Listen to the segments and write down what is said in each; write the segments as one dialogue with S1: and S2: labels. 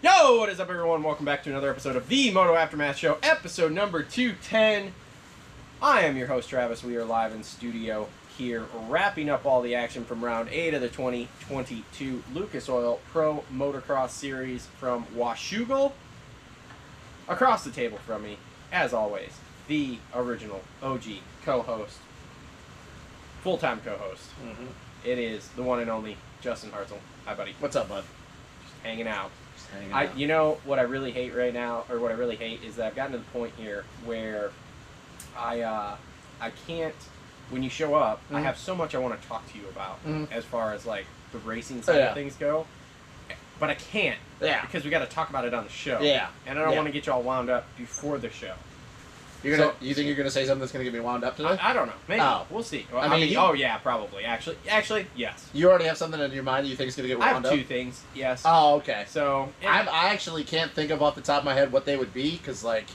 S1: Yo, what is up, everyone? Welcome back to another episode of the Moto Aftermath Show, episode number 210. I am your host, Travis. We are live in studio here, wrapping up all the action from round 8 of the 2022 Lucas Oil Pro Motocross Series from Washougal. Across the table from me, as always, the original OG co host, full time co host. It is the one and only Justin Hartzell. Hi, buddy.
S2: What's up, bud?
S1: Hanging out.
S2: Just hanging
S1: I,
S2: out.
S1: you know what I really hate right now, or what I really hate is that I've gotten to the point here where I, uh, I can't. When you show up, I
S2: Mhm.
S1: have so much I want to talk to you about
S2: Mhm.
S1: as far as like the racing side
S2: Oh, Yeah.
S1: of things go, but I can't
S2: yeah,
S1: because we got to talk about it on the show.
S2: Yeah.
S1: and I don't
S2: Yeah.
S1: want to get you all wound up before the show.
S2: you're gonna.
S1: so-
S2: you think you're gonna say something that's gonna get me wound up today?
S1: I, I don't know. Maybe
S2: Oh.
S1: we'll see. Well,
S2: I
S1: I,
S2: mean,
S1: mean,
S2: you-
S1: oh yeah, probably. Actually, actually, yes.
S2: you already have something in your mind you think is gonna get
S1: I have
S2: wound
S1: two
S2: up.
S1: things. Yes.
S2: Oh, okay.
S1: so
S2: I'm, I actually can't think of off the top of my head what they would be because like,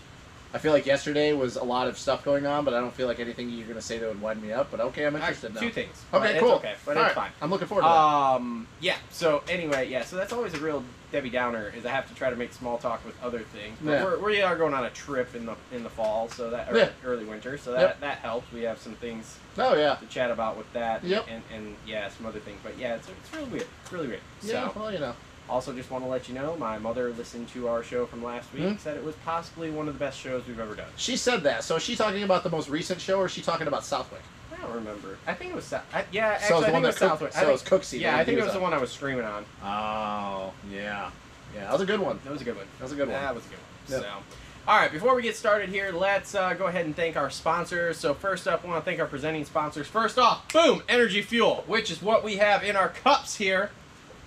S2: I feel like yesterday was a lot of stuff going on, but I don't feel like anything you're gonna say that would wind me up. But okay, I'm
S1: I-
S2: interested now.
S1: two things. but
S2: Okay,
S1: it's
S2: cool.
S1: okay, but
S2: All
S1: it's
S2: right.
S1: fine.
S2: I'm looking forward to that.
S1: Um, yeah. So anyway, yeah. So that's always a real Debbie Downer is I have to try to make small talk with other things. But
S2: Yeah.
S1: we're, we are going on a trip in the in the fall, so that or
S2: Yeah.
S1: early winter, so that
S2: Yep.
S1: that helps. We have some things
S2: Oh yeah.
S1: to chat about with that.
S2: Yep.
S1: And and yeah, some other things. But yeah, it's it's really weird. It's really weird.
S2: Yeah.
S1: So
S2: Well, you know.
S1: also just want to let you know, my mother listened to our show from last week.
S2: Hmm?
S1: Said it was possibly one of the best shows we've ever done.
S2: She said that. So is she talking about the most recent show, or is she talking about Southwick?
S1: I don't remember. I think it was South. I, yeah, actually,
S2: so
S1: I
S2: it's
S1: think
S2: one
S1: it was
S2: that Cook-
S1: Southwick. I
S2: So
S1: think-
S2: it's Cooksey.
S1: yeah,
S2: one
S1: I think
S2: he
S1: it was
S2: was
S1: the one I was screaming on.
S2: on. Oh yeah. Yeah, that was a good one.
S1: That was a good one.
S2: That was a good one.
S1: That was a good one.
S2: Yep.
S1: So, all right, before we get started here, let's uh, go ahead and thank our sponsors. So, first up, want to thank our presenting sponsors. First off, boom, Energy Fuel, which is what we have in our cups here.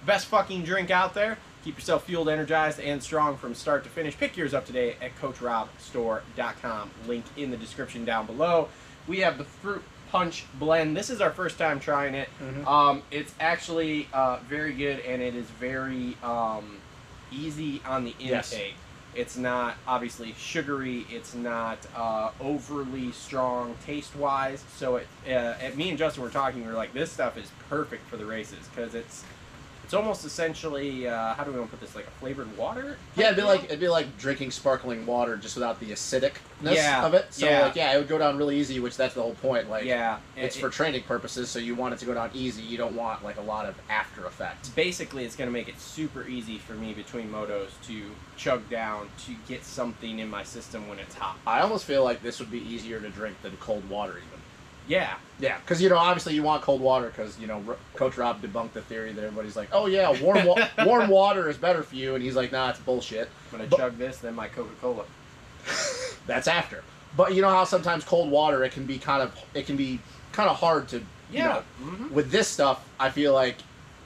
S1: Best fucking drink out there. Keep yourself fueled, energized, and strong from start to finish. Pick yours up today at CoachRobStore.com. Link in the description down below. We have the fruit punch blend. This is our first time trying it.
S2: Mhm.
S1: Um, it's actually uh, very good, and it is very um, easy on the intake.
S2: Yes.
S1: It's not obviously sugary. It's not uh, overly strong taste wise. So it, uh, at me and Justin were talking. We were like, this stuff is perfect for the races because it's it's almost essentially uh, how do we want to put this like a flavored water?
S2: Yeah, it'd be
S1: deal?
S2: like it'd be like drinking sparkling water just without the acidicness
S1: Yeah,
S2: of it. So
S1: yeah.
S2: like yeah, it would go down really easy, which that's the whole point. Like
S1: yeah,
S2: it's
S1: it-
S2: for training purposes, so you want it to go down easy. You don't want like a lot of after effect.
S1: basically it's going to make it super easy for me between motos to chug down to get something in my system when it's hot.
S2: I almost feel like this would be easier to drink than cold water even.
S1: Yeah,
S2: Yeah, because you know obviously you want cold water because you know R- Coach Rob debunked the theory that everybody's like, oh yeah, warm wa- warm water is better for you, and he's like, nah, it's bullshit.
S1: I'm going to
S2: But-
S1: chug this, then my Coca Cola.
S2: That's after. But you know how sometimes cold water it can be kind of it can be kind of hard to you
S1: Yeah.
S2: know
S1: hmm
S2: with this stuff, I feel like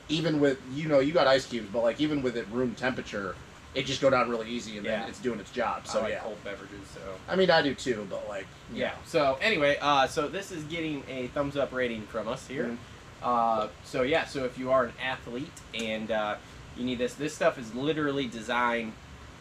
S2: even with you know you got ice cubes, but like even with it room temperature, it just go down really easy, and
S1: Yeah.
S2: then it's doing its job. So
S1: I like
S2: yeah, Mm-hmm.
S1: cold beverages, so.
S2: I mean I do too, but like you
S1: Yeah.
S2: know.
S1: So anyway, uh, so this is getting a thumbs up rating from us here.
S2: Mhm.
S1: Uh, so yeah, so if you are an athlete and uh, you need this, this stuff is literally designed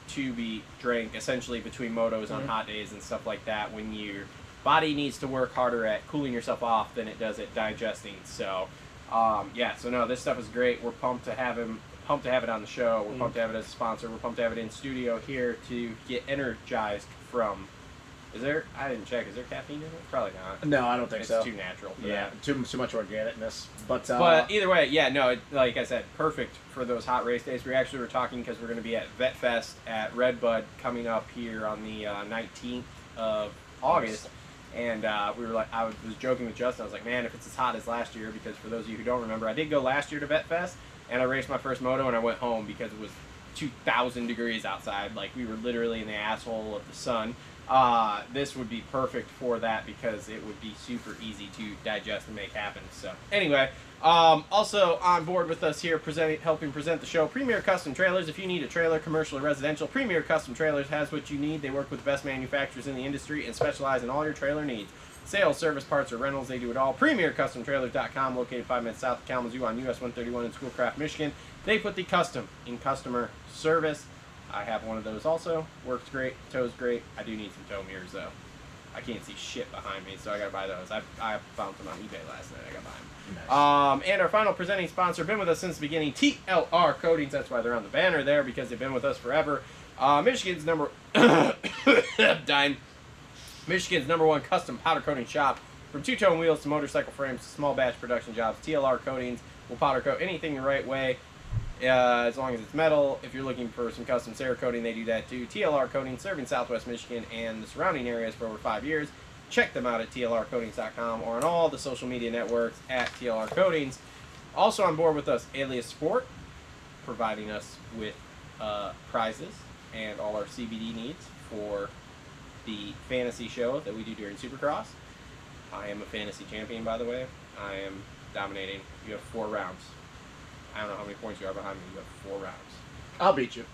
S1: to be drank essentially between motos on
S2: Mhm.
S1: hot days and stuff like that when your body needs to work harder at cooling yourself off than it does at digesting. So um, yeah, so no, this stuff is great. We're pumped to have him. Pumped to have it on the show. We're
S2: Mhm.
S1: pumped to have it as a sponsor. We're pumped to have it in studio here to get energized from is there? I didn't check. Is there caffeine in it? Probably not.
S2: No, I don't think
S1: It's
S2: so.
S1: too natural. For
S2: yeah,
S1: That.
S2: too too much organicness, but uh,
S1: But either way, yeah, no. It, like I said, perfect for those hot race days. We actually were talking because we're going to be at Vet Fest at Redbud coming up here on the uh, 19th of August. And uh, we were like, I was was joking with Justin. I was like, man, if it's as hot as last year, because for those of you who don't remember, I did go last year to Vet Fest, and I raced my first moto, and I went home because it was 2,000 degrees outside. Like we were literally in the asshole of the sun. Uh, this would be perfect for that because it would be super easy to digest and make happen. So anyway, um, also on board with us here, presenting, helping present the show, Premier Custom Trailers. If you need a trailer, commercial or residential, Premier Custom Trailers has what you need. They work with the best manufacturers in the industry and specialize in all your trailer needs. Sales, service, parts, or rentals, they do it all. PremierCustomTrailers.com, located five minutes south of Kalamazoo on US 131 in Schoolcraft, Michigan. They put the custom in customer service. I have one of those also. Works great. Tows great. I do need some tow mirrors though. I can't see shit behind me, so I gotta buy those. I, I found some on eBay last night. I gotta buy them. Um, and our final presenting sponsor, been with us since the beginning, TLR Coatings. That's why they're on the banner there because they've been with us forever. Uh, Michigan's number dying. Michigan's number one custom powder coating shop. From two-tone wheels to motorcycle frames to small batch production jobs, TLR Coatings will powder coat anything the right way, uh, as long as it's metal. If you're looking for some custom Cera coating, they do that too. TLR Coating serving Southwest Michigan and the surrounding areas for over five years. Check them out at TLRcoatings.com or on all the social media networks at TLR Coatings. Also on board with us, Alias Sport, providing us with uh, prizes and all our CBD needs for the fantasy show that we do during Supercross. I am a fantasy champion, by the way. I am dominating. You have four rounds. I don't know how many points you are behind me. You have four rounds.
S2: I'll beat you.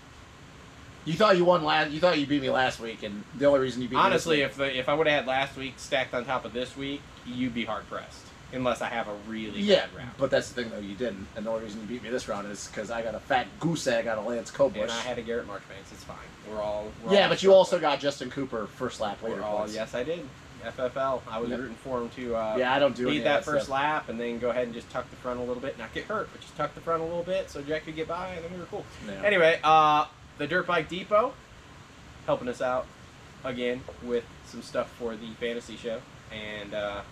S2: You thought you won last. You thought you beat me last week, and the only reason you beat
S1: Honestly,
S2: me
S1: if the, if I would have had last week stacked on top of this week, you'd be hard pressed. Unless I have a really
S2: yeah,
S1: bad round.
S2: but that's the thing though. You didn't, and the only reason you beat me this round is because I got a fat goose egg out of Lance Cobush.
S1: and I had a Garrett Marchbanks. It's fine. We're all. We're
S2: yeah,
S1: all
S2: but you also got Justin Cooper first lap
S1: We're
S2: later.
S1: all,
S2: points.
S1: yes, I did. FFL. I was
S2: Yep.
S1: rooting for him to uh,
S2: Yeah, I don't do
S1: beat
S2: any of
S1: that first
S2: stuff.
S1: lap and then go ahead and just tuck the front a little bit, not get hurt, but just tuck the front a little bit so Jack could get by, and then we were cool.
S2: No.
S1: Anyway, uh, the Dirt Bike Depot helping us out again with some stuff for the fantasy show and uh,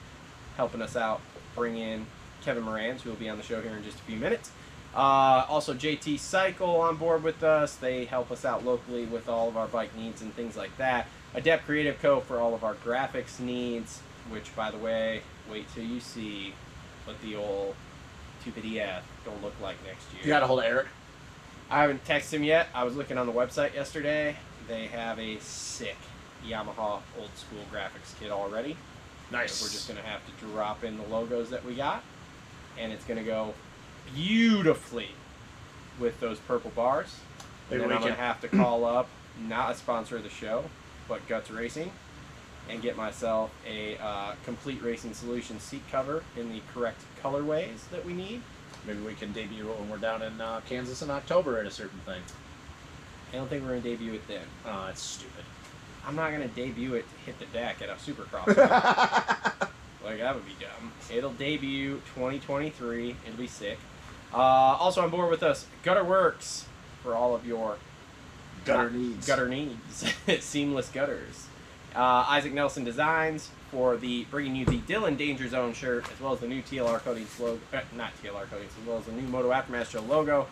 S1: helping us out bring in Kevin Morans, who will be on the show here in just a few minutes. Uh, also, JT Cycle on board with us. They help us out locally with all of our bike needs and things like that. Adept Creative Co. for all of our graphics needs, which, by the way, wait till you see what the old 2PDF don't look like next year.
S2: You got a hold of Eric.
S1: I haven't texted him yet. I was looking on the website yesterday. They have a sick Yamaha old school graphics kit already.
S2: Nice.
S1: We're just gonna have to drop in the logos that we got, and it's gonna go beautifully with those purple bars. And
S2: Maybe
S1: then
S2: we
S1: I'm gonna
S2: can-
S1: have to call up not a sponsor of the show, but Guts Racing, and get myself a uh, complete racing solution seat cover in the correct colorways that we need.
S2: Maybe we can debut it when we're down in uh, Kansas in October at a certain thing.
S1: I don't think we're gonna debut it then.
S2: Oh, that's stupid.
S1: I'm not gonna debut it to hit the deck at a supercross. event. like that would be dumb. It'll debut 2023. It'll be sick. Uh, also on board with us, Gutter Works for all of your
S2: Gutter needs.
S1: gutter needs, seamless gutters. Uh, Isaac Nelson Designs for the bringing you the Dylan Danger Zone shirt, as well as the new TLR Coatings logo, uh, not TLR Coatings, as well as the new Moto Aftermath Show logo,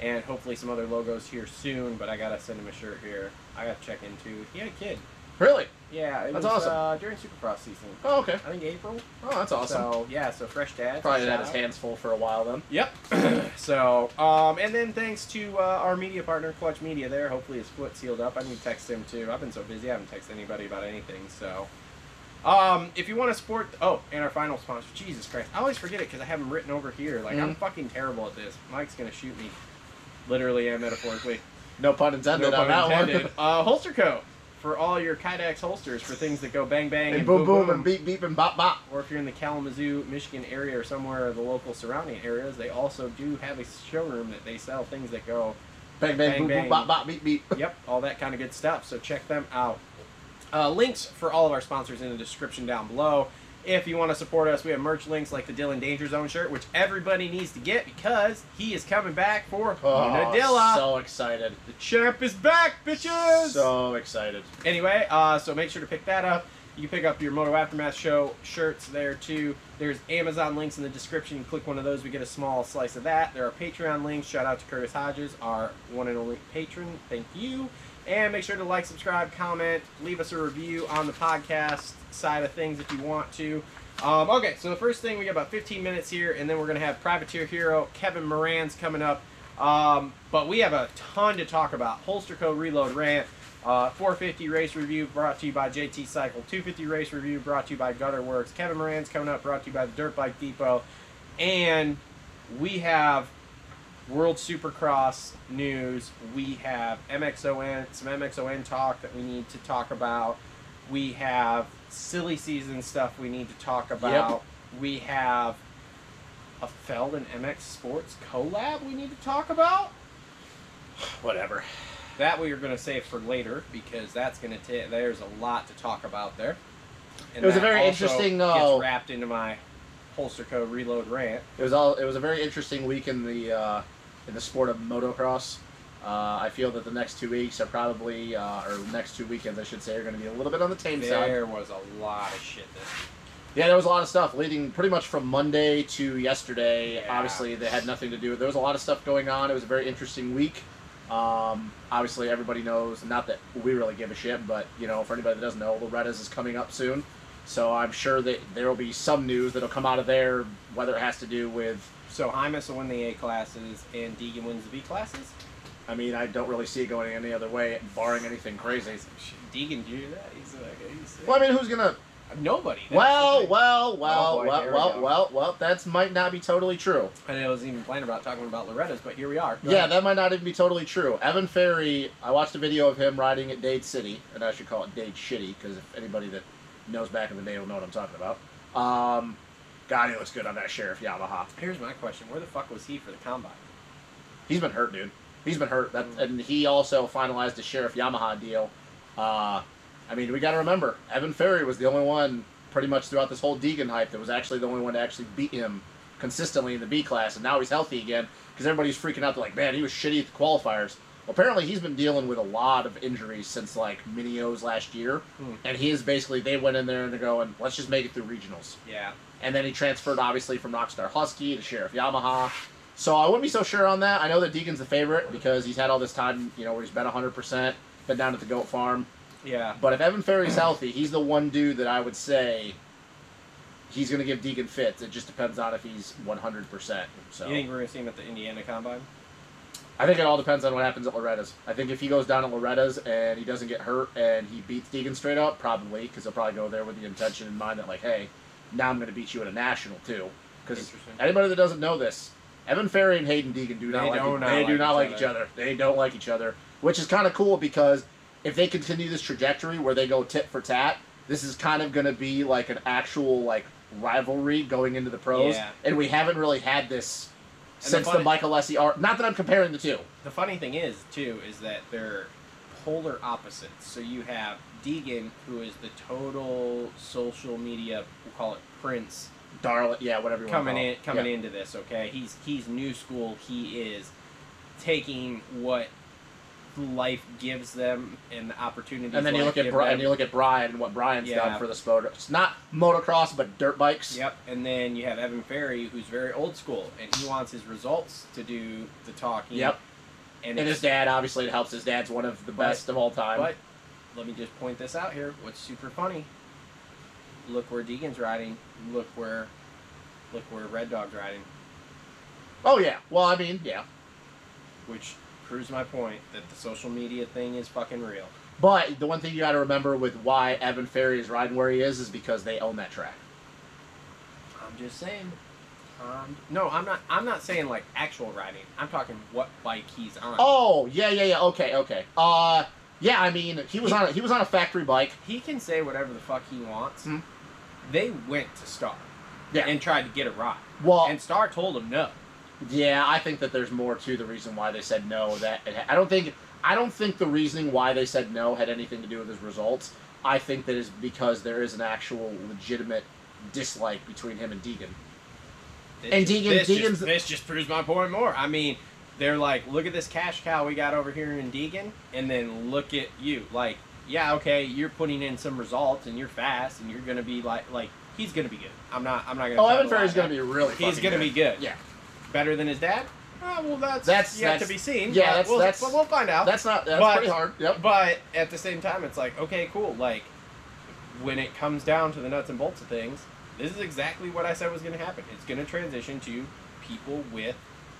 S1: and hopefully some other logos here soon. But I gotta send him a shirt here. I gotta check into. He had a kid.
S2: Really?
S1: Yeah, it
S2: That's
S1: was
S2: awesome.
S1: uh, during Supercross season.
S2: Oh, okay.
S1: I think April.
S2: Oh, that's awesome.
S1: So yeah, so fresh dad.
S2: Probably had his hands full for a while then.
S1: Yep. so um, and then thanks to uh, our media partner Clutch Media there. Hopefully his foot sealed up. I need to text him too. I've been so busy. I haven't texted anybody about anything. So. Um, if you want to support, oh, and our final sponsor, Jesus Christ, I always forget it because I have them written over here. Like I'm
S2: Mhm.
S1: fucking terrible at this. Mike's gonna shoot me, literally and metaphorically.
S2: No pun intended on that one.
S1: Uh, Holster Co. for all your Kydex holsters for things that go bang bang
S2: and boom, boom, and beep, beep, and bop, bop.
S1: or if you're in the Kalamazoo, Michigan area or somewhere of the local surrounding areas, they also do have a showroom that they sell things that go,
S2: Bang, bang,
S1: Bang,
S2: boom,
S1: bang.
S2: boom, bop, bop, beep, beep.
S1: yep, all that kind of good stuff. So check them out. Uh, links for all of our sponsors in the description down below. If you want to support us, we have merch links like the Dylan Danger Zone shirt, which everybody needs to get because he is coming back for Unadilla.
S2: Ah, Oh, so excited.
S1: the champ is back, bitches!
S2: So excited.
S1: anyway, uh, so make sure to pick that up. You can pick up your Moto Aftermath show shirts there too. There's Amazon links in the description. You click one of those, we get a small slice of that. There are Patreon links. Shout out to Curtis Hodges, our one and only patron. Thank you. And make sure to like, subscribe, comment, leave us a review on the podcast side of things if you want to. Um, okay, so the first thing we got about 15 minutes here, and then we're gonna have Privateer Hero Kevin Moran's coming up. Um, but we have a ton to talk about. Holster Co. Reload Rant. Uh, Uh, 450 race review brought to you by JT Cycle. 250 race review brought to you by Gutter Works. Kevin Moran's coming up, brought to you by the Dirt Bike Depot. And we have World Supercross news. We have MXON, some MXON talk that we need to talk about. We have silly season stuff we need to talk about. We have a Feld and MX Sports collab we need to talk about.
S2: Whatever.
S1: That we are going to save for later because that's going to take. There's a lot to talk about there. And
S2: It was a
S1: that
S2: very
S1: also
S2: interesting,
S1: Gets
S2: uh,
S1: wrapped into my holster code reload rant.
S2: It was all. It was a very interesting week in the uh, in the sport of motocross. Uh, I feel that the next two weeks are probably, uh, or next two weekends, I should say, are going to be a little bit on the tame side.
S1: There was a lot of shit. This
S2: Yeah, there was a lot of stuff leading pretty much from Monday to yesterday.
S1: Yeah.
S2: Obviously, they had nothing to do. There was a lot of stuff going on. It was a very interesting week. Um, obviously, everybody knows. Not that we really give a shit, but you know, for anybody that doesn't know, Loretta's is coming up soon. So I'm sure that there will be some news that'll come out of there, whether it has to do with
S1: so Hymus will win the A classes and Deegan wins the B classes.
S2: I mean, I don't really see it going any other way, barring anything crazy.
S1: Should Deegan do that? He's like, he's
S2: Well, I mean, who's gonna?
S1: nobody. That's the
S2: Well,
S1: thing.
S2: well, well,
S1: oh, boy,
S2: well,
S1: there we
S2: well,
S1: go.
S2: well, well. That might not be totally true.
S1: I didn't- I wasn't even planning about talking about Loretta's, but here we are. Go
S2: Yeah,
S1: ahead.
S2: that might not even be totally true. Evan Ferry, I watched a video of him riding at Dade City, and I should call it Dade Shitty because if anybody that knows back in the day will know what I'm talking about. Um, God, he looks good on that Sheriff Yamaha.
S1: Here's my question: Where the fuck was he for the combine?
S2: He's been hurt, dude. He's been hurt. That, and he also finalized the Sheriff Yamaha deal. Uh, I mean, we got to remember, Evan Ferry was the only one, pretty much throughout this whole Deegan hype, that was actually the only one to actually beat him consistently in the B class. And now he's healthy again because everybody's freaking out. They're like, man, he was shitty at the qualifiers. Well, apparently, he's been dealing with a lot of injuries since like Minios last year.
S1: Hmm.
S2: And he is basically, they went in there and they're going, let's just make it through regionals.
S1: Yeah,
S2: And then he transferred, obviously, from Rockstar Husky to Sheriff Yamaha. So I wouldn't be so sure on that. I know that Deegan's the favorite because he's had all this time, you know, where he's been 100%, been down at the goat farm.
S1: yeah.
S2: But if Evan Ferry's healthy, he's the one dude that I would say he's going to give Deegan fits. It just depends on if he's 100%. So
S1: You think we're gonna see him at the Indiana combine?
S2: I think it all depends on what happens at Loretta's. I think if he goes down at Loretta's and he doesn't get hurt and he beats Deegan straight up, probably, because he'll probably go there with the intention in mind that, like, hey, now I'm going to beat you at a national, too. Because
S1: Interesting.
S2: anybody that doesn't know this, Evan Ferry and Hayden Deegan do not
S1: They
S2: like
S1: do
S2: e-
S1: not
S2: they do
S1: like each
S2: not like
S1: other.
S2: each other. They don't like each other, which is kind of cool because if they continue this trajectory where they go tit for tat, this is kind of going to be like an actual like rivalry going into the pros,
S1: Yeah.
S2: and we haven't really had this
S1: And the
S2: since the,
S1: funny-
S2: Michael Lessie art. Not that I'm comparing the two.
S1: The funny thing is, too, is that they're polar opposites. So you have Deegan, who is the total social media, we'll call it Prince,
S2: Darling, yeah, whatever you
S1: coming
S2: want
S1: in coming into this. Okay, he's he's new school. He is taking what life gives them and the opportunities.
S2: And then you
S1: life
S2: look at
S1: give
S2: Bri-
S1: them.
S2: and you look at Brian and what Brian's
S1: Yeah.
S2: done for the sport. It's not motocross, but dirt bikes.
S1: Yep, and then you have Evan Ferry, who's very old school, and he wants his results to do the talking.
S2: Yep.
S1: and,
S2: And
S1: it's-
S2: his dad obviously it helps. His dad's one of the
S1: But-
S2: best of all time.
S1: But let me just point this out here. What's super funny? Look where Deegan's riding. Look where, look where Red Dog's riding.
S2: oh yeah. Well, I mean, yeah.
S1: Which proves my point that the social media thing is fucking real.
S2: But the one thing you got to remember with why Evan Ferry is riding where he is is because they own that track.
S1: I'm just saying. Um, no, I'm not. I'm not saying like actual riding. I'm talking what bike he's on.
S2: Oh yeah, yeah, yeah. Okay, okay. Uh, yeah. I mean, he was on a, he was on a factory bike.
S1: He can say whatever the fuck he wants.
S2: Hmm.
S1: They went to Star
S2: Yeah. Oh.
S1: and tried to get a ride,
S2: well,
S1: and Star told him no.
S2: Yeah, I think that there's more to the reason why they said no. That it, I don't think I don't think the reasoning why they said no had anything to do with his results. I think that is because there is an actual legitimate dislike between him and Deegan.
S1: This
S2: And
S1: just-
S2: Deegan-
S1: this just-
S2: Deegan's-
S1: this just proves my point more. I mean, they're like, look at this cash cow we got over here in Deegan, and then look at you. Like, yeah, okay, you're putting in some results, and you're fast, and you're gonna be like, like he's gonna be good. I'm not. I'm not gonna.
S2: Oh,
S1: try
S2: Evan
S1: to lie
S2: Ferry's going
S1: down.
S2: to be really.
S1: He's
S2: fucking
S1: gonna be good.
S2: Yeah,
S1: better than his dad. Ah, well, that's
S2: That's-
S1: yet
S2: that's-
S1: to be seen. but
S2: yeah, that's-
S1: we'll,
S2: that's-
S1: but we'll find out.
S2: that's not that's
S1: But-
S2: pretty hard. Yep.
S1: But at the same time, it's like, okay, cool. Like, when it comes down to the nuts and bolts of things, this is exactly what I said was going to happen. It's going to transition to people with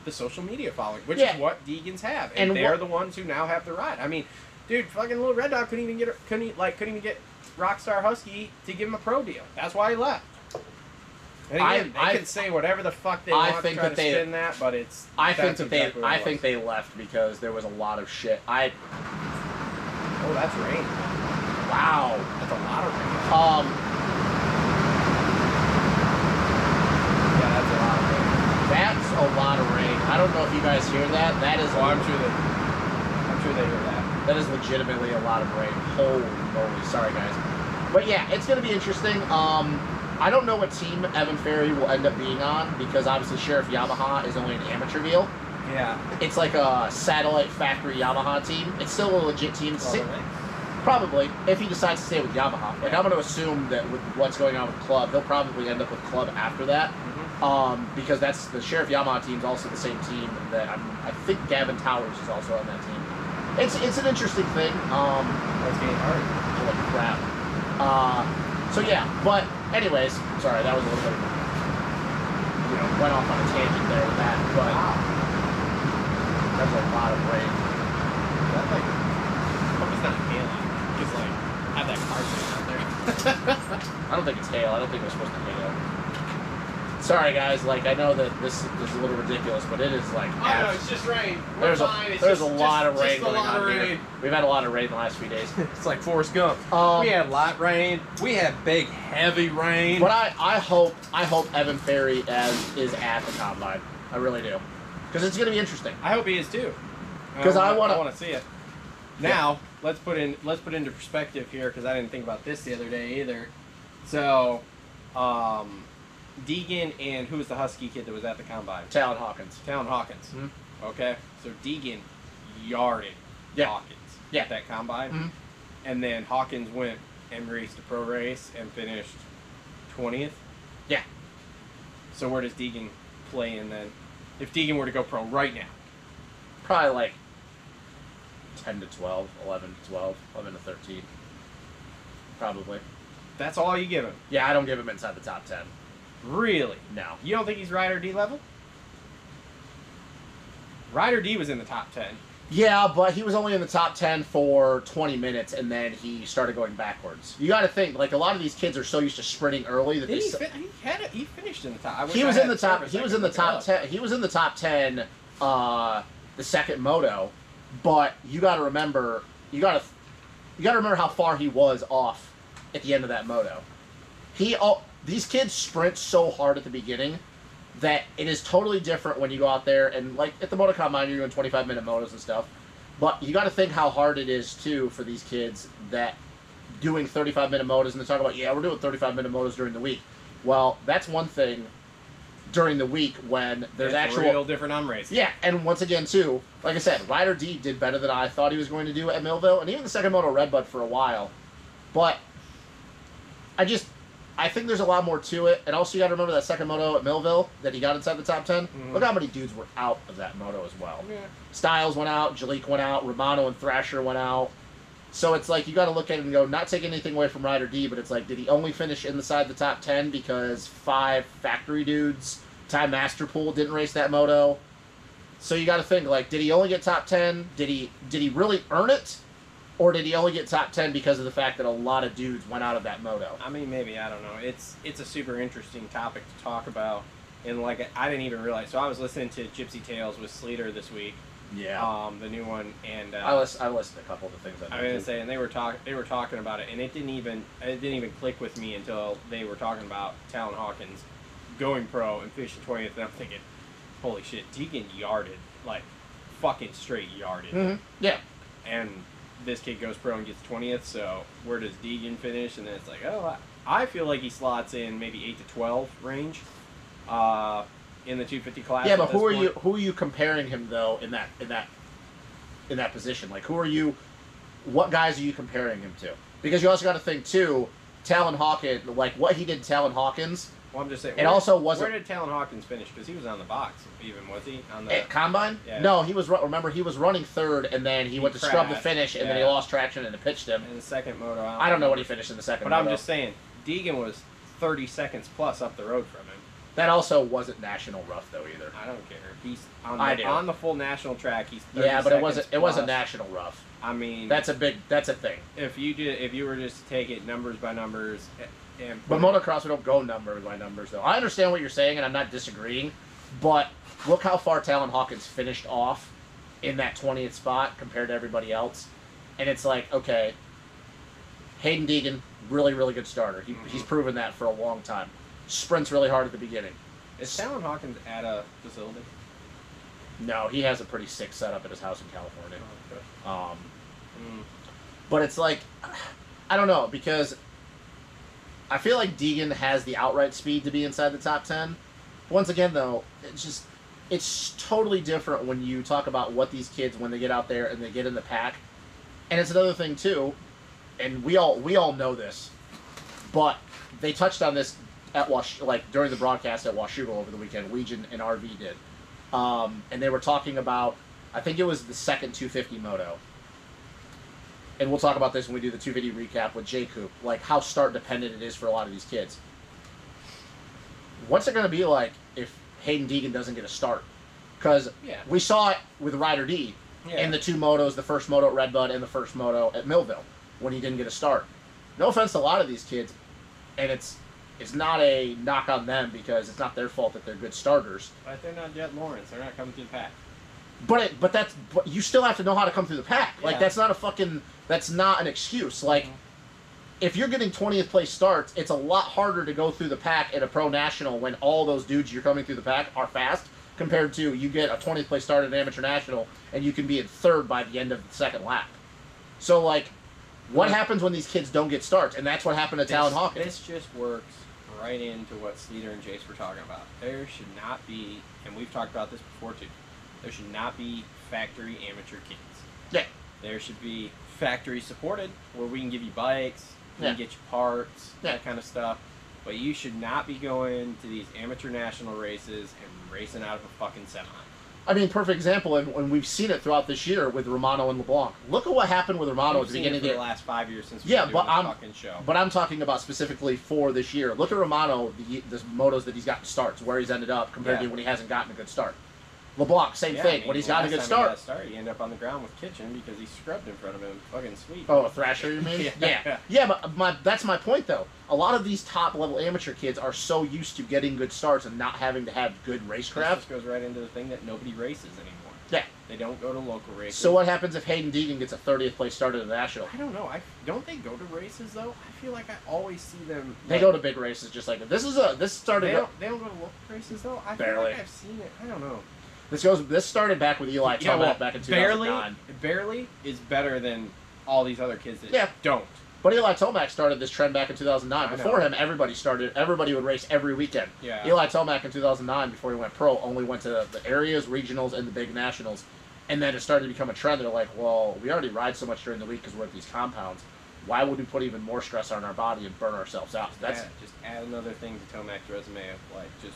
S1: the social media following, which
S2: Yeah.
S1: is what Deegans have. And,
S2: And
S1: they're
S2: what-
S1: the ones who now have the ride. I mean, Dude, fucking little red dog couldn't even get couldn't e, like couldn't even get Rockstar Husky to give him a pro deal. That's why he left. And
S2: I-
S1: again, they
S2: I-
S1: can say whatever the fuck they
S2: I
S1: want
S2: think
S1: to try
S2: that
S1: to
S2: they-
S1: spin that, but it's
S2: I think
S1: that's
S2: that they,
S1: exactly what
S2: I
S1: it
S2: think
S1: was.
S2: they left because there was a lot of shit. I,
S1: Oh, that's rain.
S2: wow.
S1: That's a lot of rain.
S2: Um,
S1: Yeah, that's a lot of rain.
S2: that's a lot of rain. I don't know if you guys hear that. That is,
S1: Well, Oh, I'm sure that I'm sure they hear that.
S2: that is legitimately a lot of rain. Holy moly! Sorry, guys. But yeah, it's gonna be interesting. Um, I don't know what team Evan Ferry will end up being on because obviously Sheriff Yamaha is only an amateur deal.
S1: Yeah.
S2: It's like a satellite factory Yamaha team. It's still a legit team.
S1: Oh,
S2: It's si-
S1: Well,
S2: Probably, if he decides to stay with Yamaha. Like, I'm going to assume that with what's going on with Club, he'll probably end up with Club after that. Um, because that's the Sheriff Yamaha team's also the same team that I'm, I think Gavin Towers is also on that team. It's it's an interesting thing. Um,
S1: That's getting hard.
S2: holy crap. Uh, so yeah, but anyways, sorry that was a little bit. You know, went off on a tangent there with that, but
S1: Wow.
S2: there's a lot of rain.
S1: That like hope it's not hailing. Just like have that car sitting out there.
S2: I don't think it's hail. I don't think we're supposed to hail. Sorry, guys. Like I know that this is a little ridiculous, but it is like
S1: oh no, it's just rain. We're
S2: there's
S1: fine.
S2: a
S1: it's
S2: there's
S1: just,
S2: a lot
S1: just,
S2: of rain
S1: just
S2: going
S1: a lot
S2: on
S1: of rain.
S2: here. We've had a lot of rain the last few days.
S3: It's like Forrest Gump.
S2: Um,
S3: we had light rain. We had big, heavy rain.
S2: But I, I hope I hope Evan Ferry as is at the combine. I really do, because it's gonna be interesting.
S1: I hope he is too. Um,
S2: 'Cause I
S1: want
S2: wanna-
S1: to see it. Now let's put in let's put into perspective here because I didn't think about this the other day either. So, um, Deegan and who was the Husky kid that was at the combine?
S2: Talon Hawkins.
S1: Town Hawkins.
S2: Mhm.
S1: Okay, so Deegan yarded
S2: Yeah.
S1: Hawkins
S2: Yeah.
S1: at that combine,
S2: Mhm.
S1: and then Hawkins went and raced a pro race and finished twentieth.
S2: Yeah.
S1: So where does Deegan play in then? If Deegan were to go pro right now,
S2: Probably like ten to 12, 11 to 12, 11 to thirteen. Probably.
S1: that's all you give him.
S2: Yeah, I don't give him inside the top ten.
S1: Really?
S2: No.
S1: You don't think he's Rider D level? Rider D was in the top ten.
S2: Yeah, but he was only in the top 10 for 20 minutes and then he started going backwards. You got to think, like, a lot of these kids are so used to sprinting early that
S1: Did
S2: they.
S1: he,
S2: s-
S1: fin- he had a, he finished in the top. I wish
S2: he
S1: I
S2: was in
S1: had
S2: the top.
S1: service,
S2: He
S1: I
S2: was
S1: could
S2: in the
S1: look it
S2: top
S1: up.
S2: 10. He was in the top 10, uh, the second moto, but you got to remember, you got to. You got to remember how far he was off at the end of that moto. He all these kids sprint so hard at the beginning that it is totally different when you go out there and like at the moto combine you're doing 25 minute motos and stuff. But you got to think how hard it is too for these kids that doing 35 minute motos and they talk about yeah we're doing 35 minute motos during the week. Well, that's one thing during the week when there's
S1: It's
S2: actual
S1: real different on race.
S2: yeah, and once again too, like I said, Ryder D did better than I thought he was going to do at Millville, and even the second moto Redbud for a while. But I just I think there's a lot more to it, and also you got to remember that second moto at Millville that he got inside the top 10
S1: Mhm.
S2: Look how many dudes were out of that moto as well.
S1: Yeah.
S2: Styles went out, Jalik went out, Romano and Thrasher went out. So it's like you got to look at it and go, not take anything away from Ryder D, but it's like, did he only finish inside the top ten because five factory dudes, Time Master Pool didn't race that moto? So you got to think like, did he only get top ten? Did he did he really earn it, or did he only get top ten because of the fact that a lot of dudes went out of that moto?
S1: I mean, maybe I don't know. It's it's a super interesting topic to talk about, and like I, I didn't even realize. So I was listening to Gypsy Tales with Sleater this week, um, the new one, and uh,
S2: I list I listed a couple of the things.
S1: I was gonna say, and they were talking they were talking about it, and it didn't even it didn't even click with me until they were talking about Talon Hawkins going pro and finishing twentieth, and I'm thinking, holy shit, Deegan yarded like fucking straight yarded,
S2: hmm Yeah.
S1: and this kid goes pro and gets twentieth. So where does Deegan finish? And then it's like, oh, I, I feel like he slots in maybe eight to twelve range, uh, in the two fifty class.
S2: Yeah,
S1: at
S2: but
S1: this
S2: who are
S1: point.
S2: you? Who are you comparing him though in that in that in that position? Like, who are you? What guys are you comparing him to? Because you also got to think too. Talon Hawkins, like what he did, to Talon Hawkins
S1: Well, I'm just saying.
S2: It
S1: where-
S2: also wasn't-
S1: Where did Talon Hawkins finish? Because he was on the box, even was he on the.
S2: at Combine.
S1: Uh, Yeah.
S2: No, he was. ru- Remember, he was running third, and then he,
S1: He
S2: went to scrub the
S1: crashed,
S2: finish, and then he
S1: yeah.
S2: lost traction and it pitched him.
S1: in the second moto.
S2: I don't know what he finished in the second.
S1: But I'm
S2: moto.
S1: just saying, Deegan was 30 seconds plus up the road from him.
S2: That also wasn't national rough though either.
S1: I don't care. He's on
S2: I
S1: the,
S2: do.
S1: on the full national track. He's 30
S2: Yeah, but it wasn't.
S1: seconds
S2: It wasn't
S1: plus.
S2: national rough.
S1: I mean,
S2: That's a big. That's a thing.
S1: if you did if you were just to take it numbers by numbers a- and
S2: But motocross, we don't go number by numbers though. I understand what you're saying, and I'm not disagreeing. But look how far Talon Hawkins finished off in that 20th spot compared to everybody else, and it's like okay, Hayden Deegan, really really good starter. He, He's proven that for a long time. Sprints really hard at the beginning.
S1: is Talon Hawkins at a facility?
S2: No, he has a pretty sick setup at his house in California.
S1: okay.
S2: Um,
S1: Mm.
S2: But it's like, I don't know because I feel like Deegan has the outright speed to be inside the top ten. Once again, though, it's just it's totally different when you talk about what these kids when they get out there and they get in the pack. And it's another thing too, and we all we all know this, but they touched on this at Wash like during the broadcast at Washugo over the weekend. Legion and RV did, um, and they were talking about I think it was the second 250 moto and we'll talk about this when we do the 250 recap with J Coop, like how start dependent it is for a lot of these kids. What's it going to be like if Hayden Deegan doesn't get a start? Because
S1: Yeah.
S2: we saw it with Ryder D
S1: Yeah.
S2: in the two motos, the first moto at Redbud and the first moto at Millville, when he didn't get a start. No offense to a lot of these kids, and it's it's not a knock on them because it's not their fault that they're good starters.
S1: But they're not Jet Lawrence. They're not coming through the pack.
S2: But it, but that's but you still have to know how to come through the pack.
S1: Yeah.
S2: Like
S1: Mm-hmm.
S2: that's not a fucking that's not an excuse. Like if you're getting 20th place starts, it's a lot harder to go through the pack at a pro national when all those dudes you're coming through the pack are fast compared to you get a 20th place start at an amateur national and you can be in third by the end of the second lap. So like what
S1: Yeah.
S2: happens when these kids don't get starts? And that's what happened to Talon
S1: this,
S2: Hawkins.
S1: this just works right into what Sleater and Jace were talking about. There should not be, and we've talked about this before too, there should not be factory amateur kids.
S2: Yeah.
S1: There should be factory supported where we can give you bikes, we
S2: Yeah.
S1: can get you parts,
S2: Yeah.
S1: that kind of stuff. But you should not be going to these amateur national races and racing out of a fucking semi.
S2: I mean, perfect example, and, and we've seen it throughout this year with Romano and LeBlanc. Look at what happened with Romano
S1: We've
S2: at the
S1: seen it
S2: beginning of
S1: for
S2: the
S1: the last five years since we've
S2: Yeah,
S1: been
S2: but
S1: doing this
S2: I'm-
S1: fucking show.
S2: But I'm talking about specifically for this year. Look at Romano, the, the motos that he's gotten starts, where he's ended up compared to
S1: Yeah.
S2: when he hasn't gotten a good start. LeBlanc, same
S1: Yeah, I
S2: thing.
S1: mean,
S2: when he's
S1: the
S2: gotten a
S1: last
S2: good
S1: time he got a
S2: start.
S1: start, you end up on the ground with Kitchen because he scrubbed in front of him. Fucking sweet.
S2: Oh, a thrasher, you mean?
S1: Yeah.
S2: yeah. but my, that's my point, though. A lot of these top level amateur kids are so used to getting good starts and not having to have good
S1: This
S2: racecraft.
S1: just goes right into the thing that nobody races anymore.
S2: Yeah.
S1: They don't go to local races.
S2: So what happens if Hayden Deegan gets a 30th place start at a national?
S1: I don't know. I don't they go to races though. I feel like I always see them.
S2: They go to big races just like this. Is a this
S1: They
S2: started.
S1: don't, they don't go to local races though. I
S2: Barely.
S1: feel like I've seen it. I don't know.
S2: This goes. This started back with Eli Tomac
S1: well,
S2: back in 2009.
S1: barely, barely is better than all these other kids that
S2: Yeah.
S1: don't.
S2: But Eli Tomac started this trend back in 2009.
S1: I
S2: Before
S1: know.
S2: him, everybody started. Everybody would race every weekend.
S1: Yeah.
S2: Eli Tomac in 2009, before he went pro, only went to the areas, regionals, and the big nationals. And then it started to become a trend. They're like, well, we already ride so much during the week because we're at these compounds. Why would we put even more stress on our body and burn ourselves out? That's
S1: Add- just add another thing to Tomac's resume of like just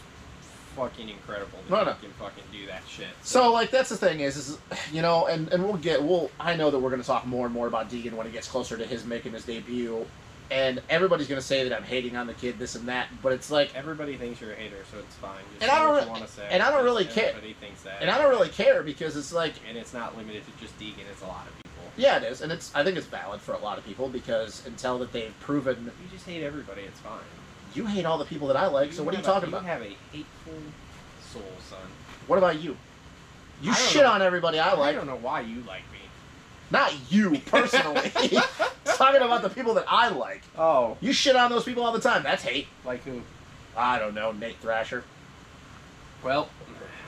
S1: fucking incredible that
S2: No,
S1: you
S2: no.
S1: can fucking do that shit.
S2: So like that's the thing is is you know and and we'll get we'll I know that we're gonna talk more and more about Deegan when it gets closer to his making his debut, and everybody's gonna say that I'm hating on the kid this and that, but it's like
S1: everybody thinks you're a hater, so it's fine. Just
S2: And
S1: say
S2: I don't
S1: what
S2: re-
S1: you want to say.
S2: and I don't
S1: because
S2: really care.
S1: Everybody thinks that.
S2: and I don't really care because it's like
S1: and it's not limited to just Deegan. It's a lot of people.
S2: yeah it is and it's I think it's valid for a lot of people because until that they've proven
S1: You just hate everybody. It's fine.
S2: you hate all the people that I like, so what are you
S1: have a-
S2: talking about?
S1: You have a hateful soul, son.
S2: What about you? You
S1: I don't
S2: shit
S1: know.
S2: on everybody I
S1: I
S2: like,
S1: don't know why you like me.
S2: not you personally. talking about the people that I like.
S1: Oh,
S2: You shit on those people all the time. That's hate.
S1: like who?
S2: I don't know, Nate Thrasher.
S1: Well,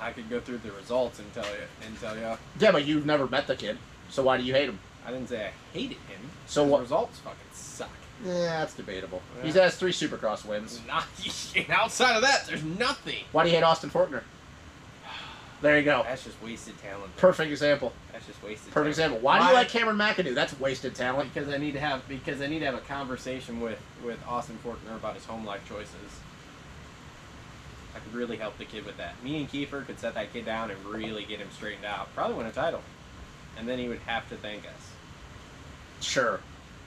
S1: I could go through the results and tell you. And tell you,
S2: Yeah, but you've never met the kid, so why do you hate him?
S1: I didn't say I hated him.
S2: So
S1: the
S2: what-
S1: results fucking suck.
S2: Yeah, that's debatable.
S1: Yeah.
S2: He's has three Supercross wins.
S1: Not, outside of that, there's nothing.
S2: Why do you hate Austin Fortner? There you go.
S1: That's just wasted talent.
S2: Perfect example.
S1: That's just wasted.
S2: Perfect
S1: talent.
S2: example. Why do you like Cameron McAdoo? That's wasted talent.
S1: Because I need to have because I need to have a conversation with with Austin Fortner about his home life choices. I could really help the kid with that. Me and Kiefer could set that kid down and really get him straightened out. Probably win a title, and then he would have to thank us.
S2: Sure.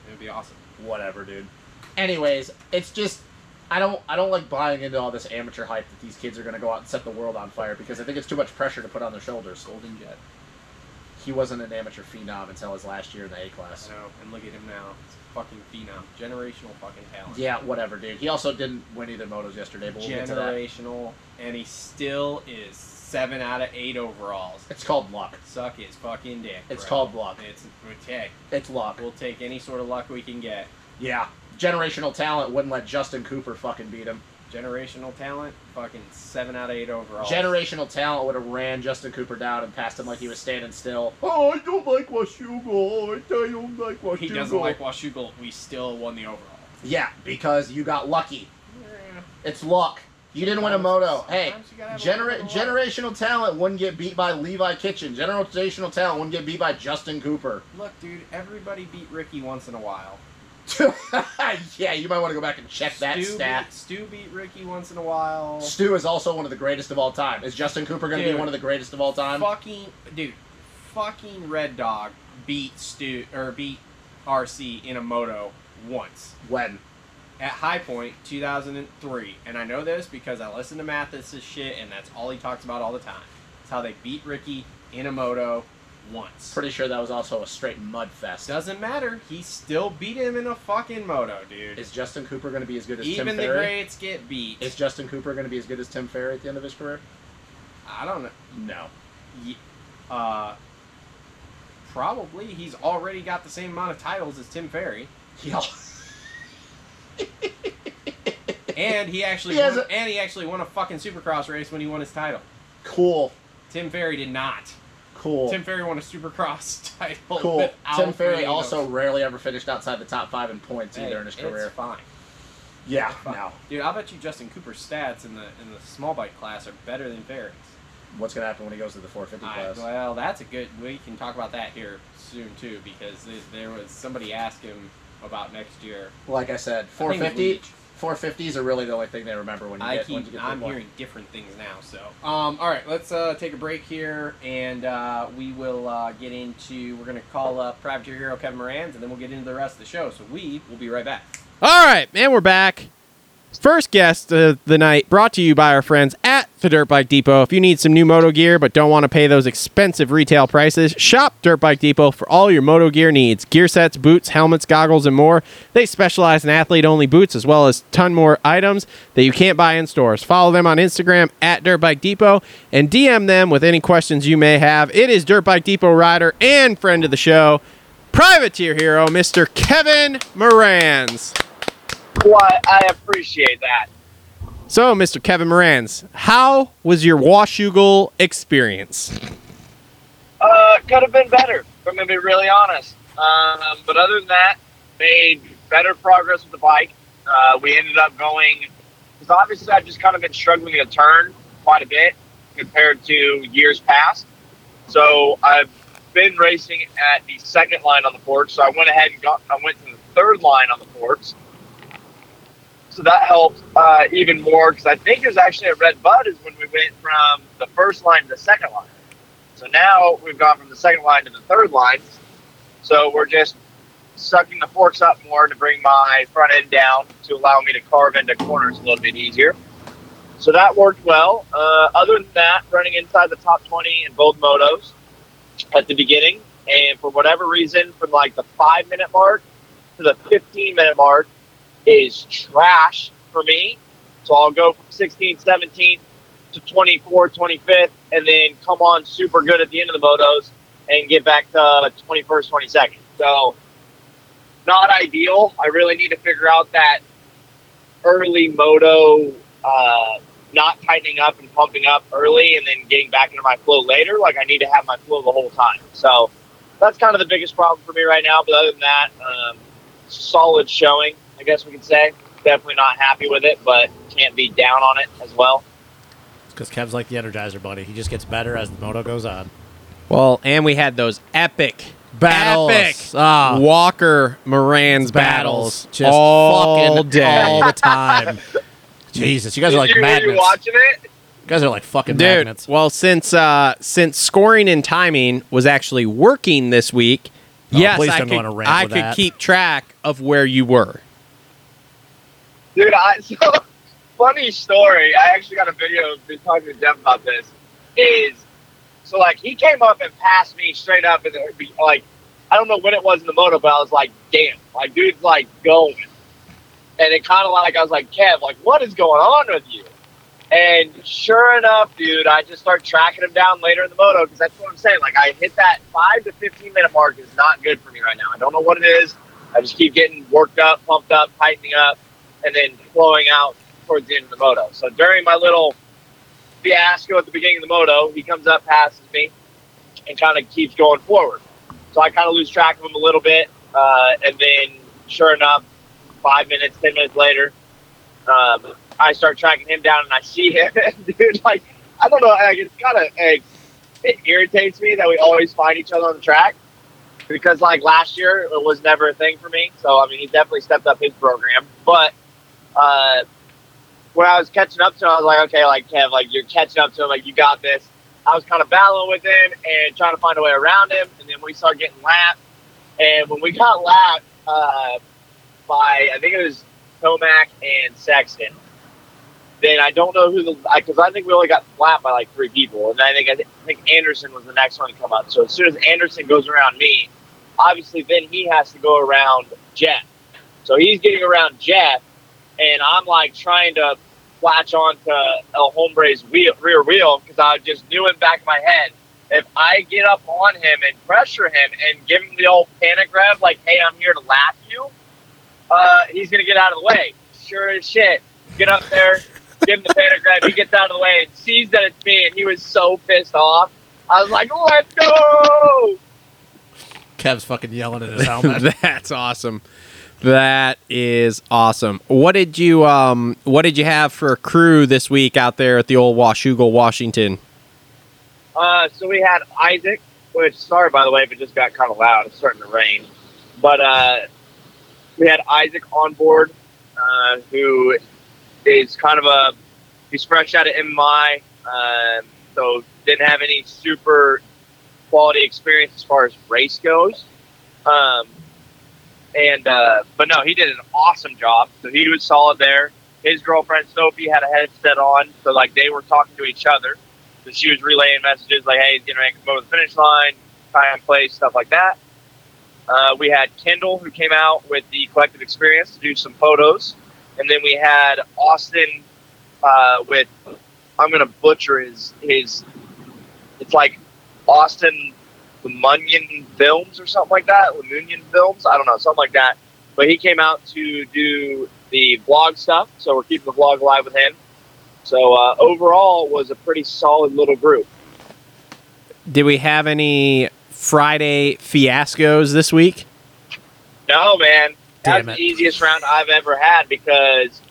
S1: It would be awesome.
S2: Whatever, dude. Anyways, it's just I don't I don't like buying into all this amateur hype that these kids are going to go out and set the world on fire because I think it's too much pressure to put on their shoulders.
S1: Golden Jet.
S2: He wasn't an amateur phenom until his last year in the A class.
S1: I know, and look at him now. It's a fucking phenom. Generational fucking talent.
S2: Yeah, whatever, dude. He also didn't win either motos yesterday, but we'll get to that.
S1: Generational, and he still is seven out of eight overalls.
S2: It's called luck.
S1: Suck his fucking dick.
S2: It's
S1: bro.
S2: called luck.
S1: It's okay.
S2: It's luck.
S1: We'll take any sort of luck we can get.
S2: Yeah, generational talent wouldn't let Justin Cooper fucking beat him.
S1: Generational talent, fucking seven out of eight overalls.
S2: Generational talent would have ran Justin Cooper down and passed him like he was standing still. Oh, I don't like Washugo. I don't like Washugo.
S1: He doesn't like Washugal. We still won the overall.
S2: Yeah, because you got lucky. It's luck. You didn't win a moto. Hey,
S1: Sometimes you gotta have a
S2: genera-
S1: little luck.
S2: generational talent wouldn't get beat by Levi Kitchen. Generational talent wouldn't get beat by Justin Cooper.
S1: Look, dude, everybody beat Ricky once in a while.
S2: yeah, you might want to go back and check that
S1: Stu
S2: stat.
S1: Beat, Stu beat Ricky once in a while.
S2: Stu is also one of the greatest of all time. Is Justin Cooper going to be
S1: Dude.
S2: one of the greatest of all time?
S1: fucking dude, fucking Red Dog beat Stu or beat RC in a moto once
S2: When?
S1: at High Point 2003, and I know this because I listen to Mathis's shit, and that's all he talks about all the time. It's how they beat Ricky in a moto once.
S2: Pretty sure that was also a straight mud fest.
S1: Doesn't matter. He still beat him in a fucking moto, dude.
S2: Is Justin Cooper going to be as good as
S1: Even
S2: Tim
S1: the
S2: Ferry?
S1: greats get beat.
S2: Is Justin Cooper going to be as good as Tim Ferry at the end of his career?
S1: I don't know.
S2: No.
S1: Ye- Uh, probably he's already got the same amount of titles as Tim Ferry.
S2: He al-
S1: and he actually
S2: He has
S1: won,
S2: a-
S1: and he actually won a fucking supercross race when he won his title.
S2: cool,
S1: Tim Ferry did not.
S2: cool,
S1: Tim Ferry won a supercross title.
S2: cool.
S1: without
S2: Tim Ferry
S1: winning
S2: also
S1: those.
S2: rarely ever finished outside the top five in points
S1: Hey,
S2: either in his
S1: it's
S2: career.
S1: fine,
S2: Yeah, no.
S1: dude. I bet you Justin Cooper's stats in the in the small bike class are better than Ferry's.
S2: What's going to happen when he goes to the 450
S1: I-
S2: class?
S1: well, that's a good. We can talk about that here soon too, because there, there was somebody asked him about next year.
S2: like I said,
S1: I think it was
S2: 450.
S1: Leach.
S2: 450s are really the only thing they remember when you
S1: I
S2: get when you
S1: keep.
S2: get to
S1: I'm
S2: the one.
S1: hearing different things now. So, um, all right, let's uh, take a break here, and uh, we will uh, get into. We're gonna call up Privateer Hero Kevin Moran's, and then we'll get into the rest of the show. So we will be right back. All right, and we're back. First guest of the night brought to you by our friends at the Dirt Bike Depot. If you need some new moto gear but don't want to pay those expensive retail prices, shop Dirt Bike Depot for all your moto gear needs gear sets, boots, helmets, goggles, and more. They specialize in athlete only boots as well as ton more items that you can't buy in stores. Follow them on Instagram at Dirt Bike Depot and DM them with any questions you may have. It is Dirt Bike Depot rider and friend of the show, privateer hero, Mr. Kevin Morans.
S4: Why, I appreciate that.
S1: So, Mr. Kevin Morans, how was your Washugal experience?
S4: Uh, could have been better, if I'm going to be really honest. Um, but other than that, made better progress with the bike. Uh, we ended up going, because obviously I've just kind of been struggling to turn quite a bit compared to years past. So I've been racing at the second line on the forks. So I went ahead and got, I went to the third line on the forks. So that helped uh, even more because I think it was actually at Red Bud is when we went from the first line to the second line. So now we've gone from the second line to the third line. So we're just sucking the forks up more to bring my front end down to allow me to carve into corners a little bit easier. So that worked well. Uh, other than that, running inside the top 20 in both motos at the beginning. And for whatever reason, from like the five minute mark to the 15 minute mark is trash for me. So I'll go from 16, 17 to 24, 25th, and then come on super good at the end of the motos and get back to 21st, 22nd. So, not ideal. I really need to figure out that early moto, uh, not tightening up and pumping up early and then getting back into my flow later. Like, I need to have my flow the whole time. So, that's kind of the biggest problem for me right now. But other than that, um, solid showing, I guess we can say. Definitely not happy with it, but can't be down on it as well.
S5: Because Kev's like the Energizer Bunny. He just gets better as the moto goes on.
S1: Well, and we had those epic
S5: Battles.
S1: epic
S5: Ah.
S1: Walker Morans battles,
S5: Battles. Just
S1: all
S5: fucking
S1: day.
S5: all the time. Jesus, you guys are like
S4: you, were you
S5: magnets.
S4: watching it?
S5: You guys are like fucking
S1: Dude,
S5: magnets.
S1: well, since uh, since scoring and timing was actually working this week,
S5: Oh,
S1: yes,
S5: please
S1: I
S5: don't go
S1: could,
S5: on a rant
S1: I
S5: with
S1: could
S5: that.
S1: keep track of where you were.
S4: Dude, I, so funny story. I actually got a video of me talking to Jeff about this. Is so like he came up and passed me straight up, and it would be like I don't know when it was in the moto, but I was like, damn, like dude's like going, and it kind of like I was like, Kev, like what is going on with you? And sure enough, dude, I just start tracking him down later in the moto because that's what I'm saying. Like I hit that five to fifteen minute mark is not good for me right now. I don't know what it is. I just keep getting worked up, pumped up, tightening up, and then flowing out towards the end of the moto. So during my little fiasco at the beginning of the moto, he comes up, passes me, and kind of keeps going forward. So I kind of lose track of him a little bit, uh, and then sure enough, five minutes, ten minutes later, um, I start tracking him down, and I see him, dude. Like I don't know, like, it's kind of like, it irritates me that we always find each other on the track because like last year it was never a thing for me. So I mean, he definitely stepped up his program. But uh, when I was catching up to him, I was like, okay, like Kev, like you're catching up to him, like you got this. I was kind of battling with him and trying to find a way around him, and then we started getting lapped. And when we got lapped uh, by, I think it was Tomac and Sexton. Then I don't know who the because I think we only got lapped by like three people, and I think I, thi- I think Anderson was the next one to come up. So as soon as Anderson goes around me, obviously then he has to go around Jeff. So he's getting around Jeff, and I'm like trying to latch on to El Hombre's wheel, rear wheel because I just knew in the back of my head if I get up on him and pressure him and give him the old panic grab, like, hey, I'm here to lap you, uh, he's going to get out of the way. Sure as shit. Get up there, give him the panic grab. He gets out of the way and sees that it's me, and he was so pissed off. I was like, let's go!
S5: Kev's fucking yelling at his helmet.
S6: That's awesome. That is awesome. What did you um What did you have for a crew this week out there at the old Washougal, Washington?
S4: Uh, so we had Isaac, which sorry by the way if it just got kind of loud. It's starting to rain, but uh, we had Isaac on board, uh, who is kind of a he's fresh out of MI, um, so didn't have any super quality experience as far as race goes. Um, and uh, but no, he did an awesome job. So he was solid there. His girlfriend Sophie had a headset on, so like they were talking to each other. So she was relaying messages like, "Hey, he's getting ready to go to the finish line, time, place, stuff like that." Uh, we had Kendall who came out with the collective experience to do some photos, and then we had Austin uh, with I'm gonna butcher his his it's like Austin Lemunion Films or something like that, Lemunion Films, I don't know, something like that. But he came out to do the vlog stuff, so we're keeping the vlog alive with him. So uh, overall, was a pretty solid little group.
S6: Did we have any Friday fiascos this week?
S4: No, man. That's
S5: Damn it.
S4: the easiest round I've ever had because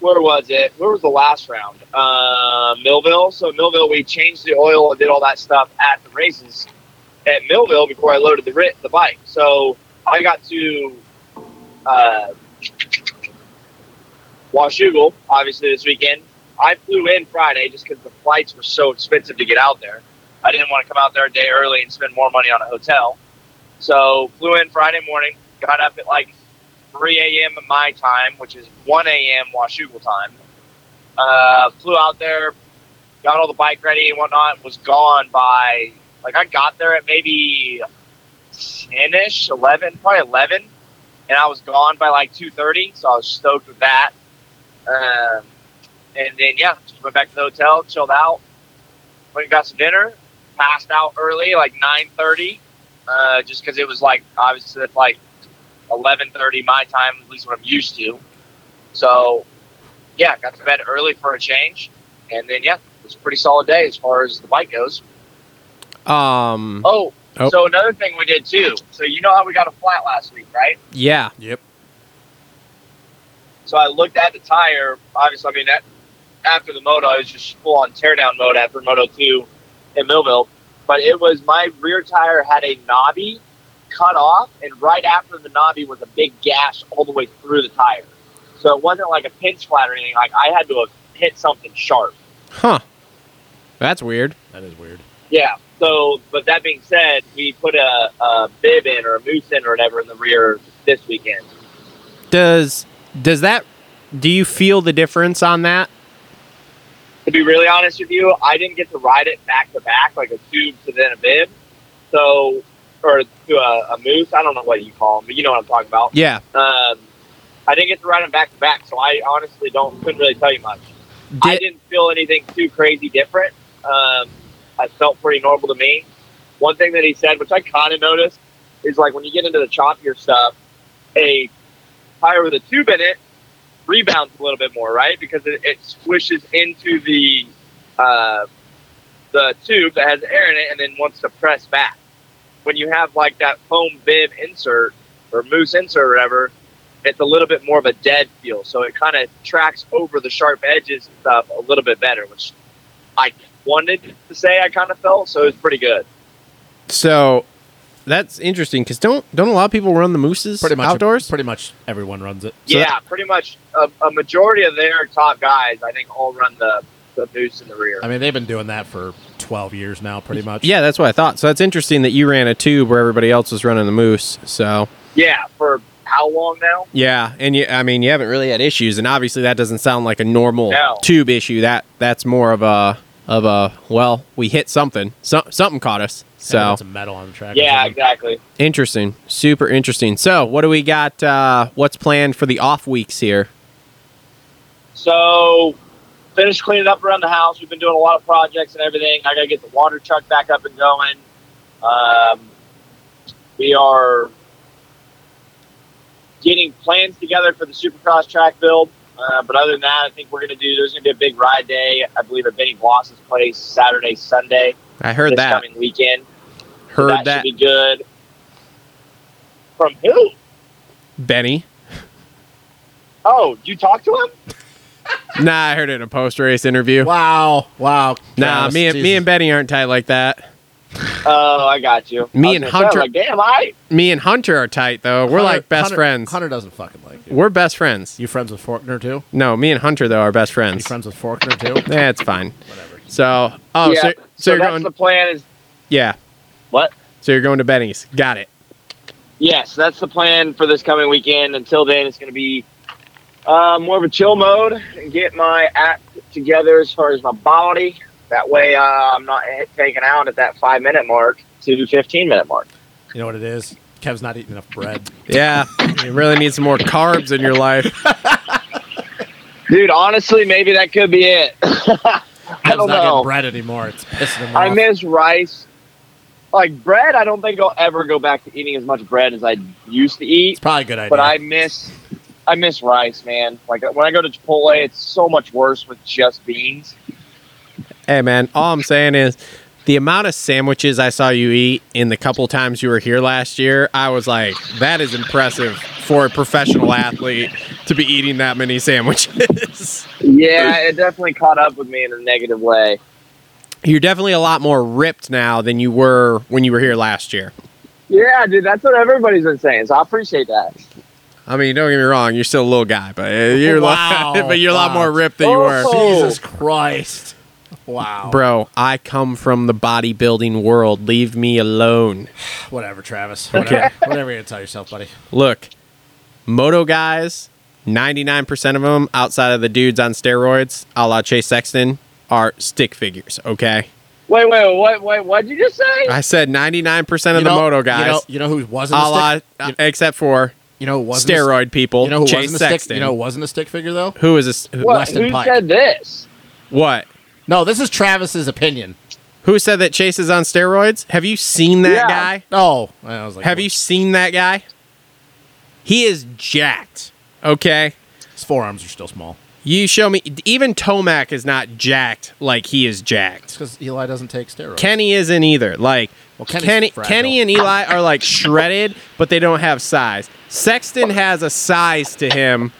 S4: where was it? Where was the last round? Uh, Millville. So Millville, we changed the oil and did all that stuff at the races at Millville before I loaded the ri- the bike. So I got to uh, Washougal, obviously this weekend. I flew in Friday just because the flights were so expensive to get out there. I didn't want to come out there a day early and spend more money on a hotel. So flew in Friday morning, got up at like 3 a.m. my time, which is 1 a.m. Washougal time. Uh, flew out there, got all the bike ready and whatnot. Was gone by like I got there at maybe 10ish, 11, probably 11, and I was gone by like 2:30. So I was stoked with that. Um, and then yeah, just went back to the hotel, chilled out, went and got some dinner, passed out early, like 9:30 uh, just because it was like obviously at like 11:30 my time, at least what I'm used to. So, yeah, got to bed early for a change, and then yeah, it was a pretty solid day as far as the bike goes.
S6: Um,
S4: Oh,
S6: Oh.
S4: so another thing we did too. So you know how we got a flat last week, right?
S6: yeah.
S5: yep.
S4: So I looked at the tire. Obviously, I mean that after the moto, I was just full on teardown mode after Moto Two in Millville. But it was my rear tire had a knobby cut off, and right after the knobby was a big gash all the way through the tire. So it wasn't like a pinch flat or anything. Like I had to have hit something sharp.
S6: Huh. That's weird.
S5: That is weird.
S4: Yeah. So, but that being said, we put a, a bib in or a moose in or whatever in the rear this weekend.
S6: Does does that Do you feel the difference on that?
S4: to be really honest with you, I didn't get to ride it back to back, like a tube to then a bib. So, or to a, a moose. I don't know what you call them, but you know what I'm talking about.
S6: Yeah.
S4: Um, I didn't get to ride them back to back, so I honestly don't couldn't really tell you much. I
S6: Did-
S4: didn't feel anything too crazy different. Um, I felt pretty normal to me. One thing that he said, which I kind of noticed, is like when you get into the choppier stuff, a tire with a tube in it rebounds a little bit more, right? Because it, it squishes into the uh, the tube that has air in it, and then wants to press back. When you have like that foam bib insert or moose insert or whatever, it's a little bit more of a dead feel. So it kind of tracks over the sharp edges and stuff a little bit better, which I wanted to say I kind of felt. So it was pretty good.
S6: So that's interesting because don't don't a lot of people run the mooses
S5: Pretty much
S6: outdoors?
S5: Pretty much everyone runs it.
S6: So
S4: yeah, pretty much a, a majority of their top guys, I think, all run the, the moose in the rear.
S5: I mean, they've been doing that for 12 years now, pretty much.
S6: yeah, that's what I thought. So that's interesting that you ran a tube where everybody else was running the moose. So
S4: yeah, for how long now?
S6: yeah, and you, I mean, you haven't really had issues, and obviously that doesn't sound like a normal
S4: No.
S6: tube issue. That that's more of a of a well, we hit something. So, something caught us. So
S5: Everyone's a metal on the track. or
S4: Yeah,
S5: something.
S4: exactly.
S6: Interesting. Super interesting. So, what do we got? Uh, what's planned for the off weeks here?
S4: So finished cleaning up around the house. We've been doing a lot of projects and everything. I gotta get the water truck back up and going. Um, we are getting plans together for the Supercross track build. Uh, but other than that, I think we're gonna do. There's gonna be a big ride day, I believe, at Benny Bloss's place Saturday, Sunday
S6: I heard
S4: this
S6: that.
S4: coming weekend.
S6: Heard that,
S4: that, should be good. From who?
S6: Benny.
S4: Oh, you talked to him?
S6: Nah, I heard it in a post race interview.
S5: Wow. Wow.
S6: Nah,
S5: Travis,
S6: me and, me
S5: Jesus.
S6: and Benny aren't tight like that.
S4: Oh, I got you.
S6: Me
S4: I was
S6: and
S4: gonna say,
S6: Hunter-
S4: Like, damn, I.
S6: Me and Hunter are tight though. We're
S5: Hunter-
S6: like best
S5: Hunter-
S6: friends.
S5: Hunter doesn't fucking like you.
S6: We're best friends.
S5: You friends with Faulkner, too?
S6: No, me and Hunter though are best
S5: You
S6: friends.
S5: friends with Faulkner, too?
S6: Yeah, it's fine. So, oh,
S4: yeah.
S6: so, so, you're
S4: that's
S6: going?
S4: the plan. Is
S6: yeah.
S4: What?
S6: So you're going to Benny's? Got it.
S4: Yes, that's the plan for this coming weekend. Until then, it's going to be uh, more of a chill mode and get my act together as far as my body. That way, uh, I'm not taken out at that five minute mark to 15 minute mark.
S5: You know what it is? Kev's not eating enough bread.
S6: Yeah, you really need some more carbs in your life.
S4: Dude, honestly, maybe that could be it. I
S5: Kev's
S4: don't
S5: not
S4: know.
S5: getting bread anymore. It's pissing him
S4: I
S5: off.
S4: miss rice. Like bread, I don't think I'll ever go back to eating as much bread as I used to eat.
S5: it's probably a good idea.
S4: but I miss I miss rice, man. Like when I go to Chipotle, it's so much worse with just beans.
S6: Hey man, all I'm saying is the amount of sandwiches I saw you eat in the couple times you were here last year, I was like, that is impressive for a professional athlete to be eating that many sandwiches.
S4: Yeah, it definitely caught up with me in a negative way.
S6: You're definitely a lot more ripped now than you were when you were here last year.
S4: Yeah, dude, that's what everybody's been saying. So I appreciate that.
S6: I mean, don't get me wrong, you're still a little guy, but uh, you're
S5: Wow,
S6: a lot, but you're a lot
S5: wow.
S6: more ripped than you were.
S5: Jesus Christ. Wow.
S6: Bro, I come from the bodybuilding world. Leave me alone.
S5: Whatever, Travis. Whatever, whatever you're going to tell yourself, buddy.
S6: look, moto guys, 99% of them outside of the dudes on steroids, a la Chase Sexton, are stick figures, okay?
S4: Wait, wait, wait, wait, what'd you just say?
S6: I said 99% of
S5: You
S6: the
S5: know-
S6: moto
S5: you
S6: guys,
S5: know- You know, who wasn't
S6: a la, uh,
S5: a stick? You,
S6: except for
S5: you know who wasn't a-
S6: steroid people,
S5: You know who
S6: Chase
S5: wasn't a stick?
S6: Sexton.
S5: You know who wasn't a stick figure though?
S6: who is this? Who,
S4: what,
S5: Weston
S4: who
S5: Pike.
S4: said this?
S6: what?
S5: No, this is Travis's opinion.
S6: Who said that Chase is on steroids? Have you seen that
S4: Yeah.
S6: guy?
S5: Oh, I was like,
S6: Have you seen that guy? He is jacked, okay?
S5: His forearms are still small.
S6: You show me. Even Tomac is not jacked like he is jacked.
S5: It's because Eli doesn't take steroids.
S6: Kenny isn't either. Like
S5: Well, Kenny's
S6: Kenny,
S5: fragile.
S6: Kenny and Eli are like shredded, but they don't have size. Sexton has a size to him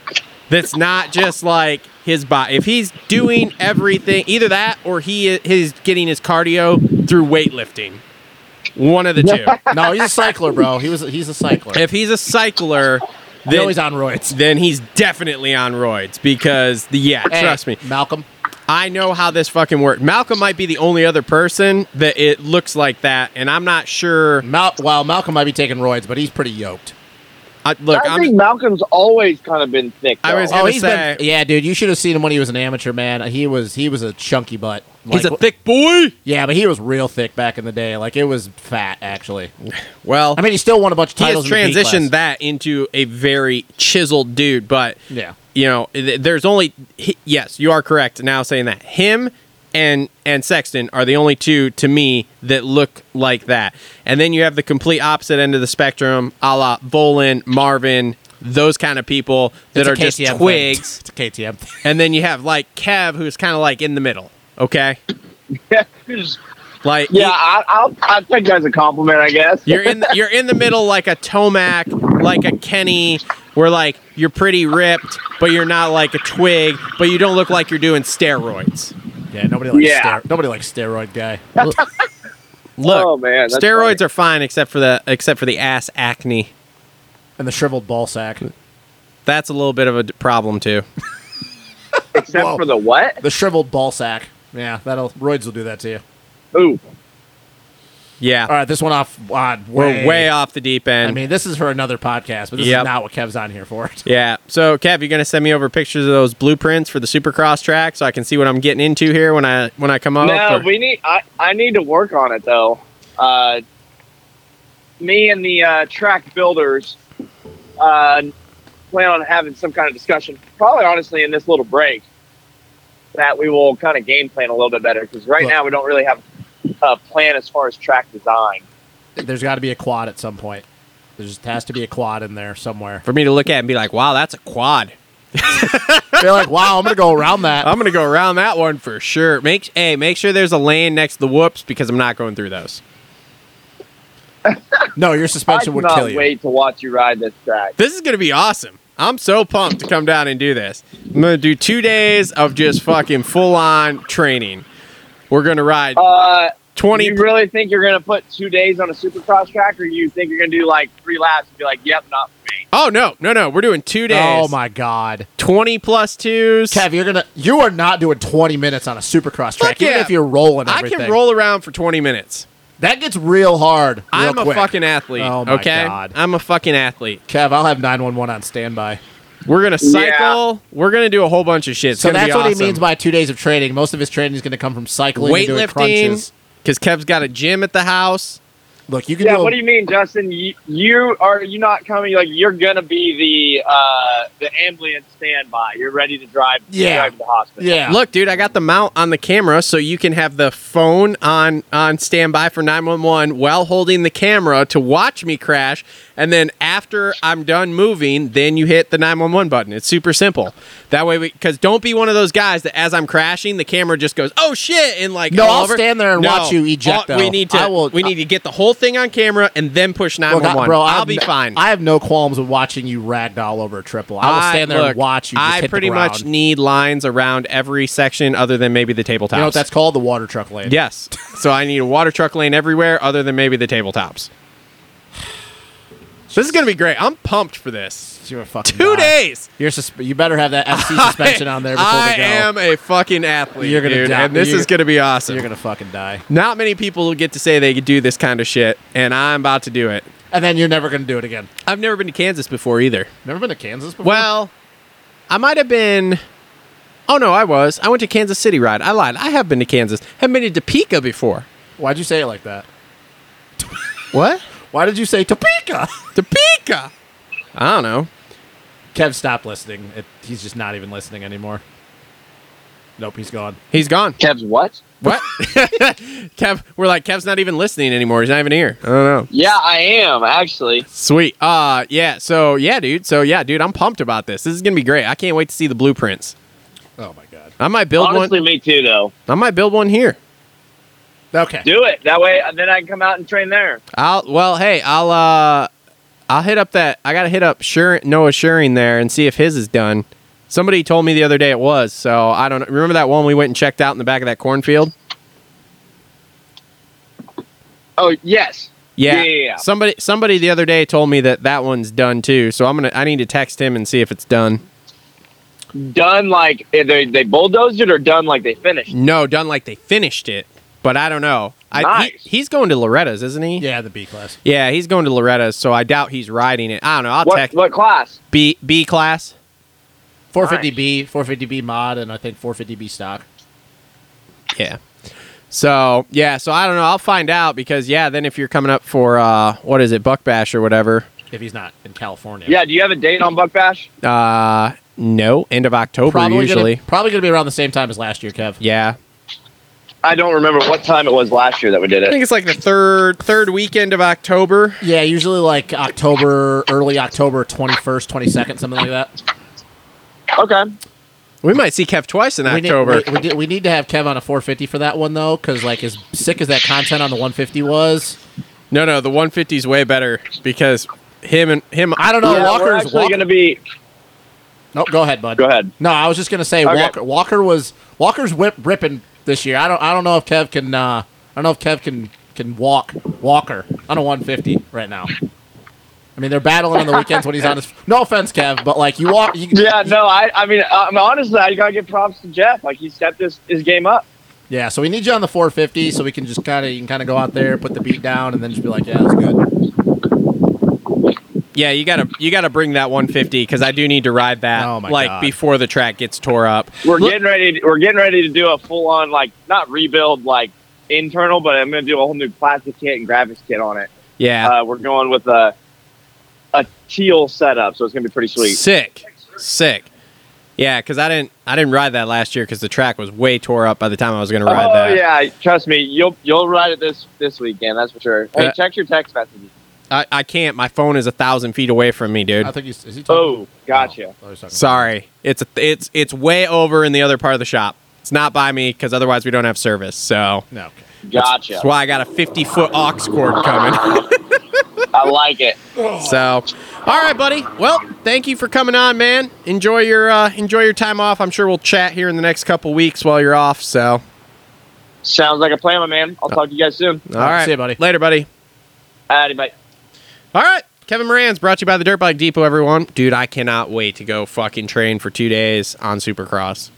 S6: that's not just like his body. If he's doing everything, either that or he i- he's getting his cardio through weightlifting. One of the two.
S5: no, he's a cycler, bro. He was. He's a cycler.
S6: if he's a cycler,
S5: They
S6: then,
S5: always on roids.
S6: then he's definitely on roids because the yeah,
S5: Hey,
S6: trust me.
S5: Malcolm.
S6: I know how this fucking worked. Malcolm might be the only other person that it looks like that, and I'm not sure.
S5: Mal- well, Malcolm might be taking roids, but he's pretty yoked.
S6: I, look,
S4: I
S6: I'm,
S4: think Malcolm's always kind of been thick.
S6: I
S4: though.
S6: was-
S4: Oh,
S6: gonna
S5: he's been,
S6: say-
S5: yeah, dude. You should have seen him when he was an amateur man. He was he was a chunky butt.
S6: he's
S5: Like,
S6: a thick boy.
S5: Yeah, but he was real thick back in the day. Like it was fat actually.
S6: Well,
S5: I mean, he still won a bunch of
S6: he has
S5: titles. in the B class.
S6: transitioned that into a very chiseled dude, but
S5: Yeah.
S6: you know, th- there's only he, yes, you are correct now saying that him and and Sexton are the only two to me that look like that. And then you have the complete opposite end of the spectrum, a la Bolin, Marvin, those kind of people that
S5: It's a
S6: are just
S5: KTM thing.
S6: twigs.
S5: It's a KTM. thing.
S6: And then you have like Kev, who's kind of like in the middle. Okay, like
S4: yeah, I, I'll, I'll take that as a compliment, I guess.
S6: You're in the, you're in the middle like a Tomac, like a Kenny, where like you're pretty ripped, but you're not like a twig, but you don't look like you're doing steroids.
S5: Yeah, nobody likes
S4: Yeah.
S5: stero- nobody likes steroid guy.
S6: Look,
S4: oh man, that's
S6: steroids
S4: funny.
S6: are fine except for the except for the ass acne.
S5: And the shriveled ball sack.
S6: That's a little bit of a d- problem too.
S4: except
S5: Whoa.
S4: for the what?
S5: The shriveled ball sack. Yeah, that'll roids will do that to you.
S4: Ooh,
S6: Yeah,
S5: All right, this one off. odd
S6: we're way off the deep end.
S5: I mean, this is for another podcast, but this
S6: Yep.
S5: is not what Kev's on here for.
S6: yeah. So, Kev, you're gonna send me over pictures of those blueprints for the Supercross track, so I can see what I'm getting into here when I when I come up.
S4: no,
S6: or-
S4: we need. I, I need to work on it though. Uh, me and the uh, track builders uh, plan on having some kind of discussion, probably honestly in this little break, that we will kind of game plan a little bit better because right
S5: Look.
S4: now we don't really have a plan as far as track design.
S5: There's got to be a quad at some point. There just has to be a quad in there somewhere.
S6: for me to look at and be like, wow, that's a quad.
S5: They're like, wow, I'm gonna go around that.
S6: I'm gonna go around that one for sure. Make hey, make sure there's a lane next to the whoops because I'm not going through those.
S5: no, your
S4: I
S5: suspension would kill
S4: cannot
S5: you.
S4: wait to watch you ride this track.
S6: This is gonna be awesome. I'm so pumped to come down and do this. I'm gonna do two days of just fucking full on training. We're gonna ride
S4: Uh,
S6: twenty.
S4: you really think you're going to put two days on a supercross track, or you think you're going to do like three laps and be like, "Yep, not for me."
S6: oh no, no, no. We're doing two days.
S5: Oh my god,
S6: Twenty plus twos.
S5: Kev, you're gonna you are not doing 20 minutes on a supercross track.
S6: Fuck yeah.
S5: Even if you're rolling
S6: I
S5: everything,
S6: can roll around for twenty minutes.
S5: That gets real hard. real
S6: I'm a
S5: quick.
S6: fucking athlete.
S5: Oh my
S6: okay,
S5: God.
S6: I'm a fucking athlete.
S5: Kev. I'll have 911 on standby.
S6: We're gonna
S4: Yeah.
S6: cycle. We're gonna do a whole bunch of shit. It's
S5: So
S6: gonna be
S5: that's what he
S6: awesome.
S5: means by two days of training. Most of his training is going to come from cycling, and doing
S6: weightlifting
S5: crunches.
S6: because Kev's got a gym at the house.
S5: Look, you can
S4: Yeah,
S5: do. a-
S4: what do you mean, Justin? You, you are you not coming? Like you're going to be the uh, the ambulance standby. You're ready to drive.
S5: Yeah.
S4: drive to the hospital.
S5: yeah,
S6: Look, dude, I got the mount on the camera, so you can have the phone on on standby for nine one one while holding the camera to watch me crash. And then after I'm done moving, then you hit the nine one one button. It's super simple. That way, because don't be one of those guys that as I'm crashing, the camera just goes, "Oh shit!" and like,
S5: No,
S6: all
S5: I'll
S6: over-
S5: stand there and watch you eject,
S6: All- we
S5: though.
S6: need to.
S5: I will-
S6: we need to get the whole thing on camera and then push nine
S5: Look, I-
S6: one one.
S5: bro, I
S6: I'll
S5: have
S6: be
S5: no-
S6: fine.
S5: I have no qualms with watching you ragdoll over a triple. I will stand there
S6: look,
S5: and watch you. Just
S6: I
S5: hit the
S6: pretty much
S5: ground.
S6: need lines around every section other than maybe the tabletops.
S5: You know what that's called? The water truck lane.
S6: yes. so I need a water truck lane everywhere other than maybe the tabletops. This is gonna be great. I'm pumped for this.
S5: You're a fucking
S6: Two
S5: god.
S6: days.
S5: You're susp- you better have that FC suspension on there before
S6: I
S5: we go.
S6: am a fucking athlete,
S5: You're gonna
S6: dude,
S5: die.
S6: and this
S5: You're-
S6: is gonna be awesome.
S5: You're gonna fucking die,
S6: Not many people get to say they could do this kind of shit, and I'm about to do it.
S5: and then you're never gonna do it again.
S6: I've never been to Kansas before either.
S5: Never been to Kansas before.
S6: Well, I might have been. Oh no, I was. I went to Kansas City ride. I lied. I have been to Kansas. Haven't been to Topeka before.
S5: why'd you say it like that?
S6: What?
S5: Why did you say Topeka?
S6: Topeka. I don't know.
S5: Kev, stop listening. It, he's just not even listening anymore. Nope, he's gone.
S6: He's gone.
S4: Kev's what?
S6: What? Kev, we're like Kev's not even listening anymore. He's not even here. I don't know.
S4: Yeah, I am actually.
S6: Sweet. Uh, yeah. So yeah, dude. So yeah, dude. I'm pumped about this. This is gonna be great. I can't wait to see the blueprints.
S5: Oh my god.
S6: I might build
S4: Honestly,
S6: one.
S4: me too. Though,
S6: I might build one here.
S5: Okay.
S4: do it that way. uh, Then I can come out and train there.
S6: I'll well, hey, I'll uh I'll hit up that I gotta hit up Sure Noah Shuring there and see if his is done. Somebody told me the other day it was, so I don't know. Remember that one we went and checked out in the back of that cornfield?
S4: Oh yes.
S6: Yeah.
S4: Yeah.
S6: Somebody somebody the other day told me that that one's done too, so I'm gonna I need to text him and see if it's done.
S4: Done like they they eh, bulldozed it or done like they finished.
S6: No, done like they finished it. but I don't know. I,
S4: Nice.
S6: he, he's going to Loretta's, isn't he?
S5: Yeah, the B class.
S6: Yeah, he's going to Loretta's, so I doubt he's riding it. I don't know. I'll
S4: What,
S6: text
S4: what class?
S6: B B class.
S5: 450B, 450B mod, and I think 450B stock.
S6: Yeah. So yeah, so I don't know. I'll find out because yeah, then if you're coming up for uh, what is it, Buck Bash or whatever?
S5: If he's not in California,
S4: Yeah, do you have a date on Buck Bash?
S6: Uh, no, end of October
S5: probably
S6: usually.
S5: Gonna, probably going to be around the same time as last year, Kev.
S6: Yeah,
S4: I don't remember what time it was last year that we did
S6: I
S4: it.
S6: think it's like the third third weekend of October.
S5: Yeah, usually like October, early October, twenty first, twenty second, something like that.
S4: Okay.
S6: We might see Kev twice in
S5: We need-
S6: October.
S5: We, we, did- we need to have Kev on a 450 for that one though, because like as sick as that content on the 150 was,
S6: no, no, the 150 is way better because him and him.
S5: I don't know.
S4: yeah, we're
S5: Walker's
S4: actually
S5: Walker.
S4: going to be.
S5: No, go ahead, bud.
S4: Go ahead.
S5: No, I was just gonna say
S4: Okay.
S5: Walker. Walker was Walker's whip ripping this year. I don't. I don't know if Kev can. Uh, I don't know if Kev can can walk Walker on a 150 right now. I mean, they're battling on the weekends when he's on his. No offense, Kev, but like you walk. You,
S4: Yeah, no, I, I mean, I, mean, honestly, I got to give props to Jeff. Like, he stepped his, his game up.
S5: Yeah. So we need you on the 450, so we can just kind of you can kind of go out there, put the beat down, and then just be like, yeah, that's good.
S6: Yeah, you gotta you gotta bring that 150 because I do need to ride that
S5: Oh my
S6: like
S5: God.
S6: before the track gets tore up.
S4: We're getting ready. We're getting ready to do a full on like not rebuild like internal, but I'm going to do a whole new plastic kit and graphics kit on it.
S6: Yeah,
S4: Uh, we're going with a a teal setup, so it's going to be pretty sweet.
S6: sick, sick. Yeah, because I didn't I didn't ride that last year because the track was way tore up by the time I was gonna ride
S4: oh
S6: that.
S4: yeah, trust me, you'll you'll ride it this this weekend. That's for sure. Hey,
S6: Yeah.
S4: check your text messages.
S6: I, I can't. My phone is a thousand feet away from me, dude.
S5: I think he's. Is he talking?
S4: Oh, gotcha.
S5: Oh, he's talking.
S6: Sorry, it's a, it's it's way over in the other part of the shop. It's not by me because otherwise we don't have service. So
S5: No. okay.
S4: Gotcha.
S6: that's why I got a 50 foot aux cord coming.
S4: I like it.
S6: so, all right, buddy. Well, thank you for coming on, man. Enjoy your uh, enjoy your time off. I'm sure we'll chat here in the next couple weeks while you're off. So,
S4: Sounds like a plan, my man. I'll talk to you guys soon.
S6: all right,
S5: See you, buddy.
S6: Later, buddy.
S4: Alrighty, bye.
S6: All right. Kevin Moran's brought to you by the Dirt Bike Depot, everyone. Dude, I cannot wait to go fucking train for two days on Supercross.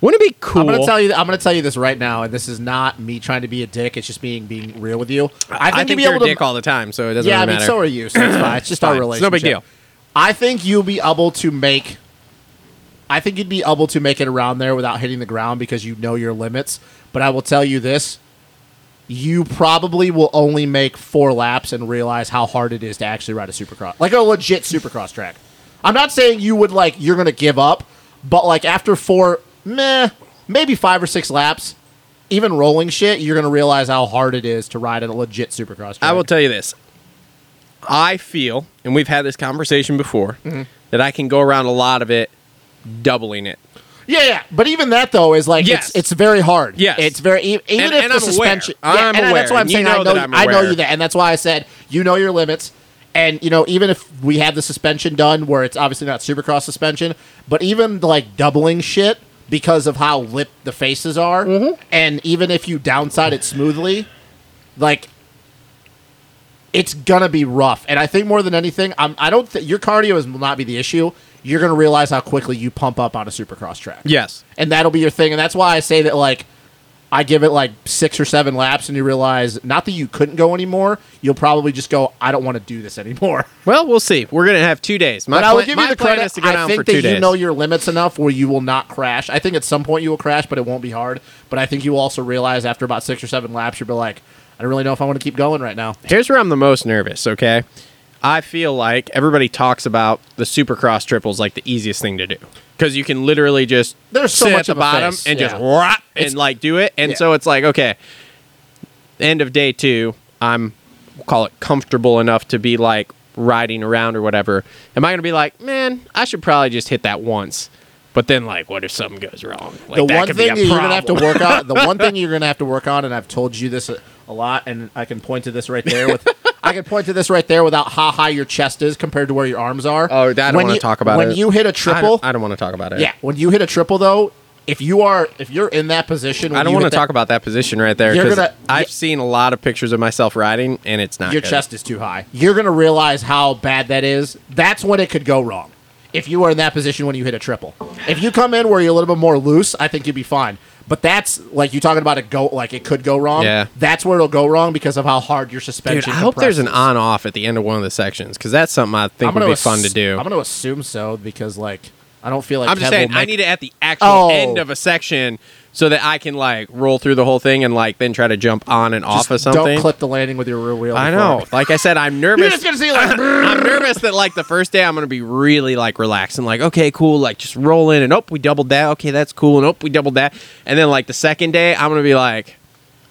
S6: Wouldn't it be cool?
S5: I'm gonna tell you. I'm gonna tell you this right now, and this is not me trying to be a dick. It's just being being real with you.
S6: I think,
S5: you'll be
S6: you're
S5: able
S6: a
S5: to-
S6: dick all the time, so it doesn't
S5: yeah,
S6: really
S5: I mean,
S6: matter.
S5: so are you. So it's fine. It's just our
S6: Fine. It's no
S5: relationship.
S6: big deal.
S5: I think you'll be able to make. I think you'd be able to make it around there without hitting the ground because you know your limits. But I will tell you this: you probably will only make four laps and realize how hard it is to actually ride a supercross, like a legit supercross track. I'm not saying you would like you're gonna give up, but like after four, meh, maybe five or six laps, even rolling shit, you're gonna realize how hard it is to ride a legit supercross. Track.
S6: I will tell you this. I feel, and we've had this conversation before,
S5: Mm-hmm.
S6: that I can go around a lot of it doubling it.
S5: Yeah, yeah. But even that though is like
S6: Yes.
S5: it's it's very hard.
S6: Yes.
S5: it's very e- even if
S6: And- and
S5: the
S6: I'm aware.
S5: suspension.
S6: I'm
S5: and
S6: aware,
S5: That's why I'm
S6: and you
S5: saying
S6: know
S5: I know
S6: that I'm
S5: I know
S6: aware.
S5: you that, and that's why I said you know your limits. And you know, even if we have the suspension done, where it's obviously not supercross suspension, but even like doubling shit because of how lip the faces are,
S6: Mm-hmm.
S5: and even if you downside it smoothly, like it's gonna be rough. And I think more than anything, I'm, I don't. Th- your cardio is, will not be the issue. You're gonna realize how quickly you pump up on a supercross track
S6: Yes.
S5: and that'll be your thing. And that's why I say that like I give it like six or seven laps, and you realize not that you couldn't go anymore. You'll probably just go, I don't want to do this anymore.
S6: Well, we'll see. We're gonna have two days. My
S5: But I will
S6: plan-
S5: give
S6: my
S5: you the
S6: plan
S5: credit.
S6: is to go
S5: I
S6: down
S5: think
S6: for
S5: that
S6: two days.
S5: you know your limits enough where you will not crash. I think at some point you will crash, but it won't be hard. But I think you will also realize after about six or seven laps, you'll be like, I don't really know if I want to keep going right now.
S6: Here's where I'm the most nervous, okay? I feel like everybody talks about the supercross triples like the easiest thing to do because you can literally just
S5: There's so
S6: sit
S5: much
S6: at the
S5: of a
S6: bottom
S5: face,
S6: and just
S5: yeah.
S6: rot and
S5: It's-
S6: like do it. And
S5: yeah.
S6: so it's like, okay, end of day two, I'm we'll call it comfortable enough to be like riding around or whatever. Am I going to be like, man, I should probably just hit that once? But then, like, what if something goes wrong? Like,
S5: the
S6: that
S5: one
S6: could
S5: thing
S6: be a
S5: that you're gonna have to
S6: problem.
S5: work on the one thing you're gonna have to work on and i've told you this a, a lot and i can point to this right there with i can point to this right there without how high your chest is compared to where your arms are
S6: Oh, I don't
S5: When
S6: wanna
S5: you-
S6: talk about
S5: when
S6: it.
S5: you hit a
S6: I don't,
S5: triple
S6: I don't want to talk about it.
S5: yeah when you hit a triple though if you are if you're in that position when
S6: I don't
S5: you
S6: want to
S5: hit that-
S6: talk about that position right there
S5: You're
S6: because
S5: gonna-
S6: I've
S5: y-
S6: seen a lot of pictures of myself riding, and it's not
S5: your
S6: good.
S5: chest is too high you're gonna realize how bad that is that's when it could go wrong if you are in that position when you hit a triple if you come in where you're a little bit more loose i think you'd be fine But that's like you talking about it go like it could go wrong.
S6: Yeah.
S5: That's where it'll go wrong because of how hard your suspension.
S6: Dude, I hope there's an
S5: compresses.
S6: on off at the end of one of the sections because that's something I
S5: I'm
S6: think would
S5: gonna
S6: be
S5: ass-
S6: fun to do.
S5: I'm
S6: I'm,
S5: gonna assume so because like I don't feel like
S6: just
S5: Kev will
S6: saying, I
S5: make-
S6: need it at the actual
S5: Oh.
S6: end of a section so that I can like roll through the whole thing and like then try to jump on and off
S5: just
S6: of something.
S5: Don't clip the landing with your rear wheel.
S6: I
S5: before.
S6: know. Like I said, I'm nervous.
S5: You're just gonna see like
S6: I'm nervous that like the first day I'm gonna be really like relaxed and like okay cool like just roll in and oh we doubled that okay that's cool and oh we doubled that and then like the second day I'm gonna be like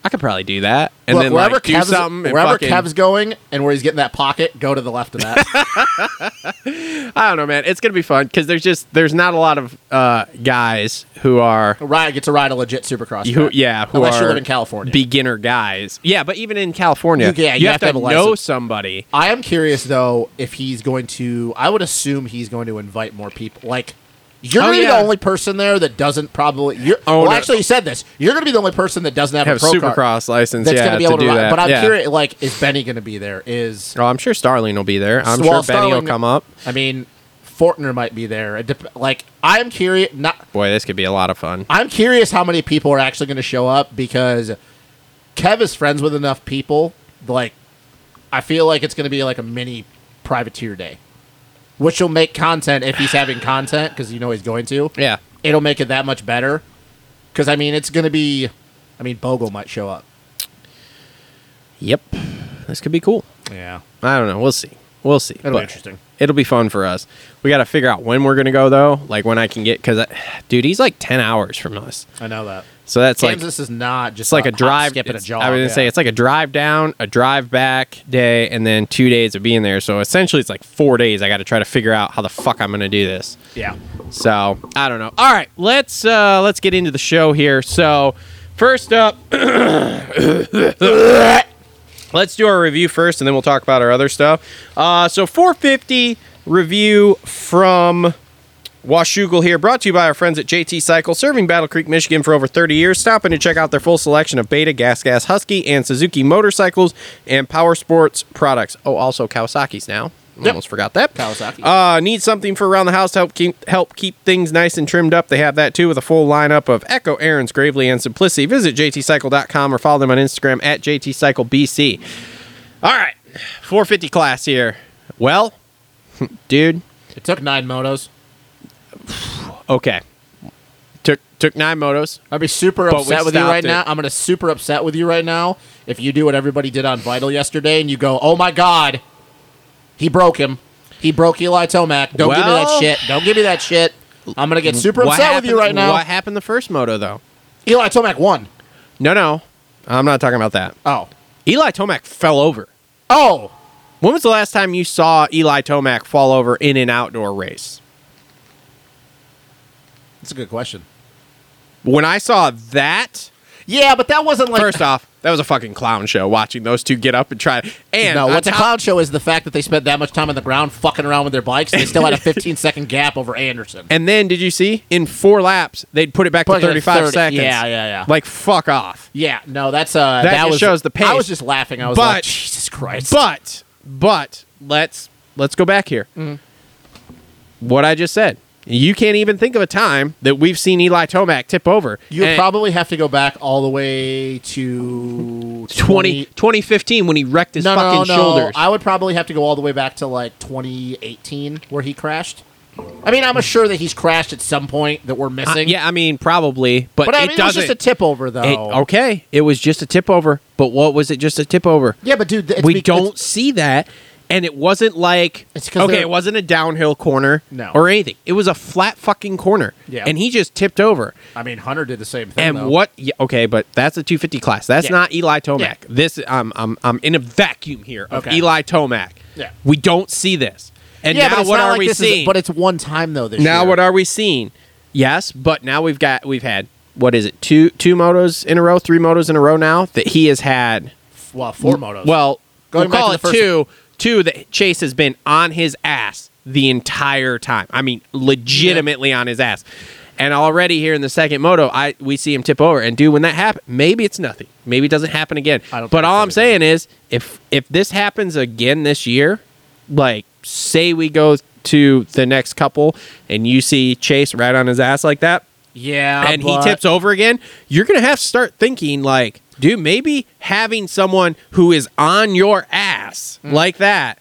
S6: I could probably do that and
S5: Look,
S6: then
S5: wherever
S6: like do
S5: Kev's,
S6: something and
S5: wherever
S6: fucking-
S5: Kev's going and where he's getting that pocket, go to the left of that.
S6: I don't know man it's gonna be fun because there's just there's not a lot of uh, guys who are
S5: Ryan gets to ride a legit supercross.
S6: who
S5: track.
S6: yeah who
S5: unless
S6: are
S5: you live in California.
S6: beginner guys yeah but even in California
S5: You- yeah,
S6: you, have, to,
S5: have a
S6: know
S5: license.
S6: somebody
S5: I am curious though if he's going to. I would assume he's going to invite more people. Like you're
S6: Oh,
S5: going to be
S6: yeah.
S5: the only person there that doesn't probably. You're,
S6: Own
S5: well,
S6: it.
S5: actually, you said this. You're going to be the only person that doesn't have,
S6: have
S5: a pro
S6: supercross
S5: car
S6: license
S5: that's
S6: yeah
S5: going to be able to,
S6: do
S5: ride.
S6: that
S5: But I'm
S6: yeah.
S5: curious, like, is Benny going to be there? Is
S6: oh I'm sure Starling will be there I'm
S5: Well,
S6: sure Benny will
S5: Starling-
S6: come up
S5: I mean, Fortner might be there. It dep- like, I'm curious. Not
S6: boy this could be a lot of fun
S5: I'm curious how many people are actually going to show up because Kev is friends with enough people. Like, I feel like it's going to be like a mini privateer day, which will make content if he's having content because you know he's going to.
S6: yeah.
S5: It'll make it that much better because I mean it's going to be. I mean Bogle might show up.
S6: Yep. This could be cool.
S5: Yeah,
S6: I don't know. We'll see. We'll see.
S5: it'll
S6: But
S5: be interesting.
S6: It'll be fun for us. We got to figure out when we're going to go, though. Like when I can get, because, dude, he's like 10 hours from us.
S5: I know that
S6: So that's like,
S5: Kansas is not just
S6: it's like a
S5: hop,
S6: drive.
S5: skip, and a
S6: it's-
S5: jog.
S6: I was going to
S5: yeah.
S6: say, it's like a drive down, a drive back day, and then two days of being there. So essentially, it's like four days. I got to try to figure out how the fuck I'm going to do this.
S5: yeah.
S6: So I don't know. All right, let's uh, let's get into the show here. So first up, let's do our review first, and then we'll talk about our other stuff. Uh, so 450 review from Washugal here, brought to you by our friends at JT Cycle, serving Battle Creek, Michigan for over 30 years. Stopping to check out their full selection of Beta, Gas Gas Husky, and Suzuki motorcycles and power sports products. Oh, also Kawasaki's now. Almost forgot that.
S5: Kawasaki.
S6: Uh, need something for around the house to help keep help keep things nice and trimmed up. They have that too with a full lineup of Echo, Aaron's, Gravely, and Simplicity. Visit jtcycle.com or follow them on Instagram at jtcyclebc. All right, 450 class here. Well, dude,
S5: It took nine motos.
S6: okay. Took took nine motos.
S5: I'd be super
S6: But we
S5: upset with you
S6: stopped
S5: right
S6: it.
S5: now. I'm gonna super upset with you right now if you do what everybody did on Vital yesterday and you go, "Oh my God, he broke him. He broke Eli Tomac. Don't give me
S6: Well-
S5: that shit. Don't give me that shit." I'm gonna get super
S6: What
S5: upset with you
S6: happened-
S5: right now.
S6: What happened the first moto though?
S5: Eli Tomac won.
S6: No, no, I'm not talking about that.
S5: Oh,
S6: Eli Tomac fell over.
S5: oh,
S6: When was the last time you saw Eli Tomac fall over in an outdoor race?
S5: that's a good question.
S6: When I saw that,
S5: Yeah, but that wasn't like
S6: First off, that was a fucking clown show watching those two get up and try. And
S5: no.
S6: on
S5: What's a
S6: top-
S5: clown show is the fact that they spent that much time on the ground fucking around with their bikes. and They still had a 15 second gap over Anderson.
S6: And then did you see in four laps they'd put it back
S5: Put it
S6: to
S5: at
S6: 35
S5: 30.
S6: seconds?
S5: Yeah, yeah, yeah.
S6: Like fuck off.
S5: yeah, no, that's uh, that,
S6: just
S5: was
S6: shows the pace.
S5: I was just laughing. I was
S6: But-
S5: like, Jesus Christ.
S6: But but let's let's go back here.
S5: Mm-hmm.
S6: What I just said. You can't even think of a time that we've seen Eli Tomac tip over.
S5: You would
S6: And
S5: probably have to go back all the way to
S6: 20, 2015 when he wrecked his
S5: no, no,
S6: fucking
S5: no.
S6: shoulders.
S5: I would probably have to go all the way back to like 2018 where he crashed. I mean, I'm sure that he's crashed at some point that we're
S6: I-
S5: missing.
S6: Uh, yeah, I mean probably, but,
S5: but I
S6: it
S5: mean, it was
S6: doesn't.
S5: just a tip over though.
S6: it- okay, it was just a tip over. But what was it? Just a tip over.
S5: Yeah, but dude, th- it's
S6: we
S5: bec-
S6: don't
S5: it's-
S6: see that. And it wasn't like
S5: It's 'cause
S6: okay,
S5: they're-
S6: it wasn't a downhill corner
S5: No.
S6: or anything. It was a flat fucking corner,
S5: Yeah.
S6: and he just tipped over.
S5: I mean, Hunter did the same thing.
S6: And
S5: though.
S6: what? Yeah, okay, but that's a 250 class. That's
S5: Yeah.
S6: not Eli Tomac.
S5: Yeah.
S6: This I'm I'm I'm in a vacuum here of
S5: Okay.
S6: Eli Tomac.
S5: Yeah.
S6: we don't see this. And
S5: Yeah, but
S6: now
S5: it's
S6: what
S5: not
S6: are
S5: like
S6: we
S5: this is-
S6: seeing?
S5: but it's one time though. This
S6: now
S5: year.
S6: what are we seeing? Yes, but now we've got we've had what is it? Two two motos in a row, three motos in a row now that he has had
S5: well, four motos.
S6: well,
S5: Going
S6: we'll
S5: back
S6: call
S5: to
S6: it
S5: the first-
S6: two. Two that Chase has been on his ass the entire time. I mean, legitimately on his ass. And already here in the second moto, I we see him tip over. And dude, when that happens, maybe it's nothing. Maybe it doesn't happen again.
S5: I don't
S6: But
S5: think
S6: all
S5: so
S6: I'm
S5: either.
S6: saying is, if if this happens again this year, like say we go to the next couple and you see Chase right on his ass like that,
S5: Yeah,
S6: and
S5: but-
S6: he tips over again, you're going to have to start thinking like, dude, maybe having someone who is on your ass
S5: Mm.
S6: like that,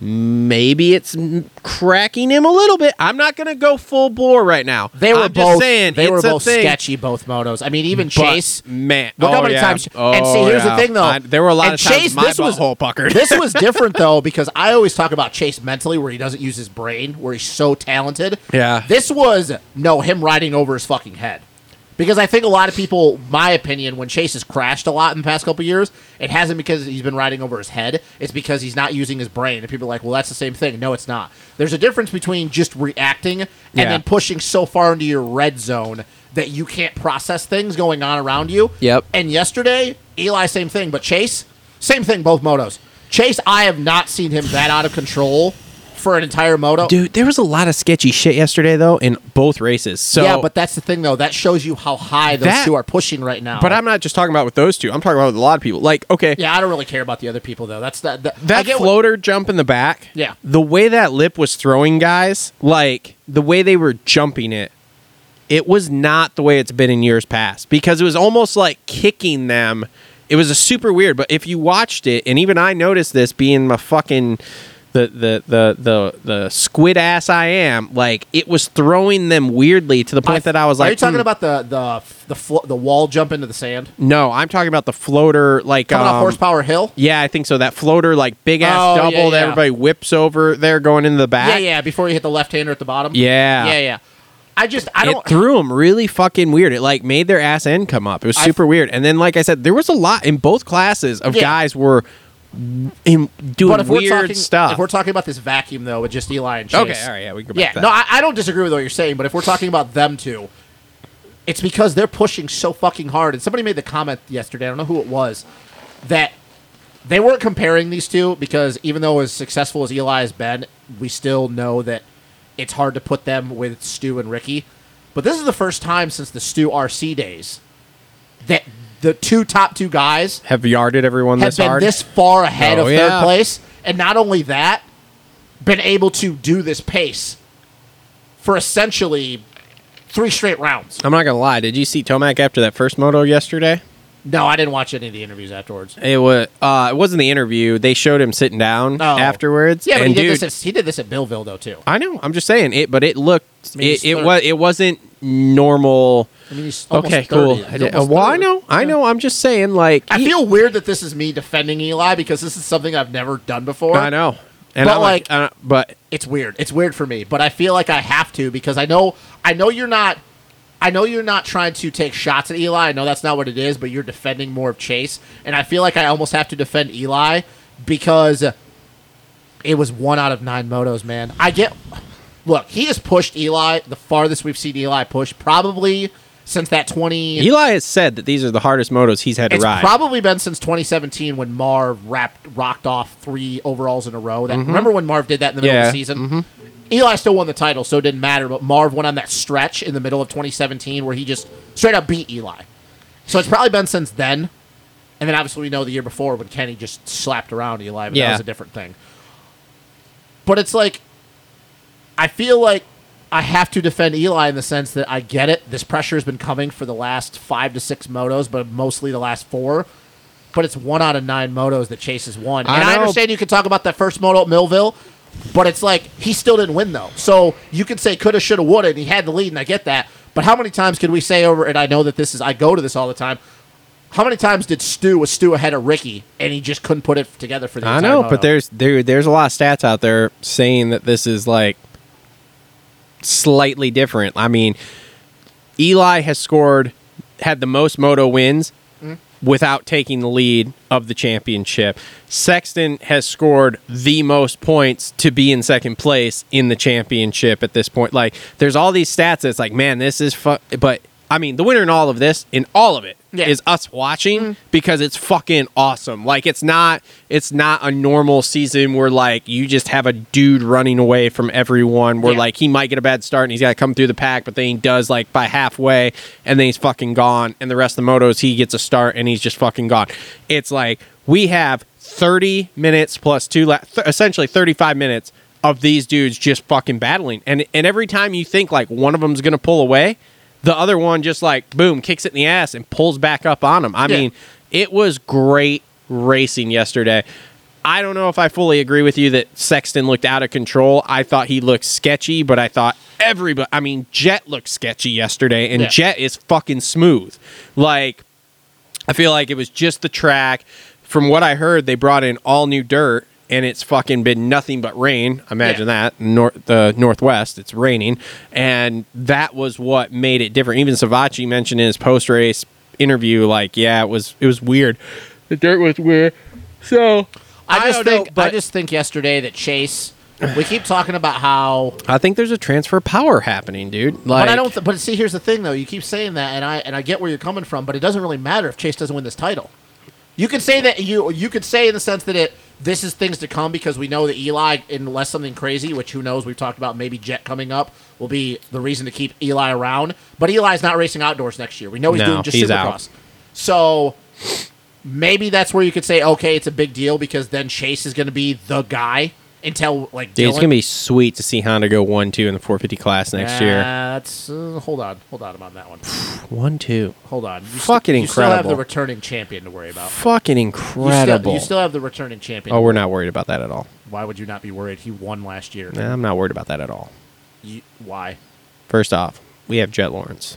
S6: maybe it's m- cracking him a little bit. I'm not going to go full bore right now.
S5: They were
S6: I'm
S5: both.
S6: just saying
S5: they
S6: it's
S5: were
S6: a
S5: both
S6: thing.
S5: sketchy. Both motos. I mean, even
S6: But,
S5: Chase.
S6: man,
S5: Look
S6: oh,
S5: how many
S6: yeah.
S5: times-
S6: Oh,
S5: and see, here's the
S6: yeah.
S5: thing, though.
S6: I- there were a lot
S5: And
S6: of times
S5: Chase,
S6: my
S5: this was-
S6: butthole puckered.
S5: this was different though because I always talk about Chase mentally, where he doesn't use his brain, where he's so talented.
S6: Yeah.
S5: This was no him riding over his fucking head. Because I think a lot of people, my opinion, when Chase has crashed a lot in the past couple years, it hasn't because he's been riding over his head. It's because he's not using his brain. And people are like, well, that's the same thing. No, it's not. There's a difference between just reacting and
S6: Yeah.
S5: then pushing so far into your red zone that you can't process things going on around you.
S6: Yep.
S5: And yesterday, Eli, same thing, but Chase, same thing, both motos. Chase, I have not seen him that out of control for an entire moto.
S6: Dude, there was a lot of sketchy shit yesterday though in both races. So
S5: yeah, but that's the thing, though. That shows you how high those
S6: That-
S5: two are pushing right now.
S6: but I'm not just talking about with those two. I'm talking about with a lot of people. Like, okay,
S5: Yeah, I don't really care about the other people, though. That's that. That, I
S6: that
S5: get what-
S6: floater jump in the back.
S5: Yeah.
S6: The way that lip was throwing guys, like the way they were jumping it, it was not the way it's been in years past because it was almost like kicking them. It was a super weird, but if you watched it, and even I noticed this being my fucking the the the the the squid ass I am, like it was throwing them weirdly to the point that I was like,
S5: are you talking
S6: "Hmm,
S5: about the the the flo- the wall jump into the sand
S6: no, I'm talking about the floater, like
S5: coming off
S6: um,
S5: horsepower hill?
S6: Yeah, I think so. That floater, like big ass
S5: Oh, yeah,
S6: double that
S5: yeah.
S6: everybody whips over there going into the back.
S5: Yeah, yeah. Before you hit the left hander at the bottom.
S6: Yeah.
S5: yeah, yeah. I just I
S6: it
S5: don't.
S6: threw them really fucking weird. It like made their ass end come up. It was
S5: I-
S6: super weird. And then, like I said, there was a lot in both classes of
S5: Yeah.
S6: guys were in, doing
S5: but if
S6: weird
S5: we're talking
S6: stuff.
S5: if we're talking about this vacuum though with just Eli and Chase,
S6: okay, all right, yeah, we can go
S5: Yeah,
S6: back. to
S5: no,
S6: that.
S5: I, I don't disagree with what you're saying, but if we're talking about them two, it's because they're pushing so fucking hard. And somebody made the comment yesterday, I don't know who it was, that they weren't comparing these two because even though as successful as Eli has been, we still know that it's hard to put them with Stu and Ricky. But this is the first time since the Stu RC days that the two top two guys
S6: have yarded everyone
S5: have
S6: this
S5: been
S6: hard.
S5: this far ahead
S6: Oh,
S5: of
S6: yeah.
S5: third place, and not only that, been able to do this pace for essentially three straight rounds.
S6: I'm not gonna lie. Did you see Tomac after that first moto yesterday?
S5: No, I didn't watch any of the interviews afterwards.
S6: It was. Uh, it wasn't the interview. They showed him sitting down
S5: Oh.
S6: afterwards.
S5: Yeah, but
S6: and
S5: he did,
S6: dude,
S5: this at, he did this at Billville though too.
S6: I know. I'm just saying it, but it looked.
S5: mean,
S6: it
S5: he's
S6: it
S5: third.
S6: was. It wasn't normal.
S5: I mean, he's almost
S6: Okay,
S5: 30.
S6: cool. Uh,
S5: He's
S6: I did-
S5: almost
S6: well, I
S5: 30.
S6: know. I know. I'm just saying, like,
S5: I
S6: he-
S5: feel weird that this is me defending Eli because this is something I've never done before.
S6: I know. And
S5: But,
S6: I'm like, I don't- but
S5: it's weird. It's weird for me, but I feel like I have to because I know I know you're not I know you're not trying to take shots at Eli. I know that's not what it is, but you're defending more of Chase, and I feel like I almost have to defend Eli because it was one out of nine motos, man. I get look, he has pushed Eli the farthest we've seen Eli push probably since that twenty
S6: Eli has said that these are the hardest motos he's had to
S5: it's
S6: ride.
S5: probably been since 2017 when Marv wrapped, rocked off three overalls in a row. That remember when Marv did that in the middle of
S6: Yeah. Mm-hmm.
S5: the season. Eli still won the title, so it didn't matter. But Marv went on that stretch in the middle of 2017 where he just straight up beat Eli. So it's probably been since then. And then obviously we know the year before when Kenny just slapped around Eli, but that
S6: Yeah.
S5: was a different thing. But it's like I feel like I have to defend Eli in the sense that I get it. This pressure has been coming for the last five to six motos, but mostly the last four. But it's one out of nine motos that Chase has won.
S6: I
S5: And I,
S6: know.
S5: understand you could talk about that first moto at Millville, but it's like he still didn't win though. So you could say coulda, shoulda, woulda, and he had the lead, and I get that. But how many times could we say over? And I know that this is I go to this all the time. How many times did Stu was Stu ahead of Ricky, and he just couldn't put it together for the
S6: I
S5: entire
S6: know,
S5: moto?
S6: but there's there there's a lot of stats out there saying that this is like slightly different. I mean, Eli has scored had the most moto wins without taking the lead of the championship. Sexton has scored the most points to be in second place in the championship at this point. Like there's all these stats that's like, man, this is fu-. but I mean, the winner in all of this, in all of it, is
S5: Yeah. Mm-hmm.
S6: us watching because it's fucking awesome. Like it's not it's not a normal season where like you just have a dude running away from everyone where
S5: Yeah.
S6: like he might get a bad start and he's got to come through the pack but then he does like by halfway and then he's fucking gone and the rest of the motos he gets a start and he's just fucking gone. It's like we have 30 minutes plus 2 la- th- essentially 35 minutes of these dudes just fucking battling. And and every time you think like one of them's going to pull away, the other one just like boom kicks it in the ass and pulls back up on him. I
S5: Yeah.
S6: mean, it was great racing yesterday. I don't know if I fully agree with you that Sexton looked out of control. I thought he looked sketchy, but I thought everybody, I mean, Jet looked sketchy yesterday, and
S5: Yeah.
S6: Jet is fucking smooth. Like, I feel like it was just the track. From what I heard, they brought in all new dirt, and it's fucking been nothing but rain. Imagine that nor- the northwest, it's raining, and that was what made it different. Even Savachi mentioned in his post race interview, like, yeah, it was it was weird. The dirt was weird. So
S5: I just
S6: don't
S5: think
S6: know, but
S5: I just think yesterday that Chase. We keep talking about how,
S6: I think there's a transfer of power happening, dude. Like,
S5: but I don't. Th- but see, here's the thing, though. You keep saying that, and I and I get where you're coming from, but it doesn't really matter if Chase doesn't win this title. You could say that you you could say in the sense that it this is things to come because we know that Eli, unless something crazy, which who knows, we've talked about maybe Jet coming up will be the reason to keep Eli around. But Eli's not racing outdoors next year. We know he's
S6: No,
S5: doing just
S6: he's
S5: supercross.
S6: out.
S5: So maybe that's where you could say, okay, it's a big deal because then Chase is going to be the guy until like
S6: Dude, it's
S5: Dylan-
S6: gonna be sweet to see Honda go one two in the 450 class next year.
S5: Nah, That's uh, hold on, hold on about that one.
S6: One two,
S5: Hold on, you st-
S6: Fucking
S5: you Still have the
S6: incredible.
S5: returning champion to worry about.
S6: fucking
S5: You still-
S6: incredible.
S5: You still, have the returning champion.
S6: Oh, we're not worried about that at all.
S5: Why would you not be worried? He won last year.
S6: Nah, I'm not worried about that at all.
S5: You- why?
S6: First off, we have Jet Lawrence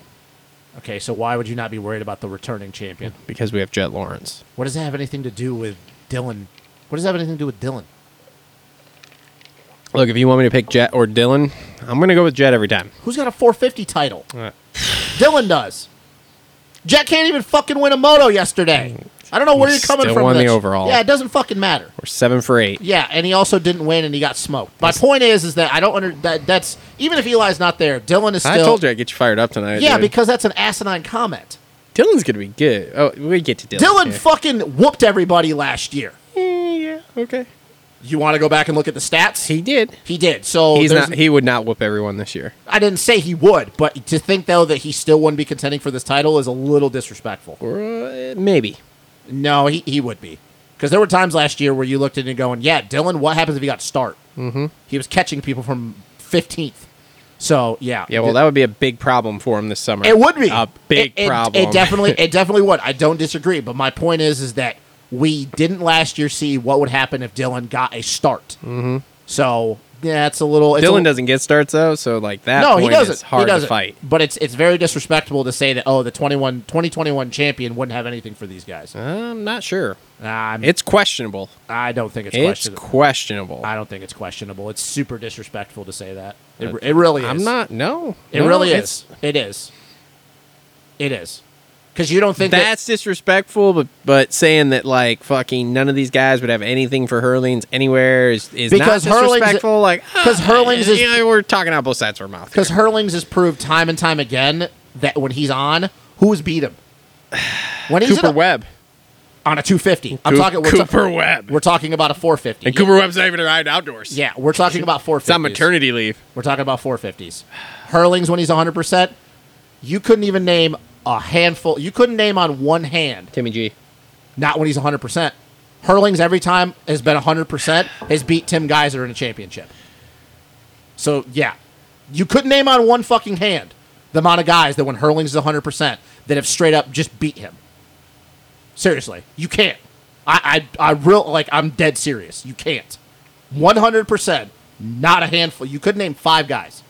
S5: Okay, so why would you not be worried about the returning champion?
S6: because we have Jet Lawrence.
S5: What does that have anything to do with Dylan? What does that have anything to do with Dylan?
S6: Look, if you want me to pick Jet or Dylan, I'm gonna go with Jet every time.
S5: Who's got a 450 title?
S6: Uh.
S5: Dylan does. Jack can't even fucking win a moto yesterday. I don't know where
S6: He
S5: you're coming
S6: still
S5: from.
S6: won
S5: with
S6: the
S5: this.
S6: overall.
S5: Yeah, it doesn't fucking matter.
S6: We're seven for eight.
S5: Yeah, and he also didn't win, and he got smoked. My point is, is that I don't under that. That's even if Eli's not there, Dylan is still.
S6: I told you I'd get you fired up tonight.
S5: Yeah,
S6: dude.
S5: because that's an asinine comment.
S6: Dylan's gonna be good. Oh, we get to Dylan.
S5: Dylan
S6: yeah.
S5: fucking whooped everybody last year.
S6: yeah, okay.
S5: You want to go back and look at the stats?
S6: He did.
S5: He did. So
S6: He's
S5: there's-
S6: not. He would not whoop everyone this year.
S5: I didn't say he would, but to think though that he still wouldn't be contending for this title is a little disrespectful.
S6: Or, uh, maybe.
S5: No, he, he would be. Because there were times last year where you looked at it going, yeah, Dylan, what happens if he got start? Mm-hmm. He was catching people from 15th. So, yeah.
S6: Yeah, well, that would be a big problem for him this summer.
S5: It would be
S6: a big
S5: It- it-
S6: problem.
S5: It definitely, it definitely would. I don't disagree. But my point is, is that we didn't last year see what would happen if Dylan got a start. Mm-hmm. So yeah, it's a little. It's a,
S6: Dylan doesn't get starts though, so like that.
S5: No,
S6: point
S5: he doesn't.
S6: Is hard
S5: he doesn't.
S6: to fight.
S5: But it's it's very disrespectable to say that oh the 21, 2021 champion wouldn't have anything for these guys.
S6: I'm not sure.
S5: I'm,
S6: It's questionable.
S5: I don't think it's,
S6: It's
S5: questionable.
S6: questionable.
S5: I don't think it's questionable. It's super disrespectful to say that. It, it really is.
S6: I'm not. No,
S5: It
S6: No,
S5: really
S6: it's-
S5: is. It is. It is. Because you don't think that-
S6: That's disrespectful, but but saying that like fucking none of these guys would have anything for Hurlings anywhere is, is
S5: Because
S6: not
S5: Hurlings-
S6: disrespectful. like
S5: 'cause
S6: ah,
S5: Hurlings is-
S6: you know, we're talking out both sides of our mouth.
S5: Because
S6: here.
S5: Hurlings has proved time and time again that when he's on, who's beat him? When he's
S6: Cooper
S5: in a-
S6: Webb,
S5: on a 250. I'm
S6: Coop-
S5: talking we're ta-
S6: Cooper Webb,
S5: We're talking about a 450.
S6: and Cooper Webb's not even around outdoors.
S5: yeah, we're talking about 450s.
S6: it's on maternity leave.
S5: We're talking about 450s. Hurlings when he's 100%, you couldn't even name a handful. You couldn't name on one hand,
S6: Timmy G.
S5: not when he's 100%. Hurlings every time has been 100%, has beat Tim Geiser in a championship. So yeah, you could name on one fucking hand the amount of guys that when Hurlings is 100 percent that have straight up just beat him. Seriously, you can't. I I I real like I'm dead serious. You can't. 100 percent, not a handful. You could name five guys,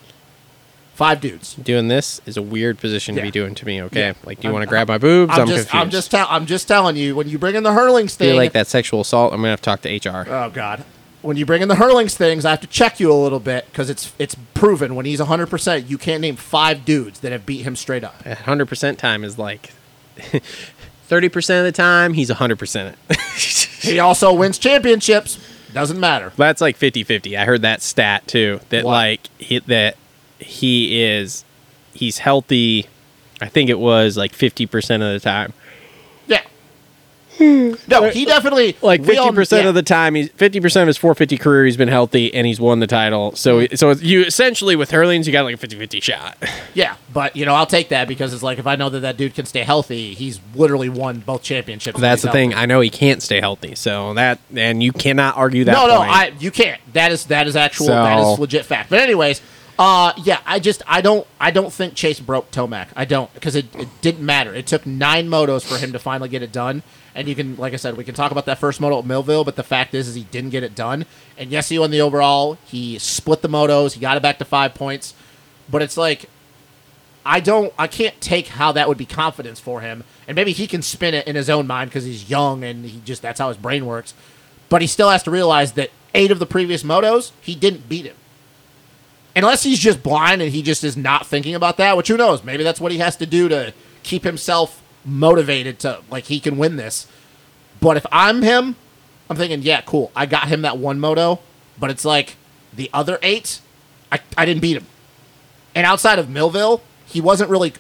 S5: five dudes.
S6: Doing this is a weird position to
S5: Yeah.
S6: be doing to me. Okay,
S5: Yeah.
S6: like do you
S5: I'm-
S6: want to grab my boobs? I'm,
S5: I'm, just
S6: confused.
S5: I'm just tell I'm just telling you when you bring in the Hurlings
S6: feel
S5: thing.
S6: like that sexual assault. I'm gonna have to talk to HR.
S5: Oh God. When you bring in the Hurlings things, I have to check you a little bit because it's it's proven when he's 100%, you can't name five dudes that have beat him straight up.
S6: hundred percent time is like thirty percent of the time he's hundred percent.
S5: He also wins championships. Doesn't matter.
S6: That's like 50-50. I heard that stat too. That
S5: What?
S6: like he, that he is he's healthy. I think it was like fifty percent of the time.
S5: Yeah. No, he definitely
S6: Hmm. Like
S5: we all-
S6: fifty percent
S5: yeah.
S6: of the time, he's fifty percent of his four fifty career, he's been healthy and he's won the title. So
S5: Mm-hmm.
S6: so you essentially with Hurlings, you got like a 50-50 shot.
S5: Yeah, but you know I'll take that because it's like if I know that that dude can stay healthy, he's literally won both championships. when
S6: That's
S5: he's
S6: the
S5: healthy.
S6: thing. I know he can't stay healthy. So that and you cannot argue that.
S5: No, no,
S6: point.
S5: I you can't. That is that is actual. that
S6: So-
S5: is legit fact. But anyways, Uh, yeah, I just I don't I don't think Chase broke Tomac. I don't because it, it didn't matter. It took nine motos for him to finally get it done. And you can, like I said, we can talk about that first moto at Millville, but the fact is, is he didn't get it done. And yes, he won the overall. He split the motos. He got it back to five points. But it's like I don't I can't take how that would be confidence for him. And maybe he can spin it in his own mind because he's young and he just that's how his brain works. But he still has to realize that eight of the previous motos, he didn't beat him. Unless he's just blind and he just is not thinking about that, which who knows? Maybe that's what he has to do to keep himself motivated to like he can win this. But if I'm him, I'm thinking, yeah, cool. I got him that one moto, but it's like the other eight, I, I didn't beat him. And outside of Millville, he wasn't really.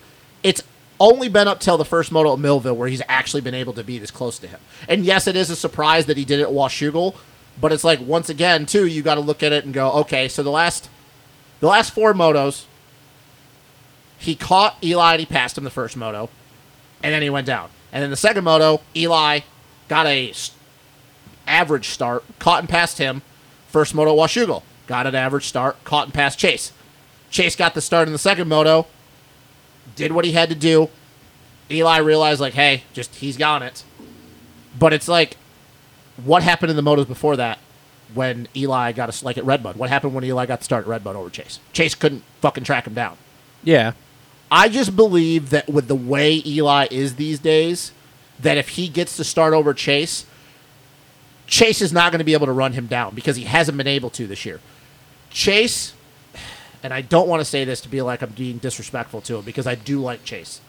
S5: It's only been up till the first moto at Millville where he's actually been able to be this close to him. And yes, it is a surprise that he did it at Washougal, but it's like once again too, you got to look at it and go, okay, so the last, the last four motos, he caught Eli and he passed him the first moto, and then he went down. And then the second moto, Eli got a s- average start, caught and passed him. First moto at Washougal, got an average start, caught and passed Chase. Chase got the start in the second moto, did what he had to do. Eli realized, like, hey, just he's got it. But it's like, what happened in the motos before that when Eli got us like at Redbud? What happened when Eli got the start at Redbud over Chase? Chase couldn't fucking track him down.
S6: Yeah.
S5: I just believe that with the way Eli is these days, that if he gets to start over Chase, Chase is not going to be able to run him down because he hasn't been able to this year. Chase, and I don't want to say this to be like I'm being disrespectful to him because I do like Chase.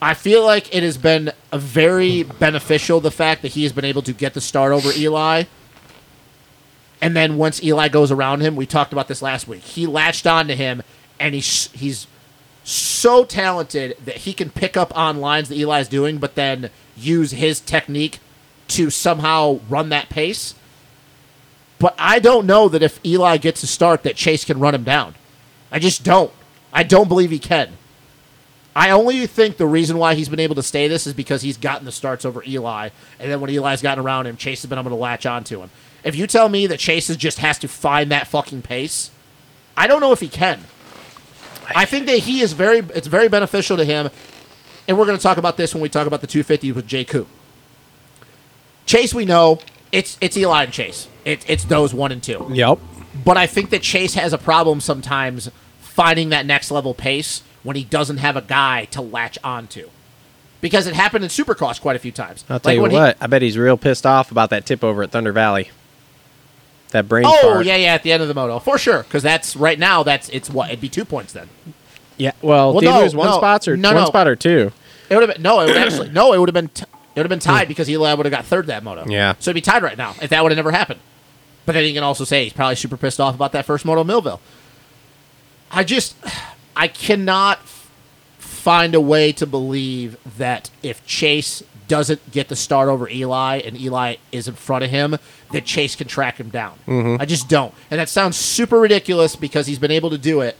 S5: I feel like it has been a very beneficial the fact that he has been able to get the start over Eli. And then once Eli goes around him, we talked about this last week. He latched on to him, and he's he's so talented that he can pick up on lines that Eli's doing, but then use his technique to somehow run that pace. But I don't know that if Eli gets a start, that Chase can run him down. I just don't. I don't believe he can. I only think the reason why he's been able to stay this is because he's gotten the starts over Eli, and then when Eli's gotten around him, Chase has been able to latch onto him. If you tell me that Chase is just has to find that fucking pace, I don't know if he can. I think that he is very. It's very beneficial to him, and we're going to talk about this when we talk about the 250 with J. Coop. Chase, we know it's it's Eli and Chase. It, it's those one and two.
S6: Yep.
S5: But I think that Chase has a problem sometimes finding that next level pace when he doesn't have a guy to latch onto. Because it happened in Supercross quite a few times.
S6: I'll tell
S5: Like
S6: you
S5: when he-
S6: what. I bet he's real pissed off about that tip over at Thunder Valley. That brain
S5: oh
S6: fart.
S5: yeah, yeah, at the end of the moto for sure. Because that's right now. That's it's what it'd be two points then.
S6: Yeah. Well,
S5: Well,
S6: do you
S5: no,
S6: lose one
S5: no,
S6: spot or
S5: no,
S6: one
S5: no.
S6: spot or two.
S5: It would have been no. It would actually no. It would have been t- it would have been tied because Eli would have got third that moto.
S6: Hmm. Yeah.
S5: So it'd be tied right now if that would have never happened. But then you can also say he's probably super pissed off about that first moto at Millville. I just I cannot f- find a way to believe that if Chase doesn't get the start over Eli and Eli is in front of him, that Chase can track him down. I just don't. And that sounds super ridiculous because he's been able to do it.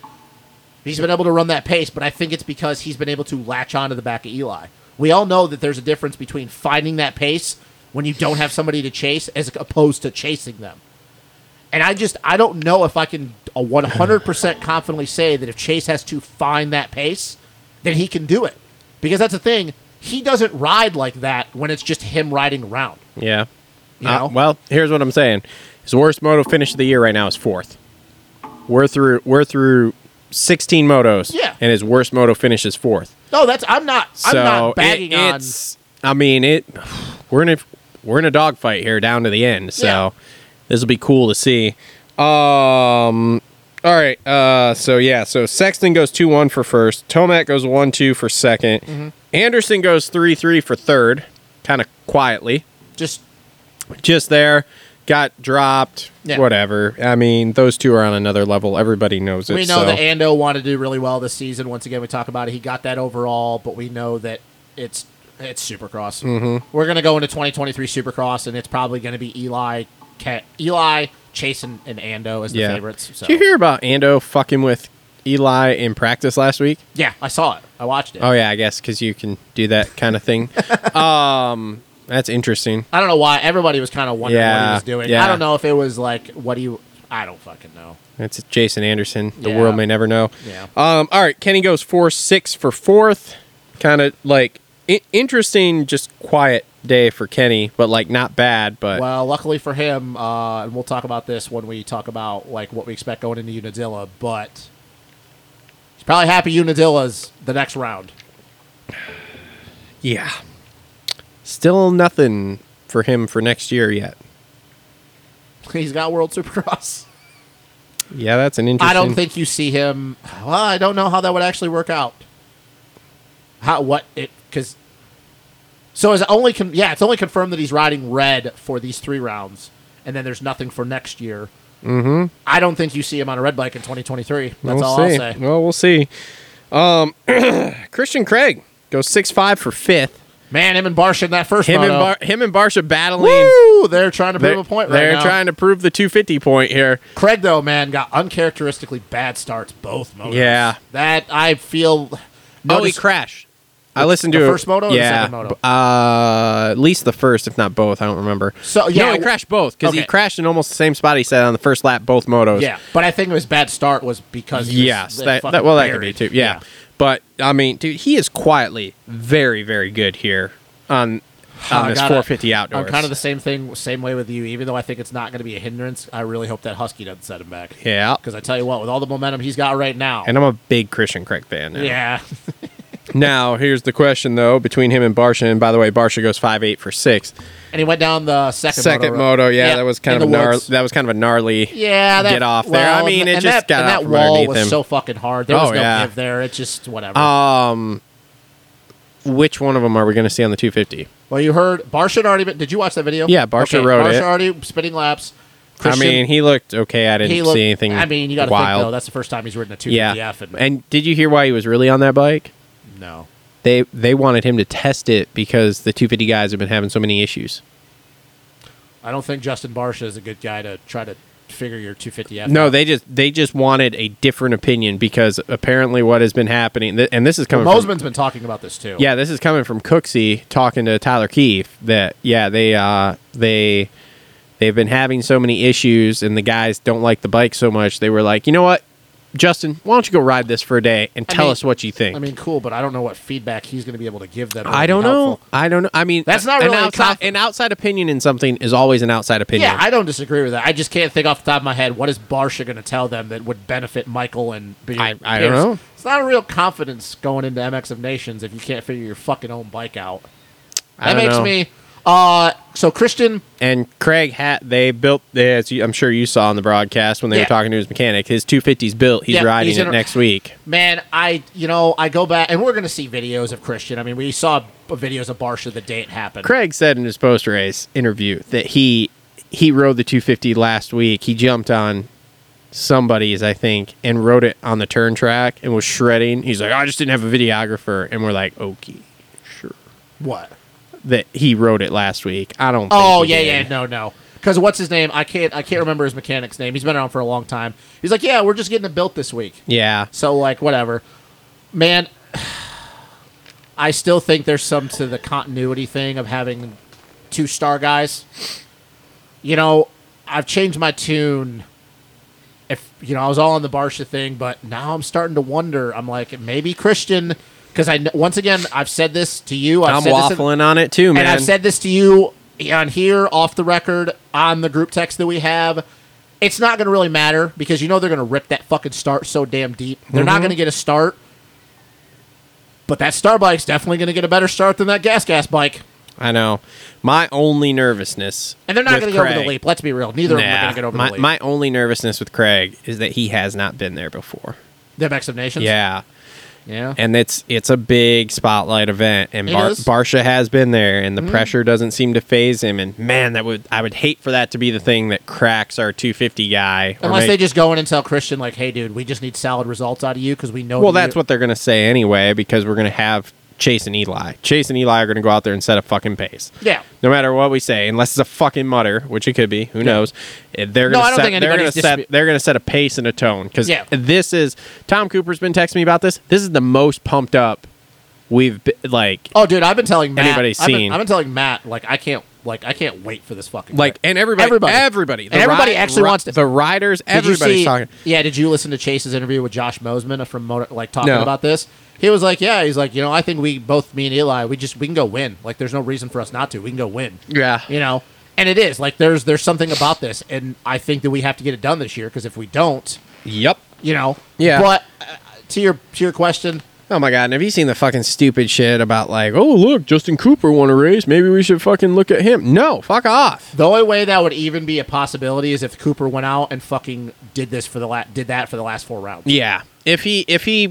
S5: He's been able to run that pace, but I think it's because he's been able to latch onto the back of Eli. We all know that there's a difference between finding that pace when you don't have somebody to chase as opposed to chasing them. And I just I don't know if I can uh, 100% confidently say that if Chase has to find that pace, then he can do it. Because that's the thing, he doesn't ride like that when it's just him riding around.
S6: Yeah.
S5: You
S6: Uh,
S5: know?
S6: well, here's what I'm saying. His worst moto finish of the year right now is fourth. We're through. We're through 16 motos.
S5: Yeah.
S6: And his worst moto finish is fourth.
S5: No, that's I'm not I'm
S6: so
S5: not bagging
S6: it,
S5: on
S6: it's. I mean it. We're in a we're in a dogfight here down to the end. So
S5: Yeah.
S6: this will be cool to see. Um. All right. Uh. So yeah. So Sexton goes two one for first. Tomac goes one two for 2nd
S5: Mm-hmm.
S6: Anderson goes three three for third. Kind of quietly
S5: just
S6: just there, got dropped,
S5: Yeah.
S6: whatever. I mean, those two are on another level. Everybody knows it.
S5: We know
S6: so.
S5: that Ando wanted to do really well this season. Once again, we talk about it. He got that overall, but we know that it's it's Supercross. Mm-hmm. We're going to go into 2023 Supercross, and it's probably going to be Eli, Ke- Eli, Chase, and, and Ando as the
S6: Yeah.
S5: favorites. So.
S6: Did you hear about Ando fucking with Eli in practice last week?
S5: Yeah, I saw it. I watched it.
S6: Oh yeah, I guess because you can do that kind of thing. um, that's interesting.
S5: I don't know why everybody was kind of wondering what
S6: Yeah,
S5: he was doing.
S6: yeah.
S5: I don't know if it was like what he. I don't fucking know.
S6: That's Jason Anderson. The
S5: Yeah.
S6: world may never know.
S5: Yeah.
S6: Um, all right, Kenny goes four six for fourth. Kind of like I- interesting, just quiet day for Kenny, but like not bad. But
S5: Well, luckily for him, uh, and we'll talk about this when we talk about like what we expect going into Unadilla, but he's probably happy Unadilla's the next round.
S6: yeah, still nothing for him for next year yet.
S5: He's got World Supercross.
S6: Yeah, that's an interesting.
S5: I don't think you see him. Well, I don't know how that would actually work out. How what it because so is it only con- yeah it's only confirmed that he's riding red for these three rounds, and then there's nothing for next year. Mm-hmm. I don't think you see him on a red bike in 2023. That's
S6: we'll
S5: all
S6: see.
S5: I'll say.
S6: Well, we'll see. Um, Christian Craig goes six five for fifth.
S5: Man, him and Barsh in that first
S6: Him and
S5: moto.
S6: Bar- him and Barsha battling.
S5: Woo! They're trying to prove
S6: They're,
S5: a point right
S6: they're
S5: now.
S6: trying to prove the 250 point here.
S5: Craig though, man, got uncharacteristically bad starts both motos.
S6: Yeah.
S5: that I feel.
S6: oh, he
S5: notice-
S6: crashed. I listened
S5: the
S6: to
S5: first moto or the
S6: Yeah,
S5: second moto?
S6: b- Uh, at least the first, if not both. I don't remember.
S5: So, yeah,
S6: no, he
S5: w-
S6: crashed both because he
S5: okay.
S6: crashed in almost the same spot. He said on the first lap, both motos.
S5: Yeah, but I think his bad start was because he was
S6: Yes,
S5: lit
S6: that,
S5: fucking
S6: that well, that could be
S5: buried.
S6: too. Yeah. but I mean, dude, he is quietly very, very good here on on
S5: I
S6: this
S5: gotta-
S6: 450 outdoors.
S5: I'm kind of the same thing, same way with you. Even though I think it's not going to be a hindrance, I really hope that Husky doesn't set him back.
S6: yeah,
S5: because I tell you what, with all the momentum he's got right now,
S6: and I'm a big Christian Craig fan. Now.
S5: yeah,
S6: Now, here's the question though between him and Barsha, and by the way, Barsha goes five eight for sixth.
S5: and he went down the second
S6: Second
S5: moto,
S6: moto,
S5: road.
S6: yeah, that was
S5: in
S6: kind of
S5: the
S6: gnar-
S5: woods.
S6: that was kind of a gnarly.
S5: yeah, that,
S6: get off there. I
S5: well,
S6: mean,
S5: and-
S6: it
S5: and
S6: just
S5: that,
S6: got
S5: and
S6: out
S5: that
S6: from
S5: wall
S6: underneath
S5: was
S6: him.
S5: so fucking hard. There was
S6: Oh,
S5: no
S6: yeah.
S5: give there. It's just whatever.
S6: Um, which one of them are we going to see on the 250?
S5: well, you heard Barsha had already. Been, did you watch that video?
S6: Yeah, Barsha rode
S5: Barsha
S6: it.
S5: already spinning laps.
S6: I mean, he looked okay. I didn't
S5: he looked-
S6: see anything.
S5: I mean, you got to think
S6: wild.
S5: though. That's the first time he's ridden a two
S6: yeah.
S5: DF, and,
S6: and did you hear why he was really on that bike?
S5: no.
S6: They they wanted him to test it because the 250 guys have been having so many issues.
S5: I don't think Justin Barsha is a good guy to try to figure your 250F.
S6: No,
S5: out.
S6: they just they just wanted a different opinion because apparently what has been happening, th- and this is coming
S5: Well,
S6: from
S5: Mosman's been talking about this too.
S6: Yeah, this is coming from Cooksey talking to Tyler Keefe that yeah, they uh they they've been having so many issues and the guys don't like the bike so much. They were like, "You know what? Justin, why don't you go ride this for a day and
S5: I
S6: tell
S5: mean-
S6: us what you think?"
S5: I mean, cool, but I don't know what feedback he's going to be able to give them. that'll
S6: I
S5: be
S6: don't know.
S5: helpful.
S6: I don't know. I mean,
S5: That's not
S6: an
S5: really a
S6: outside,
S5: conf-
S6: an outside opinion in something is always an outside opinion.
S5: Yeah, I don't disagree with that. I just can't think off the top of my head what is Barsha going to tell them that would benefit Michael and. Be-
S6: I- I don't know.
S5: It's not a real confidence going into MX of Nations if you can't figure your fucking own bike out. That
S6: I don't
S5: makes
S6: know.
S5: me. Uh, so Christian
S6: and Craig had they built as you, I'm sure you saw on the broadcast when they
S5: Yeah.
S6: were talking to his mechanic. His 250's built. He's
S5: Yeah,
S6: riding
S5: he's
S6: it
S5: in a-
S6: next week.
S5: Man, I you know I go back and we're gonna see videos of Christian. I mean, we saw b- videos of Barsha the day it happened.
S6: Craig said in his post race interview that he he rode the 250 last week. He jumped on somebody's, I think, and rode it on the turn track and was shredding. He's like, I just didn't have a videographer, and we're like, okay, sure.
S5: what?
S6: That he rode it last week. I don't.
S5: Oh
S6: think he
S5: yeah,
S6: did.
S5: yeah, no, no. Because what's his name? I can't I can't remember his mechanic's name. He's been around for a long time. He's like, yeah, we're just getting it built this week.
S6: yeah.
S5: So like whatever, man. I still think there's some to the continuity thing of having two star guys. You know, I've changed my tune. If you know, I was all on the Barsha thing, but now I'm starting to wonder. I'm like, maybe Christian, because I kn- once again I've said this to you. I've
S6: I'm
S5: said this in-
S6: waffling on it too, man.
S5: and I've said this to you on here, off the record, on the group text that we have. It's not going to really matter because you know they're going to rip that fucking start so damn deep. They're not
S6: Mm-hmm.
S5: going to get a start, but that star bike's definitely going to get a better start than that gas gas bike.
S6: I know. My only nervousness,
S5: And they're not
S6: with
S5: going to go over the
S6: Craig-
S5: leap. Let's be real. Neither of them are
S6: Nah,
S5: going to get over
S6: my,
S5: the leap.
S6: my only nervousness with Craig is that he has not been there before.
S5: the MX of Nations.
S6: Yeah.
S5: Yeah.
S6: and it's it's a big spotlight event and
S5: It
S6: Bar-
S5: is. Mm.
S6: Barsha has been there and the pressure doesn't seem to phase him and man that would I would hate for that to be the thing that cracks our 250 guy or
S5: Unless
S6: make-
S5: they just go in and tell Christian, like, hey, dude, we just need solid results out of you because we know.
S6: well
S5: that
S6: that's
S5: you-
S6: what they're going to say anyway because we're going to have Chase and Eli Chase and Eli are going to go out there and set a fucking pace
S5: Yeah.
S6: no matter what we say unless it's a fucking mutter which it could be who knows eh, they're
S5: No, I
S6: going
S5: don't
S6: to
S5: think
S6: set they're going to
S5: anybody's
S6: set
S5: dispute-
S6: they're going to set a pace and a tone cuz
S5: Yeah.
S6: this is Tom Cooper's been texting me about this this is the most pumped up we've been, like
S5: Oh, dude, I've been telling Matt,
S6: Anybody
S5: I've been-
S6: seen.
S5: I've been telling Matt like I can't like I can't wait for this fucking
S6: like
S5: trip.
S6: and everybody
S5: Everybody.
S6: everybody everybody,
S5: And everybody
S6: ri-
S5: actually
S6: ri-
S5: wants to-
S6: the riders
S5: Did you
S6: everybody's
S5: see-
S6: talking
S5: Yeah, did you listen to Chase's interview with Josh Mosman from Motor, like talking
S6: No.
S5: about this? He was like, "Yeah, he's like, you know, I think we both, me and Eli, we just we can go win. Like, there's no reason for us not to. We can go win.
S6: Yeah.
S5: you know." And it is like there's there's something about this, and I think that we have to get it done this year because if we don't,
S6: yep
S5: you know,
S6: Yeah.
S5: But uh, to your to your question,
S6: oh my god and have you seen the fucking stupid shit about like oh look Justin Cooper won a race maybe we should fucking look at him no fuck off
S5: the only way that would even be a possibility is if Cooper went out and fucking did this for the la- did that for the last four rounds.
S6: yeah if he if he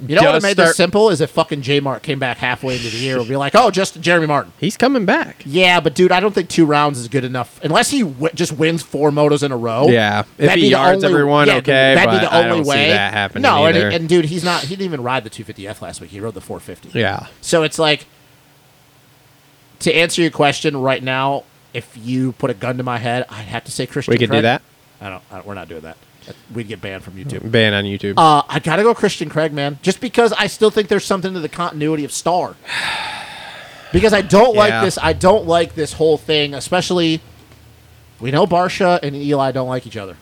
S5: You know what
S6: does
S5: made
S6: start-
S5: this simple is if fucking J Mark came back halfway into the year and be like, oh, just Jeremy Martin.
S6: he's coming back
S5: Yeah, but dude, I don't think two rounds is good enough unless he w- just wins four motos in a row.
S6: Yeah. If
S5: Oh. That'd
S6: he
S5: be the
S6: yards everyone,
S5: yeah,
S6: okay,
S5: That'd be
S6: but
S5: the
S6: I
S5: only
S6: don't see
S5: way
S6: that happening
S5: No, and,
S6: either.
S5: and dude, he's not. He didn't even ride the 250F last week. He rode the 450.
S6: yeah
S5: So it's like, to answer your question right now, if you put a gun to my head, I'd have to say Christian.
S6: we could do
S5: Craig.
S6: that
S5: I don't, I don't. We're not doing that. That- We'd get banned from YouTube.
S6: ban on YouTube
S5: Uh, I gotta go Christian Craig, man. Just because I still think there's something to the continuity of Star. Because I don't like
S6: Yeah.
S5: this. I don't like this whole thing, especially. We know Barsha and Eli don't like each other.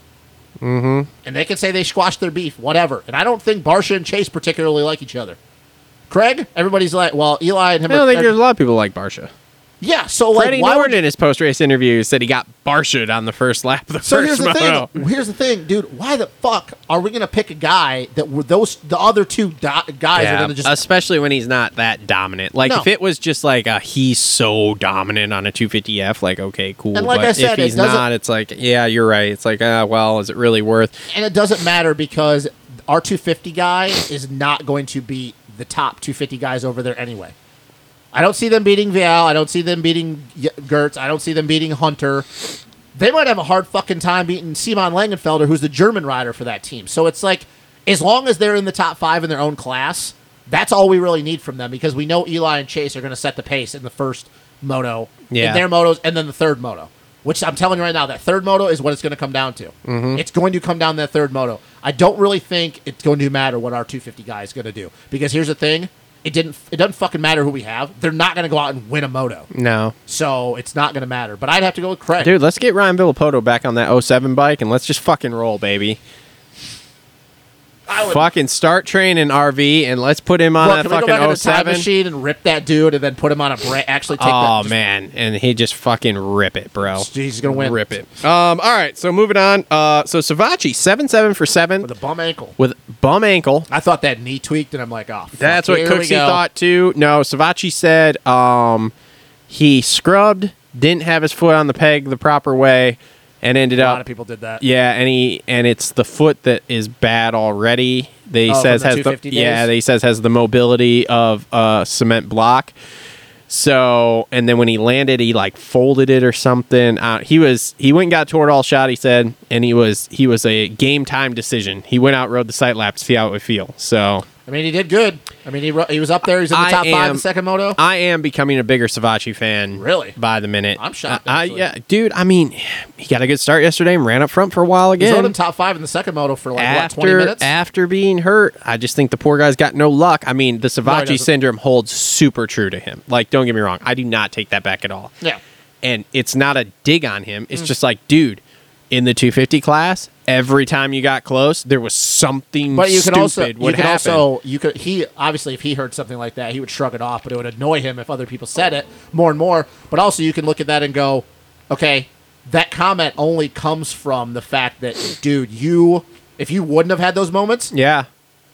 S5: Mm-hmm. And they can say they squashed their beef, whatever. And I don't think Barsha and Chase particularly like each other. Craig, everybody's like, well, Eli and him.
S6: I
S5: are,
S6: don't think there's a lot of people like Barsha
S5: yeah. So like,
S6: Freddie
S5: why would
S6: Norton in his post race interview said he got barshed on the first lap of the
S5: So here's
S6: first
S5: the
S6: moto.
S5: thing. Here's the thing, dude. Why the fuck are we gonna pick a guy that were those the other two do- guys are
S6: Yeah,
S5: gonna just
S6: especially when he's not that dominant. Like
S5: No.
S6: if it was just like a he's so dominant on a 250F, like okay, cool.
S5: And like I
S6: but
S5: said,
S6: if
S5: it
S6: he's
S5: doesn't-
S6: not, it's like yeah, you're right. It's like ah, well, is it really worth?
S5: and it doesn't matter because our 250 guy is not going to be the top 250 guys over there anyway. I don't see them beating Vial. I don't see them beating Ye- Gertz. I don't see them beating Hunter. They might have a hard fucking time beating Simon Langenfelder, who's the German rider for that team. So it's like, as long as they're in the top five in their own class, that's all we really need from them because we know Eli and Chase are going to set the pace in the first moto, in
S6: Yeah.
S5: their motos, and then the third moto. Which I'm telling you right now, that third moto is what it's going to come down to.
S6: Mm-hmm.
S5: It's going to come down to that third moto. I don't really think it's going to matter what our 250 guy is going to do because here's the thing: it didn't. It doesn't fucking matter who we have. They're not going to go out and win a moto,
S6: No,
S5: so it's not going to matter. But I'd have to go with Craig.
S6: dude, let's get Ryan Villapoto back on that 07 bike and let's just fucking roll, baby.
S5: I would-
S6: Fucking start training RV and let's put him on
S5: Look,
S6: that
S5: can we go back in
S6: fucking
S5: the time
S6: 07.
S5: machine and rip that dude and then put him on a bra- actually take that,
S6: Oh
S5: just-
S6: man, and he just fucking rip it, bro.
S5: he's gonna win
S6: Rip it. Um, all right, so moving on. Uh, so Savachi seven seven for seven
S5: with a bum ankle.
S6: with bum ankle.
S5: I thought that knee tweaked, and I'm like, oh, fuck,
S6: That's what
S5: here we
S6: Cooksey
S5: go.
S6: thought too. No, Savachi said um, he scrubbed, didn't have his foot on the peg the proper way, and ended
S5: A lot
S6: up
S5: of people did that.
S6: yeah. And he and it's the foot that is bad already. They
S5: Oh,
S6: says
S5: from the
S6: has the
S5: 250 days?
S6: yeah. They says has the mobility of a cement block. So and then when he landed, he like folded it or something. Uh, he was he went and got toward all shot. He said, and he was he was a game time decision. He went out, rode the sight lap to see how it would feel. So
S5: I mean, he did good. I mean, he ro- he was up there. He's in the
S6: I
S5: top five in
S6: am-
S5: the second moto.
S6: I am becoming a bigger Savachi fan.
S5: Really?
S6: By the minute.
S5: I'm shocked,
S6: I, I-
S5: actually.
S6: yeah, dude. I mean, he got a good start yesterday and ran up front for a while
S5: He's on
S6: again.
S5: in top five in the second moto for like what, 20
S6: after
S5: minutes.
S6: after being hurt, I just think the poor guy's got no luck. I mean, the Savachi
S5: doesn't.
S6: syndrome holds super true to him. Like, don't get me wrong, I do not take that back at all.
S5: yeah, Mm.
S6: And it's not a dig on him. It's just like, dude, in the 250 class, every time you got close, there was something
S5: but you
S6: stupid
S5: can also you
S6: would
S5: can
S6: happen.
S5: also you could he obviously if he heard something like that he would shrug it off, but it would annoy him if other people said it more and more. But also you can look at that and go, okay, that comment only comes from the fact that dude, you if you wouldn't have had those moments,
S6: yeah.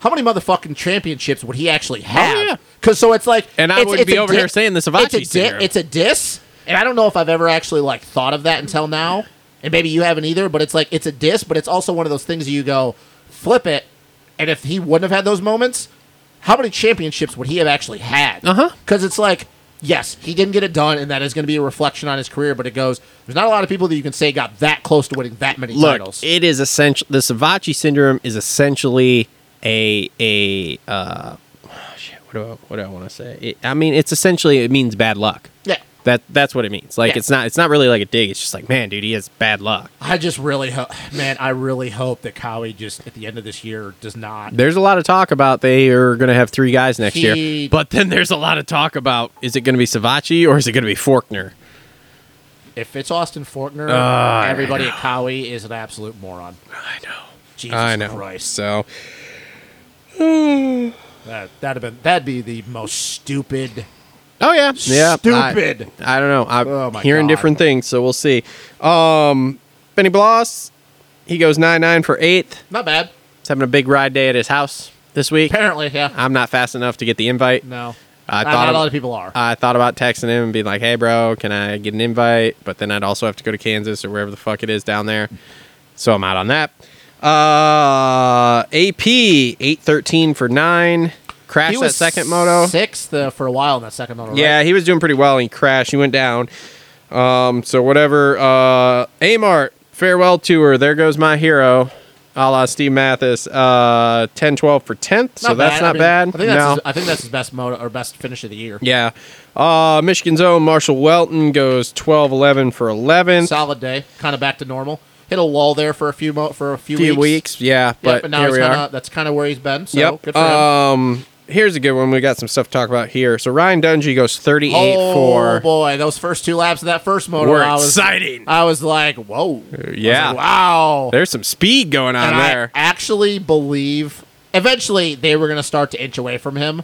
S5: how many motherfucking championships would he actually
S6: Oh, yeah.
S5: have? Because so it's like,
S6: And I
S5: it's-
S6: would
S5: it's
S6: be
S5: a
S6: over
S5: di-
S6: here saying the Savachi
S5: it's a, di-
S6: syndrome.
S5: it's a diss, and I don't know if I've ever actually like thought of that until now, and maybe you haven't either. But it's like it's a diss, but it's also one of those things you go flip it, and if he wouldn't have had those moments, how many championships would he have actually had? Uh
S6: Uh-huh.
S5: huh. Because it's like. Yes, he didn't get it done, and that is going to be a reflection on his career. But it goes, there's not a lot of people that you can say got that close to winning that many
S6: Look,
S5: titles.
S6: it is essential. The Savachi syndrome is essentially a a oh, uh, shit. What do I, what do I want to say? It, I mean, it's essentially it means bad luck.
S5: yeah,
S6: That that's what it means. Like
S5: Yeah.
S6: it's not it's not really like a dig. It's just like man, dude, he has bad luck.
S5: I just really hope, man. I really hope that Cowie just at the end of this year does not.
S6: There's a lot of talk about they are going to have three guys next
S5: He-
S6: year, but then there's a lot of talk about is it going to be Savachi or is it going to be Faulkner?
S5: If it's Austin Fortner, everybody at Cowie is an absolute moron.
S6: Ah, I know,
S5: Jesus
S6: I know.
S5: Christ,
S6: So
S5: that that'd have been that'd be the most stupid,
S6: Oh yeah, yeah.
S5: stupid.
S6: I, I don't know. I'm
S5: Oh, my
S6: hearing
S5: God.
S6: different things, so we'll see. Um, Benny Bloss, he goes nine nine for eighth.
S5: Not bad.
S6: He's having a big ride day at his house this week.
S5: Apparently, yeah.
S6: I'm not fast enough to get the invite.
S5: No,
S6: I
S5: Not-
S6: thought
S5: not a
S6: ab-
S5: lot of people are.
S6: I thought about texting him and being like, "Hey, bro, can I get an invite?" But then I'd also have to go to Kansas or wherever the fuck it is down there, so I'm out on that. Uh, AP eight thirteen for nine. Crashed that second moto.
S5: sixth uh, for a while in that second moto. right?
S6: Yeah, he was doing pretty well. and He crashed. He went down. Um, so whatever. Uh, Amart farewell tour. There goes my hero, a la Steve Mathis. Uh, 10 12 for 10th. so
S5: bad.
S6: that's not
S5: I mean,
S6: bad.
S5: I think that's
S6: no.
S5: his, I think that's his best moto or best finish of the year.
S6: yeah. Uh, Michigan's own Marshall Welton goes 12 11 for 11.
S5: Solid day, kind of back to normal. Hit a wall there for a few mo- for a few,
S6: few
S5: weeks.
S6: weeks. Yeah.
S5: Yeah, but,
S6: But,
S5: now
S6: here
S5: he's
S6: we are.
S5: kinda, that's kind of where he's been. So
S6: yep.
S5: good for him.
S6: um, here's a good one. We got some stuff to talk about here. So Ryan Dungey goes 38
S5: oh
S6: for.
S5: boy, those first two laps of that first moto,
S6: We're
S5: I was
S6: exciting.
S5: I was like, whoa, I
S6: yeah.
S5: was like, wow.
S6: There's some speed going on
S5: and
S6: there.
S5: I actually believe eventually they were going to start to inch away from him,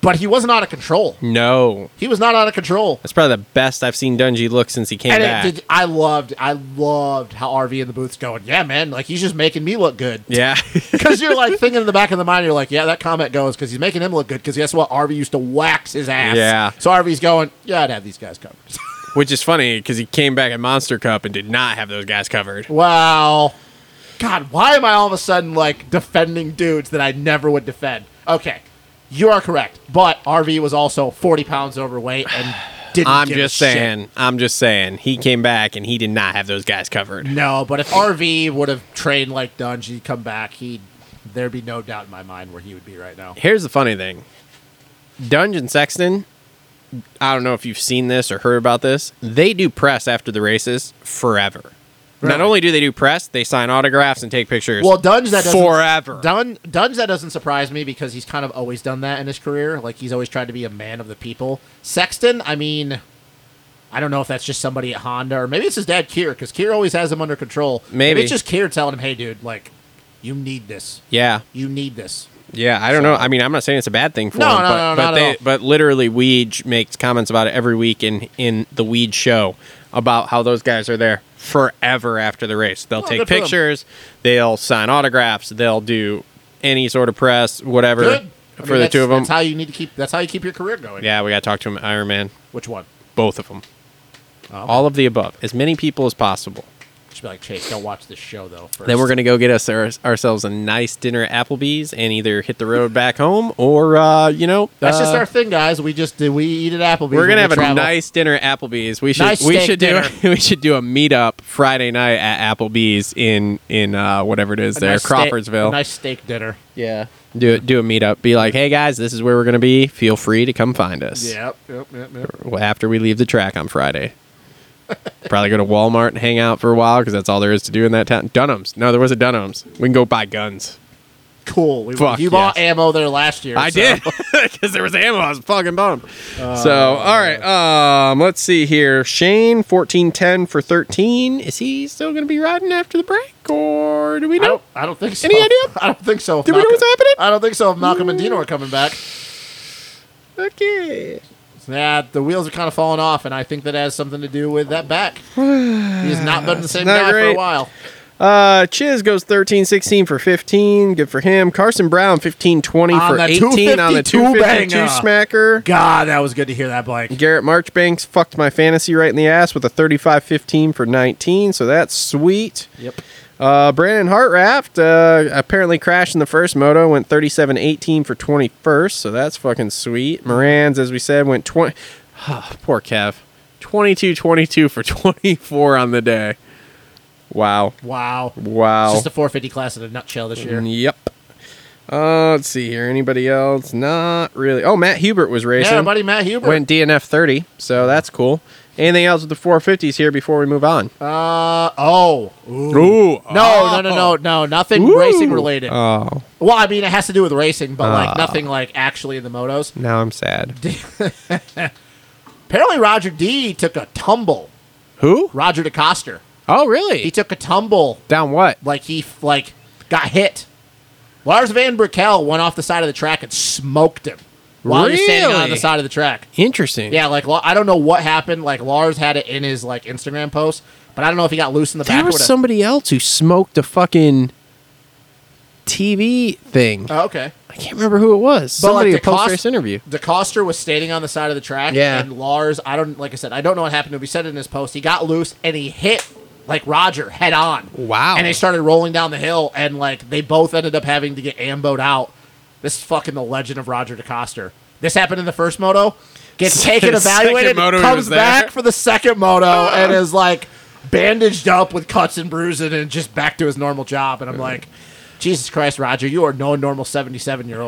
S5: but he wasn't out of control.
S6: No.
S5: He was not out of control.
S6: That's probably the best I've seen Dungy look since he came
S5: And
S6: back.
S5: it, did, I loved, I loved how RV in the booth's going. Yeah, man, like he's just making me look good.
S6: yeah.
S5: Because you're like thinking in the back of the mind, you're like, yeah, that comment goes because he's making him look good. Because guess what? RV used to wax his ass.
S6: Yeah.
S5: So RV's going, yeah, I'd have these guys covered.
S6: Which is funny because he came back at Monster Cup and did not have those guys covered.
S5: wow. God, why am I all of a sudden like defending dudes that I never would defend? Okay. You are correct. But RV was also 40 pounds overweight and didn't
S6: I'm
S5: give
S6: just
S5: a shit.
S6: saying. I'm just saying. He came back and he did not have those guys covered.
S5: No, but if RV would have trained like Dungy, come back, he'd. There'd be no doubt in my mind where he would be right now.
S6: Here's the funny thing Dungeon Sexton, I don't know if you've seen this or heard about this, they do press after the races forever. Not
S5: Really?
S6: only do they do press, they sign autographs and take pictures.
S5: Well, Dunge that doesn't,
S6: forever.
S5: Dun Dunge that doesn't surprise me because he's kind of always done that in his career. Like he's always tried to be a man of the people. Sexton, I mean, I don't know if that's just somebody at Honda or maybe it's his dad Kier because Kier always has him under control.
S6: Maybe.
S5: it's just Kier telling him, "Hey, dude, like you need this.
S6: yeah.
S5: You need this."
S6: Yeah, I don't know. I mean, I'm not saying it's a bad thing for
S5: No,
S6: him,
S5: no,
S6: but
S5: no,
S6: but
S5: not at all.
S6: but literally, Weege makes comments about it every week in in the Weed show about how those guys are there forever after the race. They'll take
S5: Oh, good for them.
S6: pictures, they'll sign autographs, they'll do any sort of press, whatever
S5: Good. I mean,
S6: for the
S5: that's-
S6: two of them.
S5: That's how you need to keep. That's how you keep your career going.
S6: yeah, we got to talk to him, Iron Man,
S5: Which one?
S6: both of them,
S5: Oh, okay.
S6: all of the above, as many people as possible.
S5: Should be like Chase. Don't watch this show though. First.
S6: Then we're gonna go get us our, ourselves a nice dinner at Applebee's and either hit the road back home or uh, you know
S5: That's just
S6: uh,
S5: our thing, guys. We just we eat at Applebee's.
S6: We're
S5: when
S6: gonna
S5: we
S6: have a
S5: travel.
S6: nice dinner at Applebee's. We should
S5: Nice
S6: we
S5: steak
S6: should do we should do a meetup Friday night at Applebee's in in uh, whatever it is
S5: a
S6: there,
S5: nice steak-
S6: Crawfordsville.
S5: a nice steak dinner.
S6: yeah, do it. Do a meetup. Be like, hey guys, this is where we're gonna be. Feel free to come find us.
S5: Yep, yep, yep, yep.
S6: Well, After we leave the track on Friday. Probably go to Walmart and hang out for a while because that's all there is to do in that town. Dunham's. No, there was a Dunham's. We can go buy guns.
S5: cool. We,
S6: Fuck
S5: you
S6: yes.
S5: bought ammo there last year.
S6: I
S5: so- Uh,
S6: did because there was ammo. I was fucking bummed. so all right, um, let's see here. Shane fourteen ten for thirteen. Is he still going to be riding after the break, or do we
S5: I
S6: know?
S5: don't. Uh, I don't think so.
S6: Any idea?
S5: I don't think so.
S6: Do we know what's happening?
S5: I don't think so. If Malcolm and Dino are coming back,
S6: Okay.
S5: yeah, the wheels are kind of falling off, and I think that has something to do with that back. He's not been the same
S6: not
S5: guy for a
S6: great.
S5: while.
S6: Uh, Chiz goes 13 16 for 15. Good for him. Carson Brown 15 20
S5: On
S6: for
S5: the
S6: 18 on the
S5: 252
S6: 252
S5: banger.
S6: smacker.
S5: God, that was good to hear that, Blake.
S6: Garrett Marchbanks fucked my fantasy right in the ass with a 35 15 for 19, so that's sweet.
S5: Yep.
S6: Uh, Brandon Hartraft uh, apparently crashed in the first moto, went 37 18 for 21st, so that's fucking sweet. Moran's, as we said, went 20. poor Kev. 22 22 for 24 on the day. Wow.
S5: Wow. It's
S6: Wow.
S5: just the 450 class in a nutshell this year.
S6: Yep. Uh, let's see here. Anybody else? Not really. Oh, Matt Hubert was
S5: Yeah,
S6: racing.
S5: our buddy Matt Huber.
S6: Went DNF 30, so that's cool. Anything else with the 450s here before we move on?
S5: uh, oh. Ooh.
S6: Ooh.
S5: No, no, no, no, no. Nothing racing related.
S6: Oh,
S5: well, I mean, it has to do with racing, but
S6: Uh.
S5: like nothing like actually in the motos.
S6: now I'm sad.
S5: Apparently, Roger D took a tumble.
S6: Who?
S5: Roger DeCoster.
S6: Oh,
S5: He
S6: really?
S5: took a tumble.
S6: Down what?
S5: Like he f- like got hit. Lars Van Brickell went off the side of the track and smoked him while he was standing on
S6: Really?
S5: the side of the track.
S6: Interesting.
S5: Yeah, like La- I don't know what happened. Like Lars had it in his like Instagram post, but I don't know if he got loose in the
S6: There
S5: back. or
S6: was
S5: whatever.
S6: somebody else who smoked a fucking TV thing.
S5: Oh, okay.
S6: I can't remember who it was.
S5: But, like,
S6: Somebody
S5: the
S6: a post
S5: cost-
S6: race interview.
S5: DeCoster was standing on the side of the track.
S6: Yeah.
S5: And Lars, I don't like I said, I don't know what happened to him. He said it in his post. He got loose and he hit like Roger head on.
S6: Wow.
S5: And they started rolling down the hill and like they both ended up having to get amboed out. This is fucking the legend of Roger DeCoster. This happened in the first moto. Gets taken,
S6: Second
S5: evaluated,
S6: moto, he
S5: comes
S6: was there.
S5: back for the second moto and is like bandaged up with cuts and bruises and just back to his normal job. And I'm like, Jesus Christ, Roger, you are no normal 77 year
S6: Uh,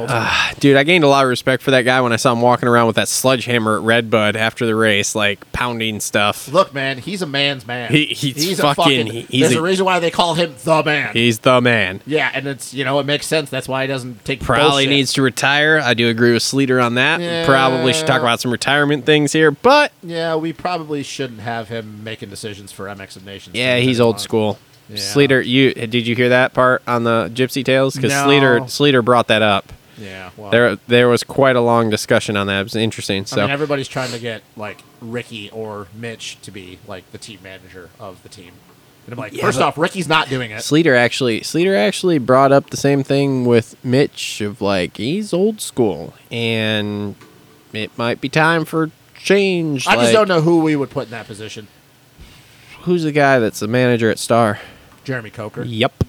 S5: old.
S6: Dude, I gained a lot of respect for that guy when I saw him walking around with that sledgehammer at Redbud after the race, like pounding stuff.
S5: Look, man, he's a man's man.
S6: He- he's fucking- he- he's
S5: there's a,
S6: a-
S5: reason why they call him the man.
S6: He's the man.
S5: yeah, and it's you know it makes sense. That's why he doesn't take
S6: Probably
S5: bullshit.
S6: needs to retire. I do agree with Sleater on that.
S5: Yeah.
S6: Probably should talk about some retirement things here, but
S5: Yeah, we probably shouldn't have him making decisions for MX of Nations.
S6: yeah,
S5: teams
S6: he's
S5: any
S6: old
S5: longer.
S6: school.
S5: Yeah.
S6: Sleater, you did you hear that part on the Gypsy Tales? Because
S5: No.
S6: Sleater Sleater brought that up.
S5: Yeah, well,
S6: There there was quite a long discussion on that. It was interesting.
S5: I
S6: So
S5: mean, everybody's trying to get like Ricky or Mitch to be like the team manager of the team. And I'm like, first off, Ricky's not doing it.
S6: Sleater actually Sleater actually brought up the same thing with Mitch of like he's old school and it might be time for change.
S5: I just
S6: Like,
S5: don't know who we would put in that position.
S6: who's the guy that's the manager at Star.
S5: Jeremy Coker.
S6: Yep.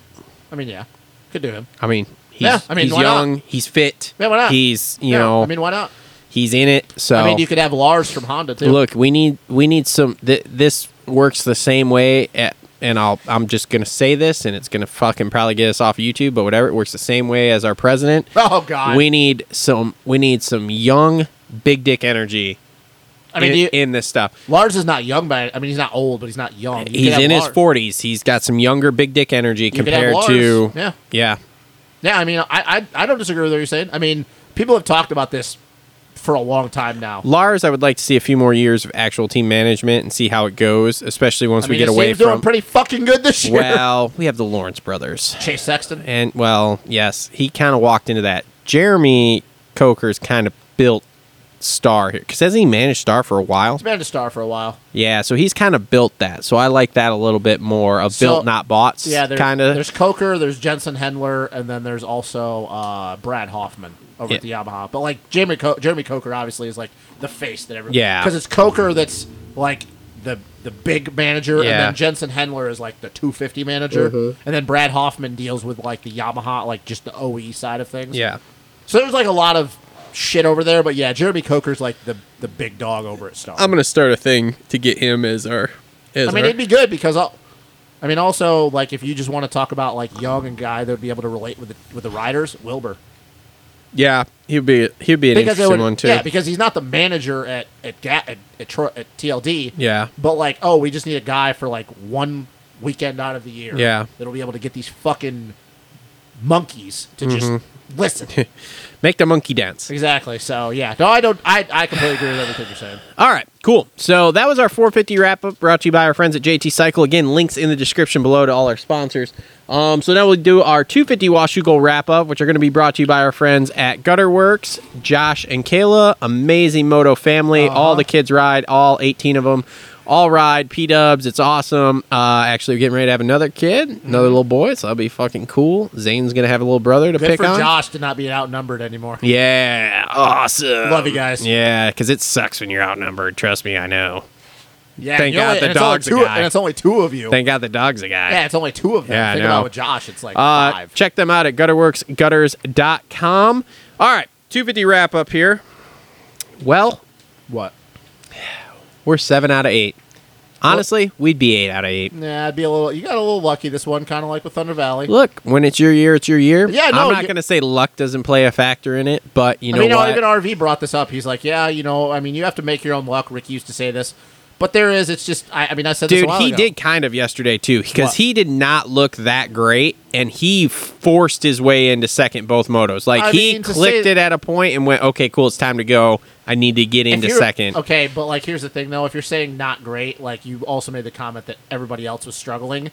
S5: I mean, yeah, could do him.
S6: I mean, he's,
S5: Yeah, I mean,
S6: he's
S5: why not?
S6: young, he's fit.
S5: Yeah, why not?
S6: He's you
S5: Yeah,
S6: know
S5: I mean, why not?
S6: he's in it. So
S5: I mean, you could have Lars from Honda too.
S6: look, we need we need some. Th- this works the same way at. And I'll, I'm just gonna say this, and it's gonna fucking probably get us off YouTube, but whatever. It works the same way as our president.
S5: oh God,
S6: we need some we need some young big dick energy
S5: I mean,
S6: in,
S5: do you,
S6: in this stuff
S5: Lars is not young, but I mean, he's not old, but he's not young. You could
S6: he's
S5: have
S6: in his
S5: Lars.
S6: 40s he's got some younger big dick energy
S5: You could have
S6: compared
S5: Lars.
S6: to
S5: yeah,
S6: yeah
S5: yeah. I mean, I, I I don't disagree with what you're saying. I mean, people have talked about this for a long time now.
S6: lars i would like to see a few more years of actual team management and see how it goes especially once
S5: I mean,
S6: we get
S5: his
S6: away
S5: team's doing
S6: from
S5: pretty fucking good this year.
S6: well we have the lawrence brothers
S5: Chase Sexton.
S6: and well yes he kind of walked into that jeremy coker's kind of built star here because hasn't he managed star for a while
S5: He's been a star for a while.
S6: yeah so he's kind of built that so i like that a little bit more of
S5: So-
S6: built not bought
S5: Yeah, there,
S6: kind of
S5: There's Coker, there's Jensen Hendler, and then there's also uh, Brad Hoffman over at the Yamaha. But like Jeremy, Co- Jeremy Coker obviously is like the face that everybody.
S6: Yeah.
S5: Because it's Coker that's like the the big manager, and
S6: Yeah.
S5: then Jensen Hendler is like the 250 manager, and then Brad Hoffman deals with like the Yamaha, like just the OE side of things.
S6: Yeah.
S5: So there's like a lot of shit over there, but yeah, Jeremy Coker's like the the big dog over at Star.
S6: I'm gonna start a thing to get him as our as
S5: I mean,
S6: our-
S5: it'd be good because I'll, I mean, also like if you just want to talk about like young and guy that would be able to relate with the, with the riders, Wilbur
S6: yeah, he'd be he'd be an
S5: they
S6: interesting
S5: would-
S6: one too.
S5: yeah, because he's not the manager at at Ga- at, at, Tro- at TLD,
S6: Yeah.
S5: but like oh, we just need a guy for like one weekend out of the year,
S6: Yeah.
S5: that'll be able to get these fucking monkeys to just
S6: Mm-hmm.
S5: listen.
S6: Make the monkey dance.
S5: exactly. So yeah, no, I don't. I I completely agree with everything you're saying.
S6: All right, cool. So that was our 450 wrap up brought to you by our friends at JT Cycle. Again, links in the description below to all our sponsors. Um, so now we'll do our 250 Washu Goal wrap up, which are going to be brought to you by our friends at Gutterworks, Josh and Kayla, amazing moto family.
S5: Uh-huh.
S6: All the kids ride, all 18 of them. All ride P Dubs. It's awesome. Uh, actually, we're getting ready to have another kid,
S5: Mm-hmm.
S6: another little boy. So that'll be fucking cool. Zane's gonna have a little brother to
S5: Good
S6: pick
S5: for
S6: on.
S5: Josh to not be outnumbered anymore.
S6: Yeah, awesome.
S5: Love you guys.
S6: Yeah, because it sucks when you're outnumbered. Trust me, I know.
S5: Yeah,
S6: Thank
S5: you
S6: God
S5: only-
S6: the
S5: and it's only
S6: dog's a
S5: two-
S6: guy.
S5: and it's only two of you.
S6: Thank God the dog's a guy.
S5: Yeah, it's only two of them.
S6: Yeah, I
S5: Think
S6: know.
S5: about with Josh, it's like
S6: Uh,
S5: five.
S6: Check them out at gutterworksgutters.com. All right, 250 wrap up here. Well,
S5: What?
S6: we're seven out of eight. Honestly, we'd be eight out of eight.
S5: Nah, I'd be a little. You got a little lucky this one, kind of like with Thunder Valley.
S6: Look, when it's your year, it's your year.
S5: Yeah, no,
S6: I'm not
S5: you-
S6: going to say luck doesn't play a factor in it, but you know
S5: I mean, no,
S6: what?
S5: even RV brought this up. He's like, yeah, you know, I mean, you have to make your own luck. Rick used to say this, but there is. It's just, I, I mean, I said this a
S6: Dude,
S5: while
S6: he
S5: ago.
S6: did kind of yesterday too, because
S5: What?
S6: he did not look that great, and he forced his way into second both motos. Like
S5: I
S6: he
S5: mean, to
S6: clicked
S5: say-
S6: it at a point and went, "Okay, cool, it's time to go. I need to get
S5: If
S6: into
S5: you're-
S6: second.
S5: Okay, but like, here's the thing though. If you're saying not great, like you also made the comment that everybody else was struggling.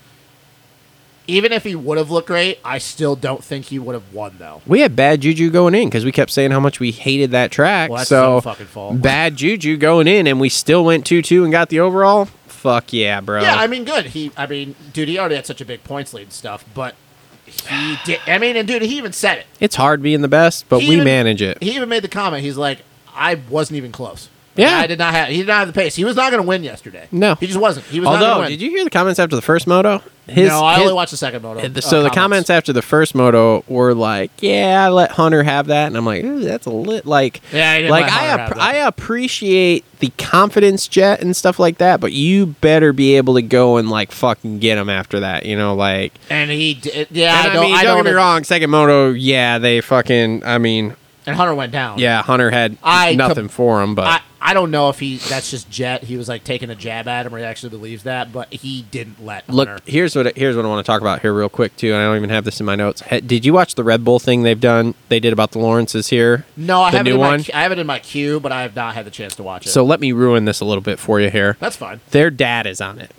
S5: Even if he would have looked great, I still don't think he would have won though.
S6: We had bad juju going in because we kept saying how much we hated that track.
S5: Well, that's
S6: so
S5: his own fucking fault.
S6: bad juju going in, and we still went two two and got the overall. Fuck yeah, bro.
S5: Yeah, I mean, good. He, I mean, dude, he already had such a big points lead and stuff, but he did. I mean, and dude, he even said it.
S6: it's hard being the best, but
S5: He
S6: we
S5: even-
S6: manage it.
S5: He even made the comment. He's like, I wasn't even close.
S6: Yeah.
S5: I did not have. He did not have the pace. He was not going to win yesterday.
S6: No.
S5: he just wasn't. He was not going to
S6: Although,
S5: win.
S6: did you hear the comments after the first moto? His,
S5: no, I
S6: his-
S5: only watched the second moto.
S6: the-
S5: uh,
S6: so the comments after the first moto were like, "Yeah, I let Hunter have that," and I'm like, "Ooh, "That's a lit like."
S5: Yeah, I didn't
S6: like
S5: let
S6: I
S5: Hunter have
S6: app-
S5: that.
S6: I appreciate the confidence jet and stuff like that, but you better be able to go and like fucking get him after that, you know? Like,
S5: and he did. Yeah,
S6: and
S5: I don't.
S6: mean,
S5: I
S6: don't
S5: don't
S6: get me wrong. Second moto, yeah, they fucking. I mean,
S5: And Hunter went down.
S6: yeah, Hunter had
S5: I com-
S6: nothing for him, but
S5: I, I don't know if he that's just Jet. He was like taking a jab at him, or he actually believes that, but he didn't let
S6: Look,
S5: Hunter.
S6: here's what here's what I want to talk about here real quick too. And I don't even have this in my notes. He- Did you watch the Red Bull thing they've done? They did about the Lawrences here.
S5: No, I
S6: the
S5: have it
S6: new
S5: in my
S6: one.
S5: I have it in my queue, but I have not had the chance to watch it.
S6: So let me ruin this a little bit for you here.
S5: that's fine.
S6: Their dad is on it,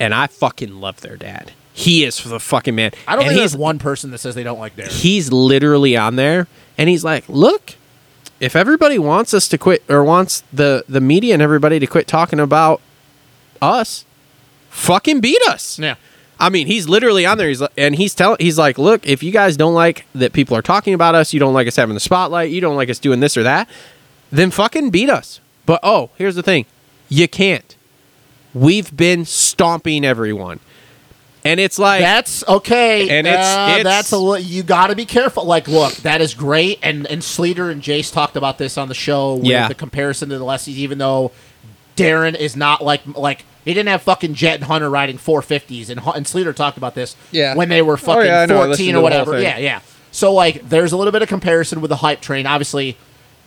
S6: and I fucking love their dad. He is the fucking man.
S5: I don't
S6: and
S5: think
S6: he's
S5: there's one person that says they don't like Derek.
S6: he's literally on there and he's like, look, if everybody wants us to quit or wants the, the media and everybody to quit talking about us, fucking beat us.
S5: yeah.
S6: I mean, he's literally on there. He's li- and he's telling he's like, look, if you guys don't like that people are talking about us, you don't like us having the spotlight, you don't like us doing this or that, then fucking beat us. But oh, here's the thing, you can't. We've been stomping everyone, and it's like
S5: That's okay.
S6: And it's-
S5: uh,
S6: it's-
S5: that's a li- you got to be careful. Like, look, that is great. And and Sleater and Jace talked about this on the show. With
S6: Yeah.
S5: The comparison to the Lessees, even though Darren is not like like he didn't have fucking Jet and Hunter riding 450s, and Hu- and Sleater talked about this.
S6: Yeah. Oh,
S5: When they were fucking
S6: yeah, I know. I
S5: 14
S6: listened
S5: or
S6: to the whole
S5: whatever.
S6: thing.
S5: Yeah, yeah. So like, there's a little bit of comparison with the hype train. Obviously,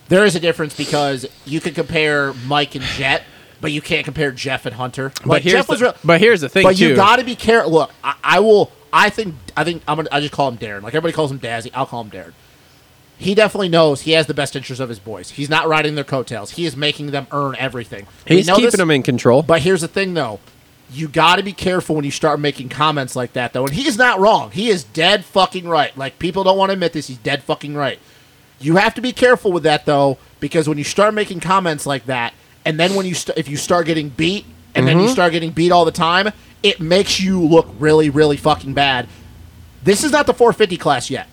S5: there is a difference because you can compare Mike and Jet. But you can't compare Jeff and Hunter. Like,
S6: but here's
S5: Jeff was
S6: the,
S5: real-
S6: but here's the thing
S5: but
S6: too.
S5: you got to be careful. Look, I, I will. I think. I think I'm gonna. I just call him Darren. Like everybody calls him Dazzy. I'll call him Darren. He definitely knows he has the best interest of his boys. He's not riding their coattails. He is making them earn everything. We
S6: He's
S5: know
S6: keeping
S5: this,
S6: them in control.
S5: But here's the thing, though. You got to be careful when you start making comments like that, though. And he's not wrong. He is dead fucking right. Like people don't want to admit this. He's dead fucking right. You have to be careful with that though, because when you start making comments like that, and then when you st- if you start getting beat, and then you
S6: Mm-hmm.
S5: start getting beat all the time, it makes you look really, really fucking bad. This is not the 450 class yet.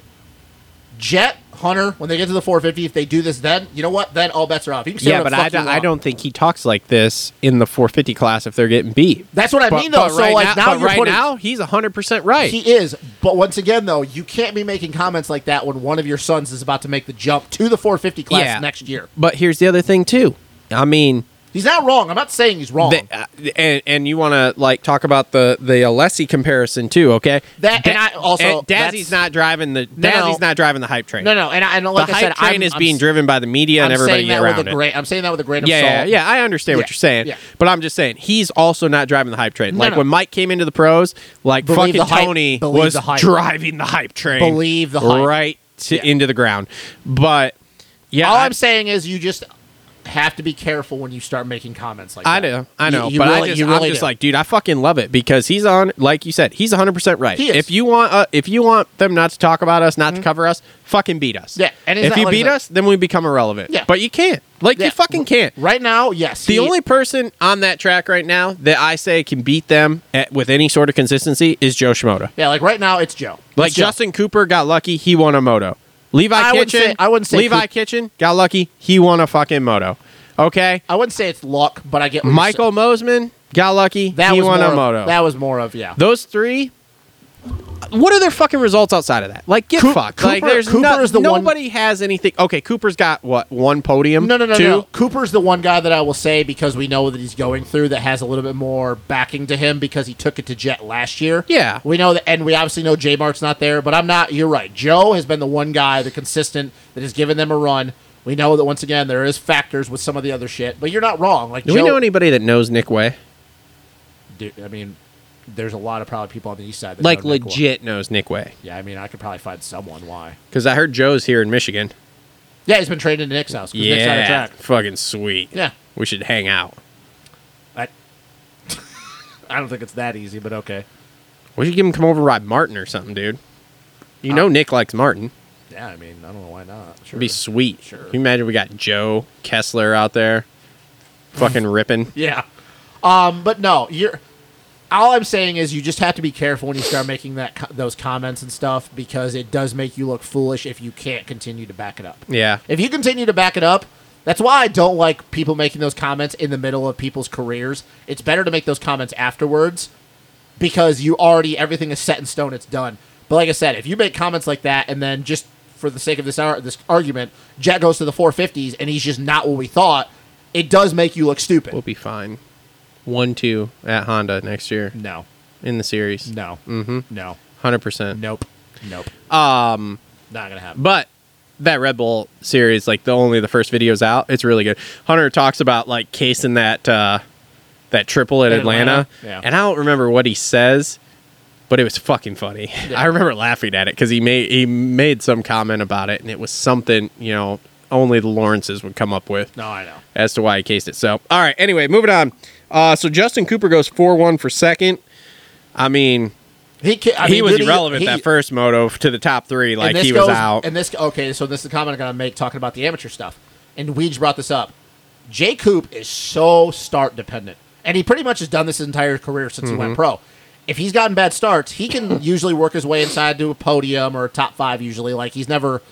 S5: Jet Hunter, when they get to the 450, if they do this, then you know what? Then all bets are off. You can say
S6: yeah,
S5: what
S6: but
S5: the
S6: I,
S5: fuck you
S6: don't- I
S5: want.
S6: don't think he talks like this in the 450 class if they're getting beat.
S5: That's what I
S6: But-
S5: mean, though.
S6: but
S5: so
S6: right
S5: like now,
S6: but
S5: you're
S6: right
S5: putting,
S6: now, he's 100% right.
S5: He is, but once again, though, you can't be making comments like that when one of your sons is about to make the jump to the 450 class
S6: Yeah.
S5: next year.
S6: but here's the other thing, too. I mean,
S5: He's not wrong. I'm not saying he's wrong.
S6: the, uh, and, and you want to like talk about the the Alessi comparison too, okay?
S5: That- and I also-
S6: and Dazzy's
S5: that's-
S6: not driving the
S5: No, no.
S6: Dazzy's not driving the hype train.
S5: no, no, and I, and like
S6: the
S5: I
S6: hype
S5: said,
S6: train
S5: I'm,
S6: is
S5: I'm
S6: being
S5: s-
S6: driven by the media
S5: I'm
S6: and everybody
S5: saying that
S6: around
S5: with a
S6: it.
S5: great. I'm saying that with a grain of
S6: yeah, yeah,
S5: salt.
S6: yeah, I understand what
S5: Yeah,
S6: you're saying,
S5: yeah.
S6: but I'm just saying he's also not driving the hype train.
S5: No,
S6: like
S5: no.
S6: when Mike came into the pros, like
S5: Believe
S6: fucking
S5: the hype.
S6: Tony
S5: Believe
S6: was
S5: the hype.
S6: driving the hype train.
S5: Believe the hype.
S6: right to,
S5: Yeah.
S6: into the ground. But yeah,
S5: All
S6: I-
S5: I'm saying is you just have to be careful when you start making comments like
S6: I
S5: that.
S6: know, I know,
S5: You- you
S6: but
S5: really-
S6: I just,
S5: you really
S6: I'm just
S5: do.
S6: like, dude, I fucking love it because he's on, like you said, he's 100 percent right.
S5: He is. Mm-hmm.
S6: If you want, uh, if you want them not to talk about us, not to cover us, fucking beat us.
S5: Yeah, and it's
S6: if
S5: not
S6: you
S5: like
S6: beat
S5: that.
S6: us, then we become irrelevant.
S5: Yeah.
S6: but you can't. Like
S5: Yeah.
S6: you fucking can't.
S5: Right now, yes.
S6: The
S5: he-
S6: only person on that track right now that I say can beat them at, with any sort of consistency is Joe Shimoda.
S5: yeah, like right now, it's Joe.
S6: Like
S5: It's Joe.
S6: Justin Cooper got lucky, he won a moto. Levi
S5: I wouldn't
S6: Kitchen,
S5: say- I wouldn't say
S6: Levi
S5: Coop-
S6: Kitchen got lucky, he won a fucking moto. Okay,
S5: I wouldn't say it's luck, but I get what you're
S6: Michael Mosman got lucky,
S5: saying. That
S6: he
S5: was
S6: won
S5: more
S6: a
S5: of,
S6: moto.
S5: That was more of yeah.
S6: Those three, what are their fucking results outside of that? Like, get
S5: Coop-
S6: fucked. like,
S5: Cooper-
S6: there's
S5: Cooper
S6: no,
S5: is the one-
S6: nobody has anything. Okay, Cooper's got what one podium?
S5: No, no, no,
S6: Um, two?
S5: no. Cooper's the one guy that I will say because we know that he's going through that has a little bit more backing to him because he took it to Jet last year.
S6: Yeah.
S5: we know that, and we obviously know J Mart's not there, but I'm not. You're right. Joe has been the one guy, the consistent that has given them a run. We know that once again there is factors with some of the other shit, but you're not wrong. Like
S6: Do
S5: Joe,
S6: we know anybody that knows Nick Way?
S5: dude, I mean, there's a lot of probably people on the east side that
S6: Like,
S5: know Nick Wa-
S6: legit knows Nick Way?
S5: Yeah, I mean, I could probably find someone. Why?
S6: Because I heard Joe's here in Michigan.
S5: Yeah, he's been traded into Nick's house. 'cause Nick's out of
S6: Yeah,
S5: track.
S6: fucking sweet.
S5: Yeah,
S6: we should hang out.
S5: I, I don't think it's that easy, but okay.
S6: We should give him come over ride Martin or something, dude. You know Nick likes Martin.
S5: Yeah, I mean, I don't know why not. Uh, Sure.
S6: It'd be sweet.
S5: Sure.
S6: Can you imagine we got Joe Kessler out there, fucking ripping.
S5: yeah. Um, but no, you're. All I'm saying is you just have to be careful when you start making that co- those comments and stuff because it does make you look foolish if you can't continue to back it up.
S6: Yeah.
S5: If you continue to back it up, that's why I don't like people making those comments in the middle of people's careers. It's better to make those comments afterwards because you already everything is set in stone. It's done. But like I said, if you make comments like that and then just for the sake of this ar- this argument, Jet goes to the 450s and he's just not what we thought. It does make you look stupid.
S6: We'll be fine. One two at Honda next year
S5: No,
S6: in the series.
S5: no,
S6: Mm-hmm.
S5: no,
S6: Hundred percent.
S5: nope, nope.
S6: Um,
S5: Not gonna happen.
S6: but that Red Bull series, like the only the first video's out. It's really good. Hunter talks about like casing that uh, that triple at
S5: In
S6: Atlanta,
S5: Atlanta? Yeah.
S6: and I don't remember what he says, but it was fucking funny. I remember laughing at it because he made he made some comment about it, and it was something you know only the Lawrences would come up with
S5: No, I know.
S6: as to why he cased it. So, all right. Anyway, moving on. Uh, so Justin Cooper goes four one for second. I mean,
S5: He ca- I
S6: he
S5: mean,
S6: was
S5: dude,
S6: irrelevant
S5: he-
S6: that first moto to the top three. Like
S5: and this
S6: he was
S5: goes-
S6: out.
S5: And this okay, so this is the comment I'm gonna make talking about the amateur stuff. And Weege brought this up. Jay Coop is so start dependent, and he pretty much has done this his entire career since he went
S6: Mm-hmm.
S5: pro. If he's gotten bad starts, he can usually work his way inside to a podium or a top five. Usually, like he's never,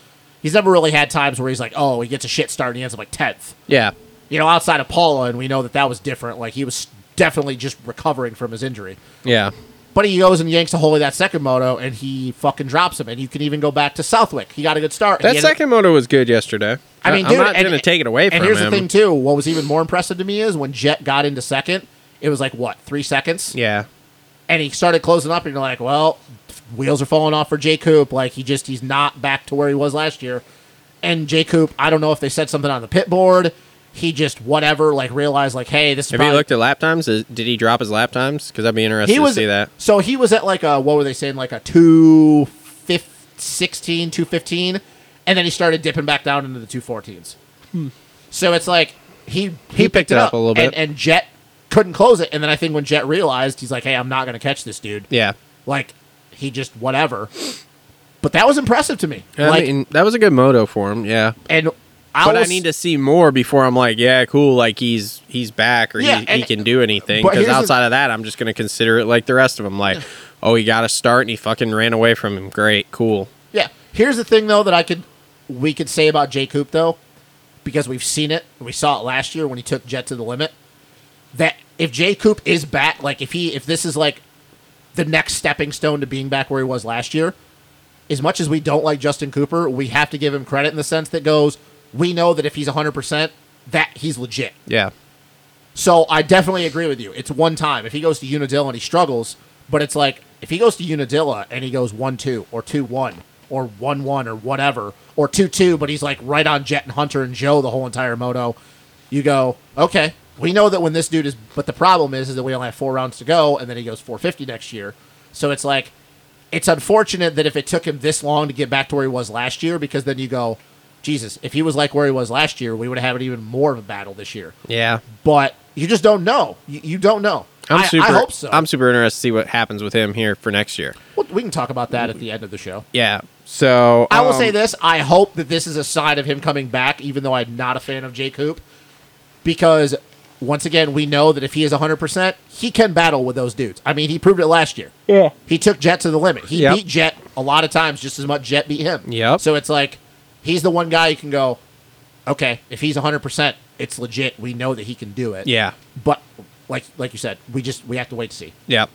S5: he's never really had times where he's like, oh, he gets a shit start and he ends up like tenth
S6: yeah.
S5: you know, outside of Paula, and we know that that was different. Like he was definitely just recovering from his injury.
S6: Yeah.
S5: But he goes and yanks a hole of that second moto, and he fucking drops him. And you can even go back to Southwick. He got a good start.
S6: That
S5: He ended-
S6: second moto was good yesterday.
S5: I mean,
S6: I'm
S5: dude,
S6: not
S5: and-
S6: going to take it away from
S5: And here's
S6: him.
S5: the thing too. What was even more impressive to me is when Jet got into second. It was like what three seconds,
S6: Yeah.
S5: and he started closing up. And you're like, well, wheels are falling off for J. Coop. Like he just he's not back to where he was last year. And J. Coop, I don't know if they said something on the pit board. He just whatever, like realized like, hey, this. Is
S6: Have
S5: probably-
S6: you looked at lap times? Is- Did he drop his lap times? Because I'd be interested
S5: he was
S6: to see that.
S5: so he was at like a what were they saying like a 216 215 and then he started dipping back down into the 214s
S6: Hmm.
S5: so it's like he he, picked, it up,
S6: a little
S5: and,
S6: bit.
S5: and jet couldn't close it and then i think when jet realized he's like hey i'm not gonna catch this dude
S6: Yeah.
S5: like he just whatever but that was impressive to me
S6: I
S5: like
S6: mean, that was a good moto for him. Yeah.
S5: and I
S6: But I
S5: was-
S6: need to see more before I'm like, yeah, cool. Like he's he's back or
S5: Yeah,
S6: he, he
S5: and-
S6: can do anything.
S5: but
S6: Because
S5: here's the-
S6: outside of that, I'm just going to consider it like the rest of them. Like, oh, he got a start and he fucking ran away from him. Great, cool.
S5: Yeah. Here's the thing though that I could we could say about Jay Coop though, because we've seen it. We saw it last year when he took Jet to the limit. That if Jay Coop is back, like if he if this is like the next stepping stone to being back where he was last year, as much as we don't like Justin Cooper, we have to give him credit in the sense that goes, we know that if he's 100%, that he's legit.
S6: Yeah.
S5: So I definitely agree with you. It's one time. If he goes to Unadilla and he struggles, but it's like if he goes to Unadilla and he goes one two or two one or one one or whatever or two two, but he's like right on Jet and Hunter and Joe the whole entire moto, you go okay. We know that when this dude is, but the problem is, is that we only have four rounds to go, and then he goes 450 next year. So it's like, it's unfortunate that if it took him this long to get back to where he was last year, because then you go, Jesus, if he was like where he was last year, we would have had even more of a battle this year
S6: Yeah.
S5: but you just don't know. You, you don't know.
S6: I'm
S5: I-
S6: super.
S5: I hope so.
S6: I'm super interested to see what happens with him here for next year.
S5: Well, we can talk about that at the end of the show.
S6: Yeah. So
S5: I will
S6: um,
S5: say this: I hope that this is a sign of him coming back, even though I'm not a fan of Jay Coop, because once again, we know that if he is 100, percent he can battle with those dudes. I mean, he proved it last year. Yeah, he took Jet to the limit. He
S6: Yep.
S5: beat Jet a lot of times, just as much Jet beat him.
S6: Yep.
S5: So it's like he's the one guy you can go, okay, if he's 100, percent it's legit. We know that he can do it.
S6: Yeah.
S5: but like like you said, we just we have to wait to see.
S6: Yeah.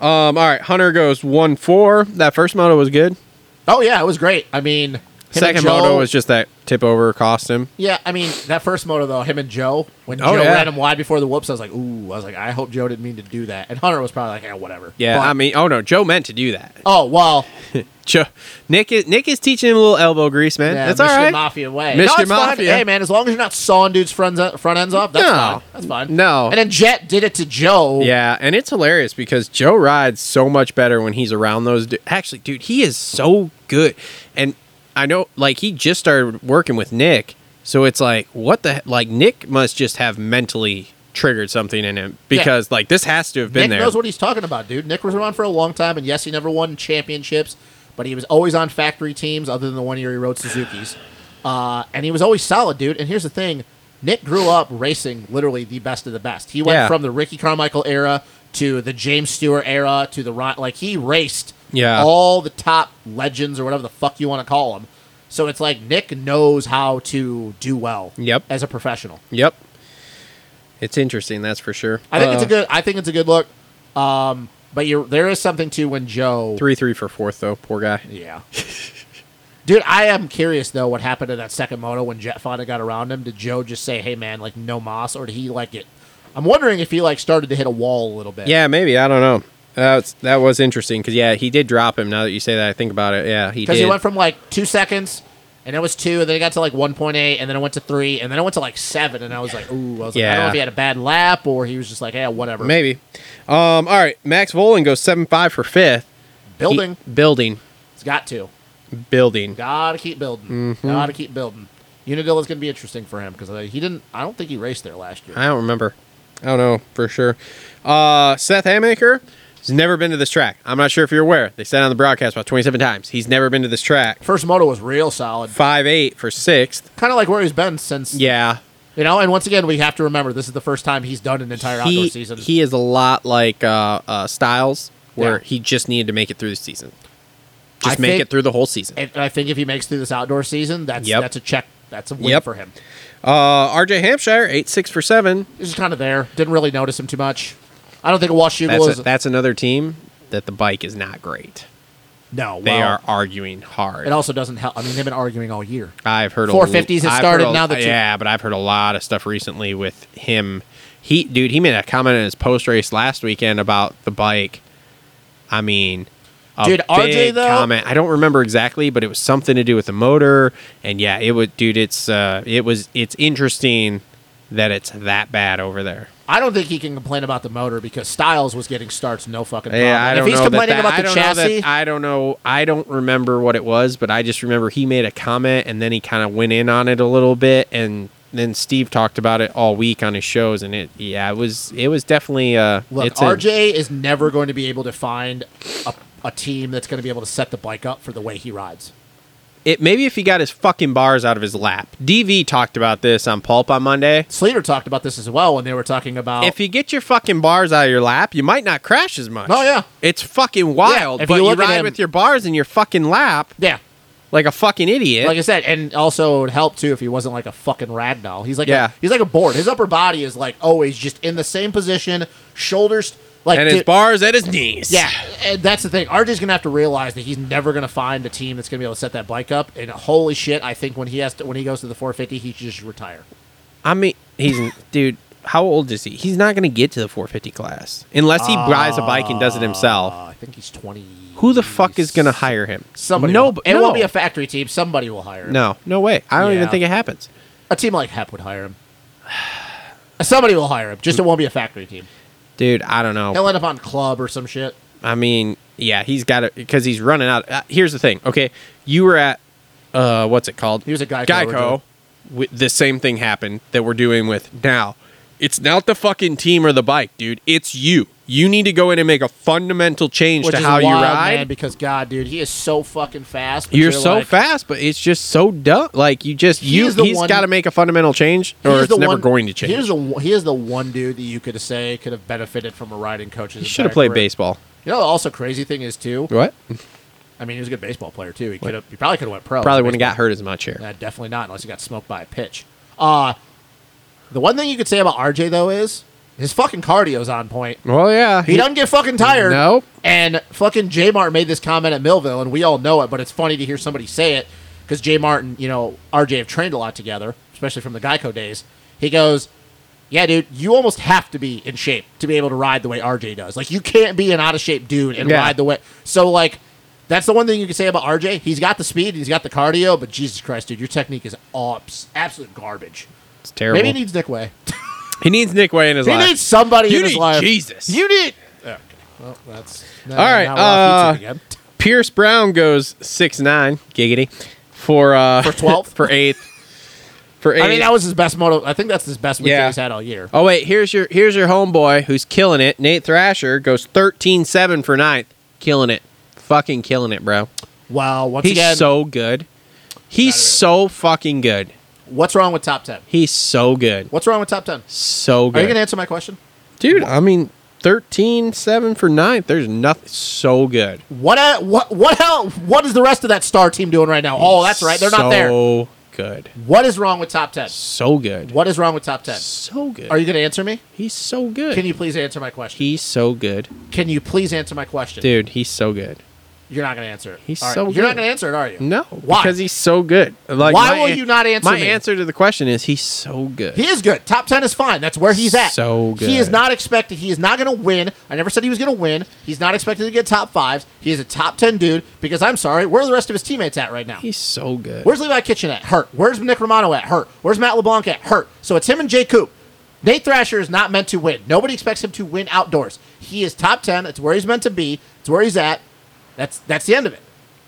S6: Um, all right, Hunter goes one four. That first moto was good.
S5: Oh yeah, it was great. I mean, him and
S6: Second
S5: Joe-
S6: moto was just that tip over cost him.
S5: yeah. I mean, that first moto though, him and Joe when
S6: Oh,
S5: Joe
S6: yeah.
S5: ran him wide before the whoops, I was like, ooh, I was like, I hope Joe didn't mean to do that. And Hunter was probably like, yeah, whatever.
S6: Yeah,
S5: But-
S6: I mean, oh no, Joe meant to do that.
S5: oh well,
S6: Joe, Nick is Nick is teaching him a little elbow grease, man.
S5: yeah,
S6: That's
S5: Michigan
S6: all right.
S5: Mafia way.
S6: Michigan
S5: no, it's fine.
S6: Mafia.
S5: Hey man, as long as you're not sawing dudes' front front ends off, that's
S6: No.
S5: fine. That's fine.
S6: No.
S5: And then Jet did it to Joe.
S6: Yeah, and it's hilarious because Joe rides so much better when he's around those. Du- Actually, dude, he is so good. And I know, like, he just started working with Nick, so it's like, what the he- like? Nick must just have mentally triggered something in him because, like, this has to have been
S5: Nick
S6: there.
S5: knows what he's talking about, dude. Nick was around for a long time, and yes, he never won championships, but he was always on factory teams, other than the one year he rode Suzuki's. Uh, and he was always solid, dude. And here's the thing Nick grew up racing literally the best of the best. He went
S6: Yeah.
S5: from the Ricky Carmichael era to the James Stewart era to the Ron. Like, he raced
S6: Yeah.
S5: all the top legends or whatever the fuck you want to call them. So it's like Nick knows how to do well
S6: Yep.
S5: as a professional.
S6: yep, it's interesting. That's for sure.
S5: I think it's
S6: Uh,
S5: a good. I think it's a good look. Um, but you're there is something to when Joe.
S6: three three for fourth though. Poor guy.
S5: Yeah. Dude, I am curious though what happened to that second moto when Jet Fonda got around him. Did Joe just say, "Hey man, like no moss," or did he like it? I'm wondering if he like started to hit a wall a little bit.
S6: Yeah, maybe I don't know. That's that was interesting because yeah, he did drop him. Now that you say that, I think about it. Yeah, he did.
S5: because he went from like two seconds, and it was two, and then it got to like 1.8, and then it went to three, and then it went to like seven, and I was like, "Ooh," I was like, I don't know
S6: Yeah.
S5: if he had a bad lap or he was just like, "Yeah, whatever."
S6: Maybe. Um, all right. Max Volan goes seven five for fifth.
S5: building,
S6: He- building.
S5: it's got to.
S6: Building.
S5: Gotta keep building.
S6: Mm-hmm.
S5: Gotta keep building. Unadilla's gonna be interesting for him because he didn't. I don't think he raced there last year.
S6: I don't remember. I don't know for sure. Uh, Seth Hamaker has never been to this track. I'm not sure if you're aware. They said on the broadcast about 27 times. He's never been to this track.
S5: First moto was real solid,
S6: Five eight for sixth.
S5: kind of like where he's been since.
S6: Yeah.
S5: You know, and once again, we have to remember this is the first time he's done an entire outdoor
S6: He,
S5: season.
S6: he is a lot like uh, uh, Styles, where
S5: Yeah.
S6: he just needed to make it through the season. Just
S5: I
S6: make
S5: think-
S6: it through the whole season.
S5: and I think if he makes through this outdoor season, that's
S6: Yep.
S5: that's a check. That's a win
S6: Yep.
S5: for him.
S6: Uh, RJ Hampshire, eight six for seven.
S5: He's just kind of there. Didn't really notice him too much. I don't think Washugal
S6: That's,
S5: is.
S6: a, that's another team that the bike is not great.
S5: no,
S6: They
S5: well,
S6: are arguing hard.
S5: It also doesn't help. I mean, they've been arguing all year.
S6: I've heard a
S5: 450s have
S6: I've
S5: started,
S6: heard a-
S5: now the two-
S6: yeah, but I've heard a lot of stuff recently with him. He dude, he made a comment in his post race last weekend about the bike. I mean, a
S5: Dude, RJ
S6: big
S5: though-
S6: comment. I don't remember exactly, but it was something to do with the motor. And yeah, it would, dude. It's uh, it was it's interesting that it's that bad over there.
S5: I don't think he can complain about the motor because Styles was getting starts no fucking problem.
S6: Yeah, I don't
S5: Um, if he's
S6: know that
S5: complaining
S6: that-
S5: about
S6: I
S5: the
S6: don't know that-
S5: chassis,
S6: I don't know. I don't remember what it was, but I just remember he made a comment and then he kind of went in on it a little bit, and then Steve talked about it all week on his shows, and it yeah, it was it was definitely uh,
S5: Look,
S6: it's a-
S5: RJ is never going to be able to find a, a team that's going to be able to set the bike up for the way he rides.
S6: it maybe if he got his fucking bars out of his lap. DV talked about this on Pulp on Monday.
S5: Slater talked about this as well when they were talking about.
S6: If you get your fucking bars out of your lap, you might not crash as much.
S5: Oh, yeah.
S6: it's fucking wild.
S5: if
S6: but
S5: you
S6: you,
S5: look at
S6: ride
S5: him-
S6: with your bars in your fucking lap
S5: yeah,
S6: like a fucking idiot.
S5: like I said, and also it would help too if he wasn't like a fucking rag doll. He's like,
S6: Yeah.
S5: a, he's like a board. His upper body is like always just in the same position, shoulders like.
S6: and his
S5: dude-
S6: bars at his knees.
S5: yeah, and that's the thing. RJ's gonna have to realize that he's never gonna find a team that's gonna be able to set that bike up. And holy shit, I think when he has to, when he goes to the 450, he should just retire.
S6: I mean, he's dude. How old is he? He's not going to get to the 450 class unless he buys a bike and does it
S5: Uh,
S6: himself.
S5: I think he's 20.
S6: Who the fuck is going to hire him?
S5: Somebody.
S6: No,
S5: will-
S6: but-
S5: it
S6: no.
S5: won't be a factory team. Somebody will hire him.
S6: no, no way. I don't even
S5: Yeah.
S6: think it happens.
S5: A team like Hep would hire him. Somebody will hire him. Just it won't be a factory team.
S6: Dude, I don't know.
S5: He'll end up on club or some shit.
S6: I mean, yeah, he's got it because he's running out. Uh, here's the thing. Okay, you were at uh, what's it called?
S5: He was at Geico, we're
S6: Geico.
S5: doing-
S6: With the same thing happened that we're doing with now. It's not the fucking team or the bike, dude. It's you. You need to go in and make a fundamental change
S5: Which
S6: to
S5: is
S6: how you
S5: wild,
S6: ride.
S5: man, because God, dude, he is so fucking fast. but
S6: You're so
S5: like-
S6: fast, but it's just so dumb. Like you just
S5: He
S6: you
S5: is the
S6: he's
S5: one-
S6: got to make a fundamental change,
S5: he
S6: or
S5: is
S6: it's
S5: the
S6: never
S5: one-
S6: going to
S5: He is,
S6: change.
S5: the, one- he is the one dude that you could say could have benefited from a riding coach's.
S6: He should have
S5: entire
S6: played
S5: career.
S6: baseball.
S5: You know, the also crazy thing is too.
S6: What?
S5: I mean, he was a good baseball player too. He could have. He probably could have went pro.
S6: Probably
S5: Baseball.
S6: wouldn't got hurt as much here.
S5: Uh, definitely not, unless he got smoked by a pitch. Uh, the one thing you could say about RJ though is His fucking cardio's on point.
S6: Well, yeah.
S5: He doesn't get fucking tired.
S6: Nope.
S5: And fucking J Mart made this comment at Millville, and we all know it, but it's funny to hear somebody say it because J Mart and, you know, RJ have trained a lot together, especially from the Geico days. He goes, Yeah, dude, you almost have to be in shape to be able to ride the way RJ does. Like, you can't be an out of shape dude and
S6: Yeah.
S5: ride the way. So, like, that's the one thing you can say about RJ. He's got the speed, he's got the cardio, but Jesus Christ, dude, your technique is abs- absolute garbage.
S6: It's terrible.
S5: Maybe he needs Nick Way.
S6: he needs Nick Way in his
S5: He
S6: life.
S5: needs somebody
S6: You
S5: in his
S6: need
S5: life.
S6: Jesus.
S5: You need. Okay. Well, that's now,
S6: All right,
S5: Now we're off
S6: uh,
S5: YouTube again.
S6: Pierce Brown goes six nine giggity for uh
S5: For 12th?
S6: for eighth for eighth.
S5: I mean, that was his best moto. I think that's his best weekend
S6: Yeah.
S5: he's had all year.
S6: oh wait, here's your here's your homeboy who's killing it. Nate Thrasher goes 13-7 for ninth, killing it, fucking killing it, bro.
S5: Wow. Once
S6: He's
S5: again,
S6: so good. He's so fucking good.
S5: what's wrong with top ten?
S6: He's so good,
S5: What's wrong with top ten?
S6: so
S5: Are
S6: good,
S5: you gonna answer my question?
S6: dude. I mean, 13-7 for ninth. There's nothing so good.
S5: What? Uh, what? What? Hell? What is the rest of that star team doing right now? Oh, that's right. They're not there.
S6: So good,
S5: What is wrong with top ten?
S6: so good,
S5: What is wrong with top ten?
S6: so good.
S5: Are you gonna answer me?
S6: He's so good.
S5: Can you please answer my question?
S6: He's so good,
S5: Can you please answer my question?
S6: dude. He's so good.
S5: You're not gonna answer it.
S6: He's
S5: All right,
S6: so
S5: You're not
S6: good.
S5: gonna answer it, are you?
S6: No,
S5: Why?
S6: Because he's so good. Like,
S5: Why
S6: my
S5: will
S6: an-
S5: you not answer
S6: My
S5: me?
S6: answer to the question is he's so good.
S5: He is good. Top 10 is fine. That's where he's at.
S6: So good.
S5: He is not expected. He is not going to win. I never said he was going to win. He's not expected to get top fives. He is a top 10 dude because I'm sorry. Where are the rest of his teammates at right now?
S6: he's so good.
S5: Where's Levi Kitchen at? Hurt. Where's Nick Romano at? Hurt. Where's Matt LeBlanc at? Hurt. So it's him and Jay Coop. Nate Thrasher is not meant to win. Nobody expects him to win outdoors. He is top 10. It's where he's meant to be. It's where he's at. That's that's the end of it.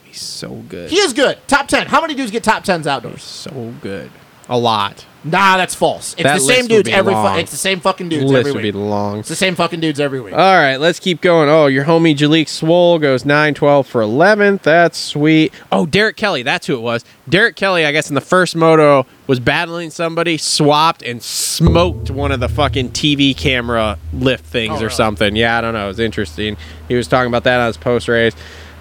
S6: he's so good.
S5: He is good. Top 10. How many dudes get top 10s outdoors?
S6: so good. A lot.
S5: Nah, that's false. It's
S6: That
S5: the
S6: list
S5: same
S6: would
S5: dudes
S6: be
S5: every fu-
S6: long.
S5: It's the same fucking dudes
S6: List
S5: every
S6: would
S5: week.
S6: be long.
S5: It's the same fucking dudes every week.
S6: All right, let's keep going. Oh, your homie Jalik Swole goes 9 12 for 11th. That's sweet. Oh, Derek Kelly. That's who it was. Derek Kelly, I guess, in the first moto was battling somebody, swapped, and smoked one of the fucking TV camera lift things or something. Yeah, I don't know. It was interesting. He was talking about that on his post race.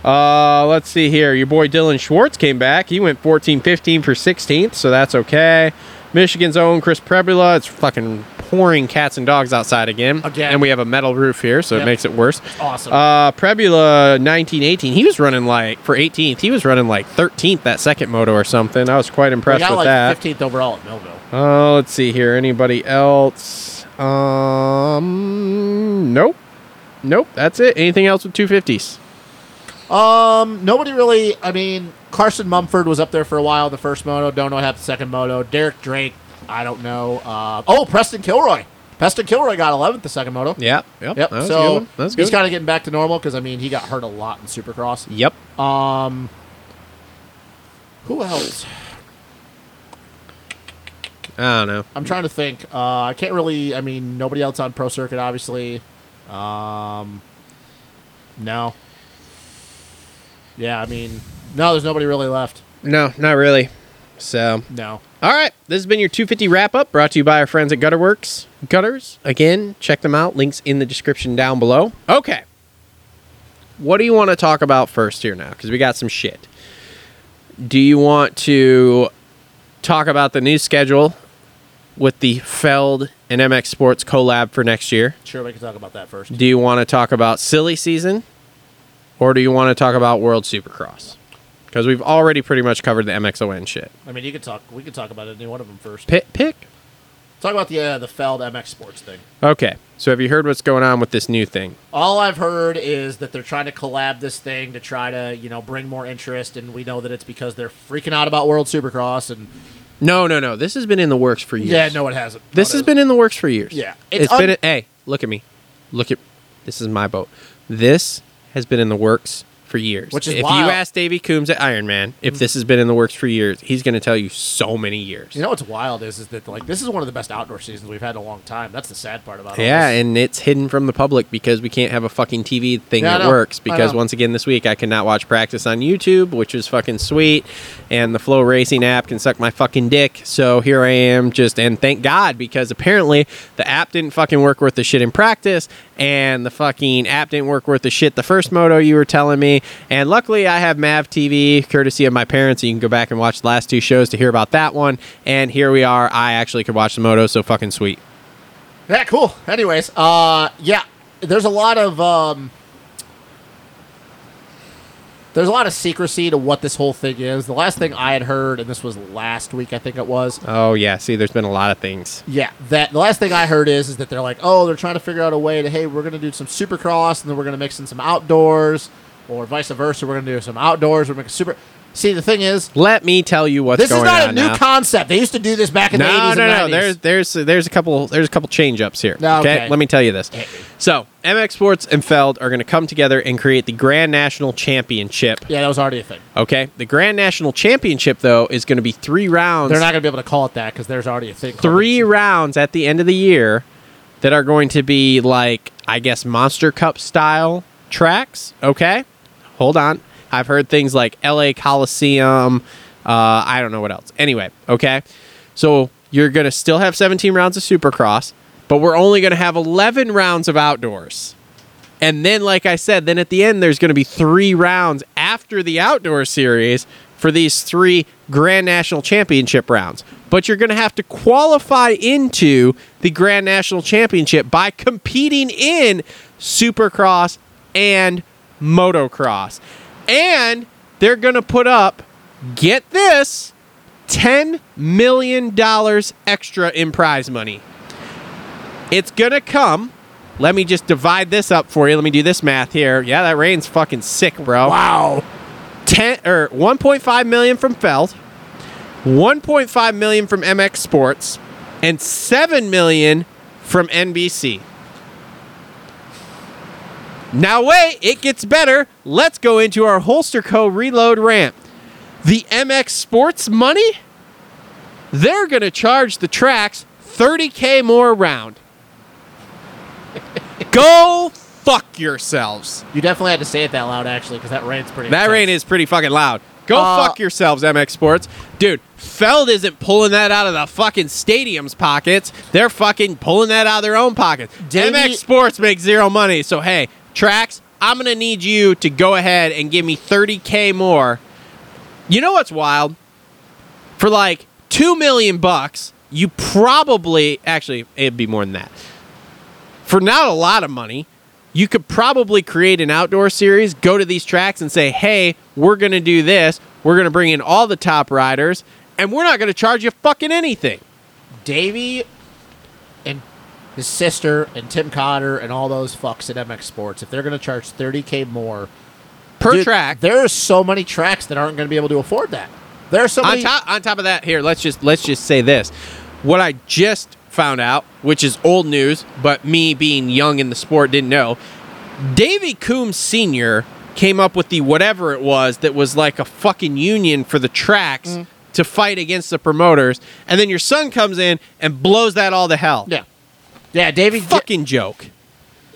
S6: Uh, let's see here. Your boy Dylan Schwartz came back. He went 14 15 for 16th, so that's okay. Michigan's own Chris Prebula. It's fucking pouring cats and dogs outside again.
S5: Again.
S6: And we have a metal roof here, so
S5: Yep.
S6: it makes it worse.
S5: awesome.
S6: Uh, Prebula 1918. He was running like for 18th. He was running like 13th that second moto or something. I was quite
S5: we
S6: impressed
S5: got
S6: with
S5: like
S6: that.
S5: 15th overall at Millville.
S6: Uh, let's see here. Anybody else? Um, nope, nope. That's it. Anything else with 250s?
S5: Um, nobody really. I mean, Carson Mumford was up there for a while in the first moto. Don't know what happened the second moto. Derek Drake, I don't know. Uh, oh, Preston Kilroy. Preston Kilroy got 11th the second moto.
S6: Yeah. Yep.
S5: Yep.
S6: That's
S5: so
S6: good. That's
S5: he's
S6: good.
S5: kind of getting back to normal because I mean he got hurt a lot in Supercross.
S6: yep.
S5: Um, who else?
S6: I don't know.
S5: I'm trying to think. Uh, I can't really. I mean, nobody else on Pro Circuit, obviously. Um, no. Yeah, I mean, no. There's nobody really left.
S6: No, not really. So
S5: No.
S6: All right, this has been your 250 wrap up brought to you by our friends at Gutterworks. Gutters, again, check them out. Links in the description down below. Okay. What do you want to talk about first here now? Because we got some shit. Do you want to talk about the new schedule with the Feld and MX Sports collab for next year?
S5: Sure, we can talk about that first.
S6: Do you want to talk about silly season? Or do you want to talk about World Supercross? Because we've already pretty much covered the MXON shit.
S5: I mean, you could talk. We could talk about any one of them first.
S6: Pick, pick.
S5: Talk about the uh, the Feld MX Sports thing.
S6: Okay. So have you heard what's going on with this new thing?
S5: All I've heard is that they're trying to collab this thing to try to you know bring more interest, and we know that it's because they're freaking out about World Supercross, and
S6: No, no, no. This has been in the works for years.
S5: yeah, no, it hasn't.
S6: This
S5: No, it
S6: has been in the works for years.
S5: Yeah. It's
S6: It's been
S5: un-
S6: hey, look at me. Look at this is my boat. This has been in the works for years.
S5: Which is
S6: if
S5: wild. Mm.
S6: you ask Davy Coombs at Iron Man if this has been in the works for years, he's gonna tell you so many years.
S5: You know what's wild is is that like this is one of the best outdoor seasons we've had in a long time. That's the sad part about it.
S6: yeah, and it's hidden from the public because we can't have a fucking TV thing
S5: Yeah, I
S6: that
S5: know.
S6: works.
S5: I
S6: Because
S5: know.
S6: once again, this week I cannot watch practice on YouTube, which is fucking sweet. And the Flow Racing app can suck my fucking dick. So here I am, just and thank God because apparently the app didn't fucking work worth the shit in practice, and the fucking app didn't work worth the shit the first moto you were telling me. And luckily I have Mav TV, courtesy of my parents. You can go back and watch the last two shows to hear about that one. And here we are. I actually could watch the moto, so fucking sweet.
S5: Yeah, cool. Anyways, uh, yeah, there's a lot of um, there's a lot of secrecy to what this whole thing is. The last thing I had heard, and this was last week, I think it was.
S6: Oh yeah, see, there's been a lot of things.
S5: Yeah, that the last thing I heard is is that they're like, oh, they're trying to figure out a way to hey, we're gonna do some supercross, and then we're gonna mix in some outdoors, or vice versa. We're gonna do some outdoors. We're making super. See, the thing is,
S6: Let me tell you what's
S5: this is
S6: going
S5: not a
S6: on
S5: new
S6: now.
S5: concept. They used to do this back in the
S6: no,
S5: eighties.
S6: no,
S5: and
S6: no.
S5: 90s.
S6: There's there's there's a couple there's a couple change ups here.
S5: No, okay.
S6: Let me tell you this. So MX Sports and Feld are going to come together and create the Grand National Championship.
S5: yeah, that was already a thing.
S6: Okay. The Grand National Championship though is going to be three rounds.
S5: They're not gonna be able to call it that because there's already a thing. called
S6: three
S5: the-
S6: rounds at the end of the year that are going to be like I guess Monster Cup style tracks. Okay, hold on. I've heard things like L.A. Coliseum. Uh, I don't know what else. Anyway, okay. So you're gonna still have 17 rounds of Supercross, but we're only gonna have 11 rounds of outdoors. And then, like I said, then at the end, there's going to be three rounds after the outdoor series for these three Grand National Championship rounds. But you're going to have to qualify into the Grand National Championship by competing in Supercross and Motocross. And they're going to put up, get this, $10 million extra in prize money. It's going to come. Let me just divide this up for you. Let me do this math here. Yeah, that rain's fucking sick, bro. er,
S5: Wow.
S6: 10 or 1.5 million from Feld, 1.5 million from MX Sports, and 7 million from NBC. Now wait, it gets better. Let's go into our Holster Co reload ramp. The MX Sports money? They're going to charge the tracks 30k more a round. go fuck yourselves.
S5: You definitely had to say it that loud, actually, because that rain's pretty.
S6: That
S5: intense.
S6: rain is pretty fucking loud. Go
S5: Uh,
S6: fuck yourselves, MX Sports. Dude, Feld isn't pulling that out of the fucking stadium's pockets. They're fucking pulling that out of their own pockets.
S5: Davey-
S6: MX Sports makes zero money. So, hey, Trax, I'm going to need you to go ahead and give me 30K more. You know what's wild? For like 2 million bucks, you probably, actually, it'd be more than that for not a lot of money, you could probably create an outdoor series, go to these tracks and say, hey, we're going to do this. We're going to bring in all the top riders, and we're not going to charge you fucking anything.
S5: Davey and his sister and Tim Cotter and all those fucks at MX Sports. If they're going to charge 30k more
S6: Per
S5: Dude,
S6: track.
S5: there are so many tracks that aren't going to be able to afford that. There are so
S6: on
S5: many.
S6: top on top of that here let's just let's just say this what i just found out which is old news but me being young in the sport didn't know davy coombs senior came up with the whatever it was that was like a fucking union for the tracks
S5: Mm.
S6: to fight against the promoters and then your son comes in and blows that all to hell
S5: yeah, yeah. Davey,
S6: fucking joke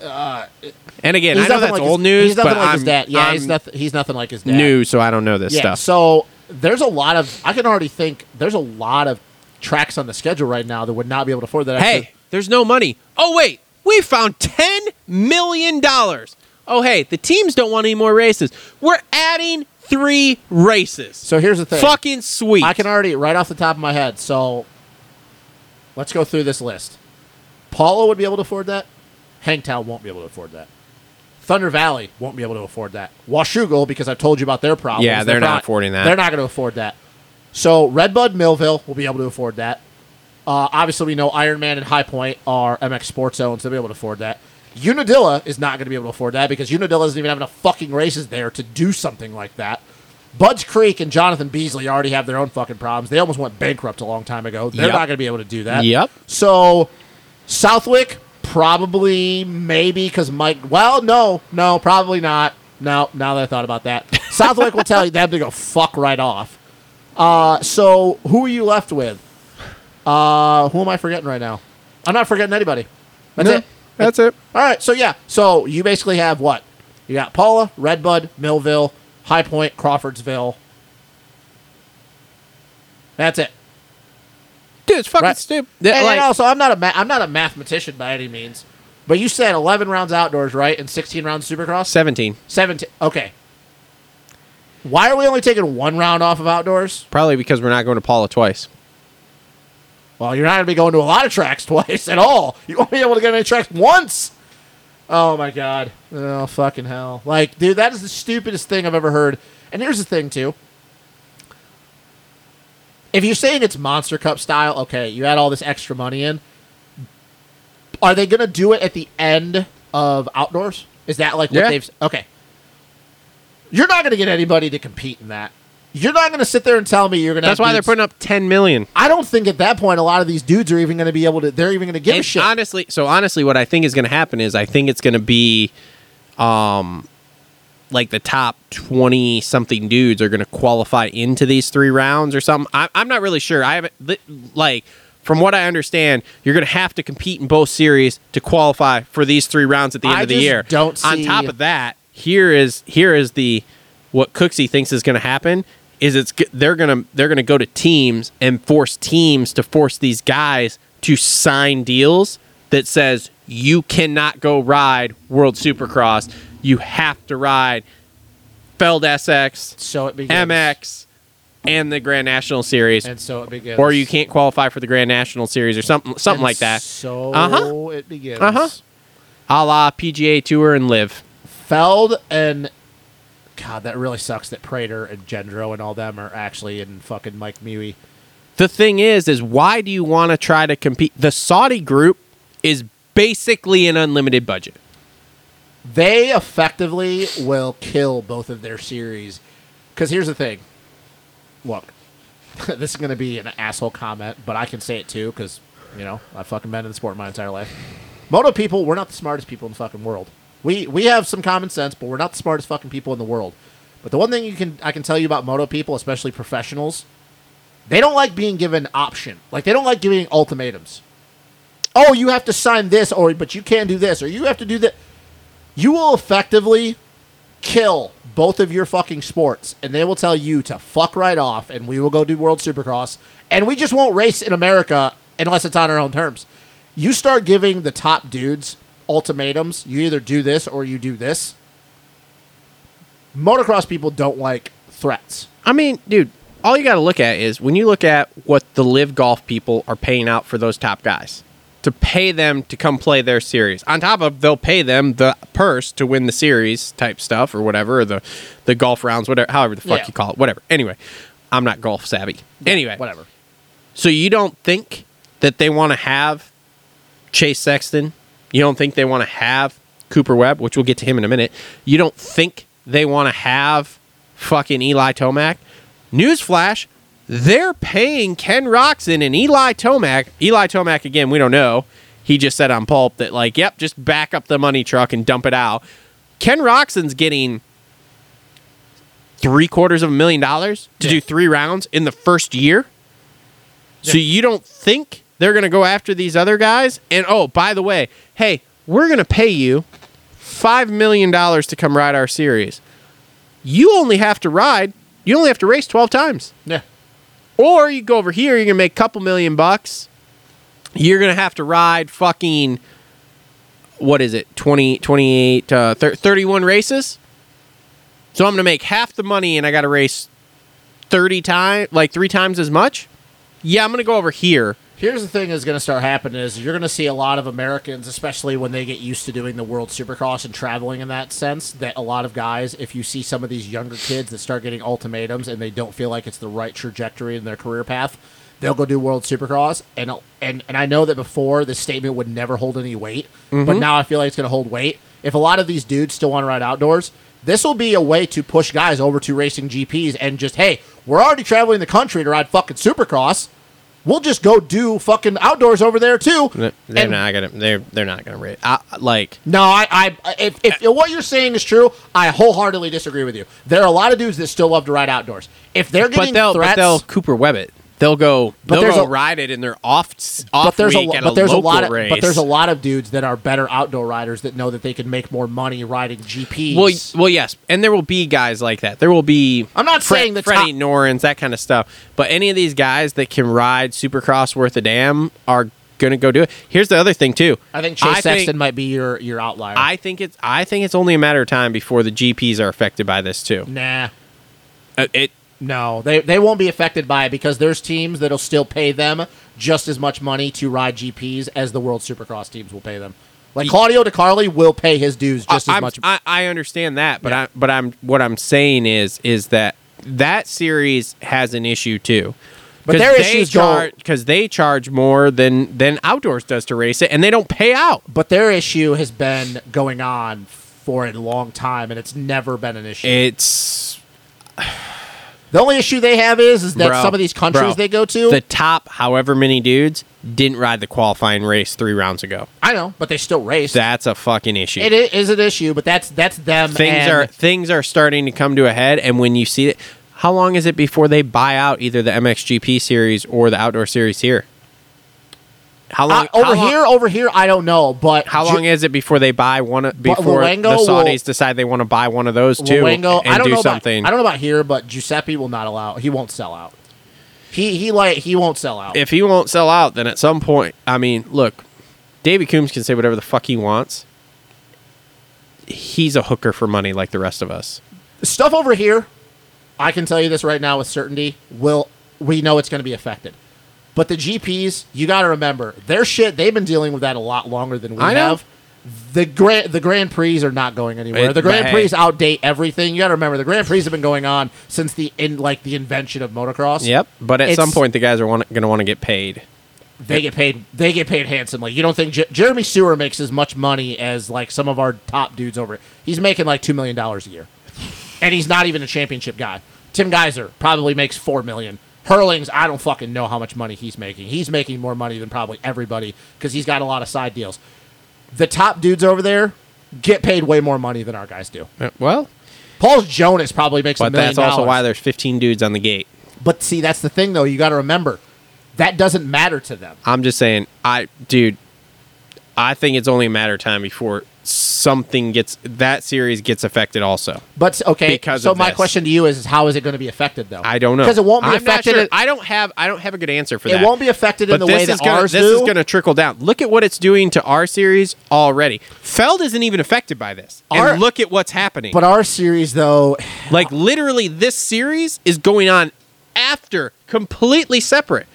S6: and again
S5: he's
S6: i know
S5: nothing
S6: that's
S5: like
S6: old
S5: his,
S6: news
S5: He's nothing
S6: but
S5: like
S6: I'm,
S5: his dad. Yeah, he's
S6: I'm
S5: nothing. He's nothing like his dad.
S6: new so i don't know this
S5: Yeah.
S6: stuff
S5: So there's a lot of. I can already think. There's a lot of tracks on the schedule right now that would not be able to afford that.
S6: Hey,
S5: extra-
S6: there's no money. Oh wait, we found ten million dollars. Oh hey, the teams don't want any more races. We're adding three races.
S5: So here's the thing.
S6: fucking sweet.
S5: I can already right off the top of my head. So let's go through this list. Paula would be able to afford that. Hangtown won't be able to afford that. Thunder Valley won't be able to afford that. Washugal, because I've told you about their problems.
S6: Yeah, they're not
S5: prob-
S6: affording that.
S5: They're not going to afford that. So Redbud Millville will be able to afford that. Uh, obviously, we know Iron Man and High Point are MX Sports owned, so they'll be able to afford that. Unadilla is not going to be able to afford that because Unadilla doesn't even have enough fucking races there to do something like that. Bud's Creek and Jonathan Beasley already have their own fucking problems. They almost went bankrupt a long time ago. They're
S6: Yep.
S5: not going to be able to do that.
S6: Yep.
S5: So Southwick probably maybe because Mike. Well, no, no, probably not. No, now that I thought about that, Southwick will tell you they have to go fuck right off. Uh, so who are you left with? Uh, who am I forgetting right now? I'm not forgetting anybody. That's it.
S6: That's it.
S5: All right. So yeah. So you basically have what? You got Paula, Redbud, Millville, High Point, Crawfordsville. That's it.
S6: Dude, it's fucking
S5: Right.
S6: stupid.
S5: And,
S6: Like,
S5: and also, I'm not a ma- I'm not a mathematician by any means, but you said 11 rounds outdoors, right, and 16 rounds Supercross.
S6: 17.
S5: 17. Okay. Why are we only taking one round off of outdoors?
S6: Probably because we're not going to Paula twice.
S5: Well, you're not going to be going to a lot of tracks twice at all. You won't be able to get any tracks once. Oh my god. Oh fucking hell. Like, dude, that is the stupidest thing I've ever heard. And here's the thing too. If you're saying it's Monster Cup style, okay, you add all this extra money in. Are they gonna do it at the end of outdoors? Is that like what
S6: Yeah.
S5: they've okay? You're not gonna get anybody to compete in that. You're not gonna sit there and tell me you're gonna.
S6: That's
S5: have
S6: why they're
S5: dudes-
S6: putting up 10 million.
S5: I don't think at that point a lot of these dudes are even gonna be able to. They're even gonna give a
S6: And
S5: shit.
S6: Honestly, so honestly, what I think is going to happen is I think it's going to be, um, like the top twenty something dudes are going to qualify into these three rounds or something. I, I'm not really sure. I haven't li- like from what I understand, you're going to have to compete in both series to qualify for these three rounds at the end
S5: I
S6: of the
S5: just
S6: year.
S5: don't
S6: On
S5: see-
S6: top of that, here is here is the what Cooksey thinks is going to happen is it's g- they're gonna they're gonna go to teams and force teams to force these guys to sign deals that says you cannot go ride World Supercross. You have to ride Feld SX,
S5: so it begins.
S6: MX, and the Grand National Series,
S5: And so it begins.
S6: or you can't qualify for the Grand National Series or something something
S5: And
S6: like that.
S5: So
S6: Uh-huh.
S5: it begins.
S6: Uh-huh. A la PGA Tour and Live.
S5: Feld and God, that really sucks that Prater and Gendro and all them are actually in fucking Mike Mewy.
S6: the thing is is why do you want to try to compete the saudi group is basically an unlimited budget
S5: They effectively will kill both of their series. Because here's the thing. Look, this is going to be an asshole comment, but I can say it too because, you know, I've fucking been in the sport my entire life. Moto people, we're not the smartest people in the fucking world. We we have some common sense, but we're not the smartest fucking people in the world. But the one thing you can I can tell you about moto people, especially professionals, they don't like being given option. Like they don't like giving ultimatums. Oh, you have to sign this, or but you can't do this, or you have to do that. You will effectively kill both of your fucking sports, and they will tell you to fuck right off, and we will go do World Supercross, and we just won't race in America unless it's on our own terms. You start giving the top dudes ultimatums. You either do this or you do this. Motocross people don't like threats.
S6: i mean dude all you got to look at is when you look at what the live golf people are paying out for those top guys to pay them to come play their series on top of they'll pay them the purse to win the series type stuff or whatever or the the golf rounds whatever however the fuck
S5: Yeah.
S6: you call it whatever anyway i'm not golf savvy anyway
S5: Whatever.
S6: So you don't think that they want to have Chase Sexton? You don't think they want to have Cooper Webb, which we'll get to him in a minute. You don't think they want to have fucking Eli Tomac? Newsflash, they're paying Ken Roxon and Eli Tomac. Eli Tomac again, we don't know. He just said on Pulp that like, yep, just back up the money truck and dump it out. Ken Roxon's getting three quarters of a million dollars to do three rounds in the first year. So you don't think they're going to go after these other guys? And oh, by the way, hey, we're going to pay you $5 million to come ride our series. You only have to ride, you only have to race 12 times.
S5: Yeah.
S6: Or you go over here, you're going to make a couple million bucks. You're going to have to ride fucking, what is it, 20, 28, uh, thir- 31 races? So I'm going to make half the money and I got to race 30 times, like three times as much? Yeah, I'm going to go over here.
S5: Here's the thing that's going to start happening is you're going to see a lot of Americans, especially when they get used to doing the World Supercross and traveling in that sense, that a lot of guys, if you see some of these younger kids that start getting ultimatums and they don't feel like it's the right trajectory in their career path, they'll go do World Supercross. And and and I know that before this statement would never hold any weight, but now I feel like it's going to hold weight. If a lot of these dudes still want to ride outdoors, this will be a way to push guys over to racing GPs and just hey, we're already traveling the country to ride fucking Supercross we'll just go do fucking outdoors over there too.
S6: They're
S5: And-
S6: not gonna. They're they're not gonna rate. I, like
S5: No, I, I if, if, if what you're saying is true, I wholeheartedly disagree with you. There are a lot of dudes that still love to ride outdoors. If they're getting
S6: but they'll
S5: threats,
S6: but they'll Cooper Webb it. They'll go.
S5: But
S6: they'll
S5: there's
S6: go
S5: a-
S6: ride it in their off s- off
S5: but there's a
S6: week
S5: lo-
S6: at
S5: but there's a
S6: local
S5: lot of
S6: race.
S5: but there's a lot of dudes that are better outdoor riders that know that they can make more money riding GPs.
S6: Well, y- well, yes, and there will be guys like that. There will be.
S5: I'm not saying the
S6: Freddie
S5: top-
S6: Norins, that kind of stuff. But any of these guys that can ride Supercross worth a damn are gonna go do it. Here's the other thing too.
S5: I think Chase
S6: I
S5: Sexton might be your your outlier.
S6: I think it's I think it's only a matter of time before the GPs are affected by this too.
S5: nah,
S6: Uh, it
S5: No, they they won't be affected by it because there's teams that'll still pay them just as much money to ride GPs as the World Supercross teams will pay them. Like Claudio DeCarli will pay his dues just
S6: I,
S5: as
S6: I'm-
S5: much.
S6: I, I understand that, but
S5: Yeah.
S6: I but I'm what I'm saying is is that that series has an issue too.
S5: But
S6: 'Cause
S5: their
S6: they
S5: issues go-
S6: charge because they charge more than than outdoors does to race it, and they don't pay out.
S5: but their issue has been going on for a long time, and it's never been an issue.
S6: It's
S5: the only issue they have is is that
S6: bro,
S5: some of these countries
S6: bro,
S5: they go to.
S6: the top however many dudes didn't ride the qualifying race three rounds ago.
S5: I know, but they still race.
S6: That's a fucking issue.
S5: it i- is an issue, but that's that's them.
S6: things
S5: and-
S6: are things are starting to come to a head and when you see it how long is it before they buy out either the MXGP series or the outdoor series here? How long
S5: Uh, over
S6: how long-
S5: here, over here. I don't know, but
S6: How
S5: ju-
S6: long is it before they buy one of, before the
S5: Luengo
S6: Saudis
S5: will-
S6: decide they want to buy one of those two
S5: Luongo-
S6: and
S5: I don't
S6: do
S5: know
S6: something?
S5: About, I don't know about here, but Giuseppe will not allow. He won't sell out. He he like he won't sell out.
S6: if he won't sell out, then at some point, I mean, look, David Coombs can say whatever the fuck he wants. He's a hooker for money like the rest of us.
S5: Stuff over here, I can tell you this right now with certainty. Will we know it's going to be affected? But the GPS, you got to remember their shit. They've been dealing with that a lot longer than we
S6: I know.
S5: have. The grand the Grand Prix are not going anywhere.
S6: It-
S5: the Grand
S6: but hey.
S5: Prix outdate everything. You got to remember the Grand Prix have been going on since the in like the invention of motocross.
S6: Yep. But at some
S5: It's-
S6: point, the guys are want, gonna want to get paid.
S5: they get paid they get paid handsomely. You don't think Jer- Jeremy Sewer makes as much money as like some of our top dudes over? He's making like two million dollars a year, and he's not even a championship guy. Tim Geiser probably makes four million. Hurlings, I don't fucking know how much money he's making. He's making more money than probably everybody because he's got a lot of side deals. The top dudes over there get paid way more money than our guys do.
S6: Uh, Well,
S5: Paul Jonas probably makes a
S6: but
S5: million
S6: that's also
S5: dollars.
S6: why there's 15 dudes on the gate.
S5: but see, that's the thing though. You got to remember that doesn't matter to them.
S6: I'm just saying, I dude, I think it's only a matter of time before something gets that series gets affected. Also,
S5: But okay,
S6: Because
S5: so
S6: of
S5: my
S6: this.
S5: question to you is, how is it going to be affected though?
S6: I don't know
S5: because it won't be
S6: I'm not
S5: affected.
S6: sure.
S5: in-
S6: I don't have I don't have a good answer for
S5: it
S6: that.
S5: won't be affected in the way that
S6: is gonna,
S5: ours
S6: this
S5: do.
S6: is going to trickle down. Look at what it's doing to our series already. Feld isn't even affected by this,
S5: Our-
S6: and look at what's happening.
S5: but our series though,
S6: like literally, this series is going on after completely separate.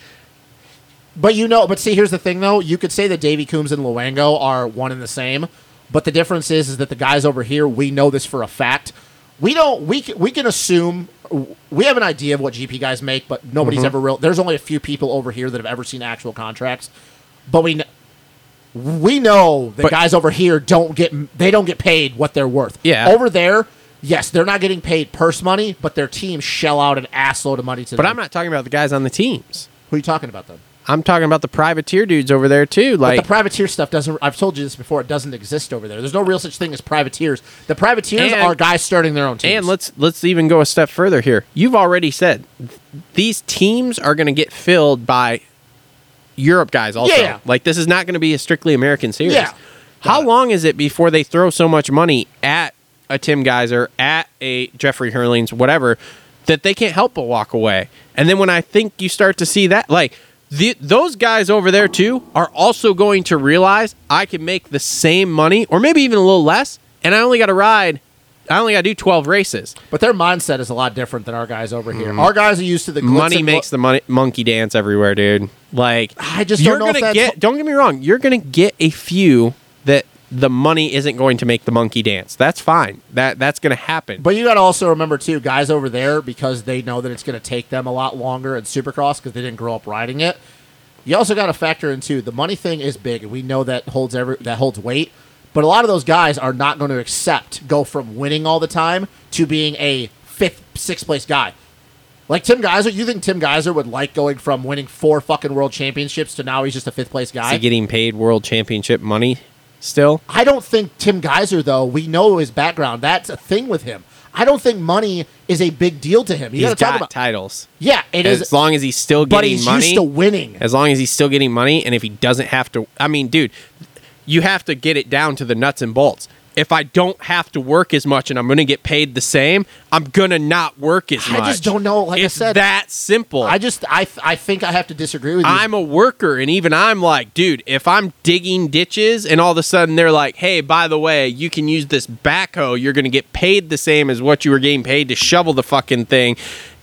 S5: but you know, but see, here's the thing though. You could say that Davy Coombs and Luango are one and the same, but the difference is, is that the guys over here, we know this for a fact. We don't. We c- we can assume. We have an idea of what GP guys make, but
S6: Mm-hmm.
S5: nobody's ever real. There's only a few people over here that have ever seen actual contracts, but we. Kn- we know that
S6: But-
S5: guys over here don't get they don't get paid what they're worth.
S6: Yeah.
S5: Over there, yes, they're not getting paid purse money, but their teams shell out an assload of money to
S6: But
S5: them.
S6: I'm not talking about the guys on the teams.
S5: Who are you talking about then?
S6: I'm talking about the privateer dudes over there too. Like
S5: but the privateer stuff doesn't. I've told you this before. It doesn't exist over there. There's no real such thing as privateers. The privateers
S6: And-
S5: are guys starting their own teams.
S6: And let's let's even go a step further here. You've already said th- these teams are going to get filled by Europe guys also.
S5: Yeah, yeah.
S6: Like this is not going to be a strictly American series.
S5: Yeah.
S6: How long is it before they throw so much money at a Tim Geiser, at a Jeffrey Hurlings, whatever, that they can't help but walk away? And then when I think you start to see that, like the, those guys over there too are also going to realize I can make the same money or maybe even a little less, and I only got to ride, I only got to do twelve races.
S5: but their mindset is a lot different than our guys over here. Our guys are used to the glitz
S6: Mm. Money
S5: and gl-
S6: makes the money, monkey dance everywhere, dude. Like
S5: I just
S6: you're
S5: don't know if
S6: gonna
S5: that's-
S6: get. Don't get me wrong. You're gonna get a few that the money isn't going to make the monkey dance. That's fine. That that's gonna happen.
S5: But you got to also remember too, guys over there, because they know that it's going to take them a lot longer in Supercross because they didn't grow up riding it. You also got to factor in too the money thing is big, and we know that holds every that holds weight. But a lot of those guys are not going to accept go from winning all the time to being a fifth, sixth place guy. Like Tim Geiser, you think Tim Geiser would like going from winning four fucking world championships to now he's just a fifth place
S6: Is
S5: guy?
S6: he getting paid world championship money still?
S5: I don't think Tim Geiser, though, we know his background. That's a thing with him. I don't think money is a big deal to him. You
S6: he's
S5: gotta talk
S6: got
S5: about
S6: titles.
S5: Yeah, it
S6: as
S5: is
S6: long as he's still
S5: but
S6: getting
S5: he's
S6: money.
S5: used to winning.
S6: as long as he's still getting money and if he doesn't have to i mean dude you have to get it down to the nuts and bolts if i don't have to work as much and i'm gonna get paid the same i'm gonna not work as
S5: I
S6: much
S5: just don't know, like I
S6: it's
S5: said-
S6: that simple
S5: I just I I think I have to disagree with you.
S6: I'm a worker, and even I'm like, dude, if I'm digging ditches and all of a sudden they're like, hey, by the way, you can use this backhoe, you're going to get paid the same as what you were getting paid to shovel the fucking thing.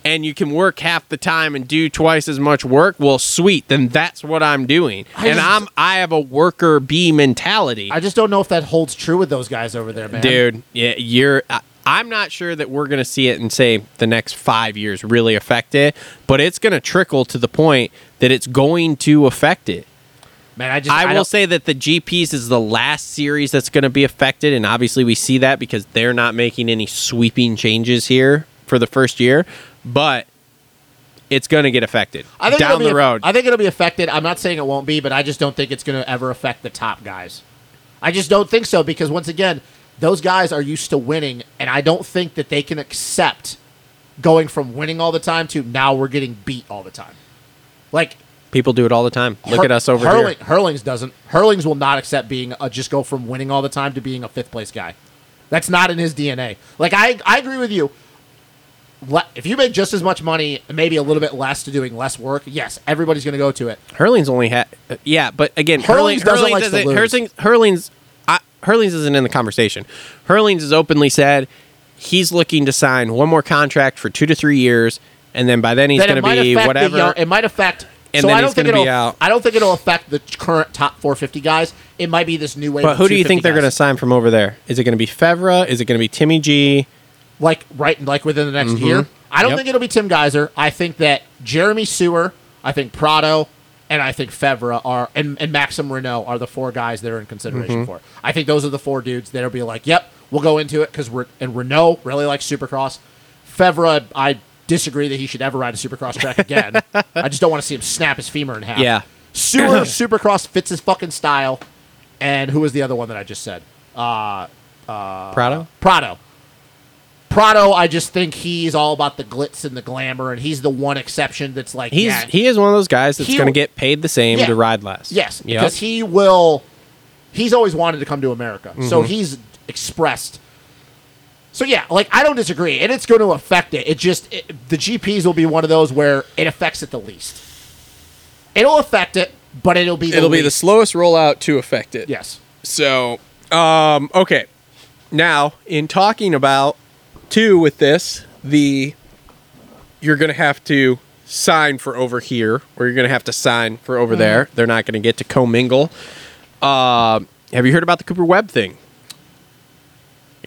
S6: and you can work half the time and do twice as much work, well, sweet, then that's what I'm doing. and
S5: just-
S6: I'm I have a worker bee mentality,
S5: I just don't know if that holds true with those guys over there, man.
S6: dude. Yeah, you're. I, I'm not sure that we're gonna see it in say the next five years really affect it, but it's gonna trickle to the point that it's going to affect it.
S5: man, I just
S6: I, will
S5: don't-
S6: say that the GPs is the last series that's going to be affected, and obviously we see that because they're not making any sweeping changes here for the first year, but it's going to get affected
S5: I think
S6: down
S5: it'll be-
S6: the road.
S5: I think it'll be affected. I'm not saying it won't be, but I just don't think it's going to ever affect the top guys. I just don't think so because once again, those guys are used to winning, and I don't think that they can accept going from winning all the time to now we're getting beat all the time. Like
S6: People do it all the time. Look
S5: Hur-
S6: at us over
S5: Hurling,
S6: here.
S5: Hurlings doesn't. Hurlings will not accept being a, just go from winning all the time to being a fifth place guy. That's not in his DNA. Like I, I agree with you. Le- if you make just as much money, maybe a little bit less, to doing less work, yes, everybody's going to go to it.
S6: Hurling's only had, yeah, but again, Hurling,
S5: Hurlings doesn't
S6: Hurlings,
S5: like to
S6: isn't,
S5: lose.
S6: Hurlings, Hurlings, I, Hurlings isn't in the conversation. Hurlings has openly said he's looking to sign one more contract for two to three years, and then by then he's
S5: Then
S6: going
S5: it
S6: to
S5: might
S6: be
S5: affect
S6: whatever.
S5: The young, it might affect.
S6: And
S5: so
S6: then
S5: I don't
S6: he's
S5: think
S6: gonna be
S5: it'll.
S6: out.
S5: I don't think it'll affect the current top 450 guys. It might be this new wave.
S6: But
S5: of
S6: who do you
S5: 250
S6: think they're going to
S5: guys.
S6: sign from over there? Is it going to be Fevra? Is it going to be Timmy G?
S5: like right like within the next year. I don't
S6: Mm-hmm. Yep.
S5: think it'll be Tim Geiser. I think that Jeremy Sewer, I think Prado, and I think Fevra are and, and Maxim Renault are the four guys that are in consideration
S6: Mm-hmm.
S5: for. it. I think those are the four dudes that'll be like, "Yep, we'll go into it." Because we're and Renault really likes Supercross. Fevra, I disagree that he should ever ride a Supercross track again. I just don't want to see him snap his femur in half.
S6: Yeah.
S5: Sewer Supercross fits his fucking style. And who was the other one that I just said? Uh,
S6: Prado?
S5: Prado. Prado, I just think he's all about the glitz and the glamour, and he's the one exception that's like
S6: He's
S5: yeah,
S6: he is one of those guys that's
S5: He-
S6: going to get paid the same
S5: Yeah.
S6: to ride less.
S5: yes,
S6: Yep.
S5: because he will. He's always wanted to come to America, so
S6: Mm-hmm.
S5: he's expressed. So yeah, like I don't disagree, and it's going to affect it. It just it, the GPs will be one of those where it affects it the least. It'll affect it, but it'll be the
S6: it'll be the
S5: least.
S6: slowest rollout to affect it.
S5: yes.
S6: So, um, okay. Now, in talking about two with this, the you're going to have to sign for over here, or you're going to have to sign for
S5: Mm-hmm.
S6: over there. They're not going to get to commingle. Um, have you heard about the Cooper Webb thing?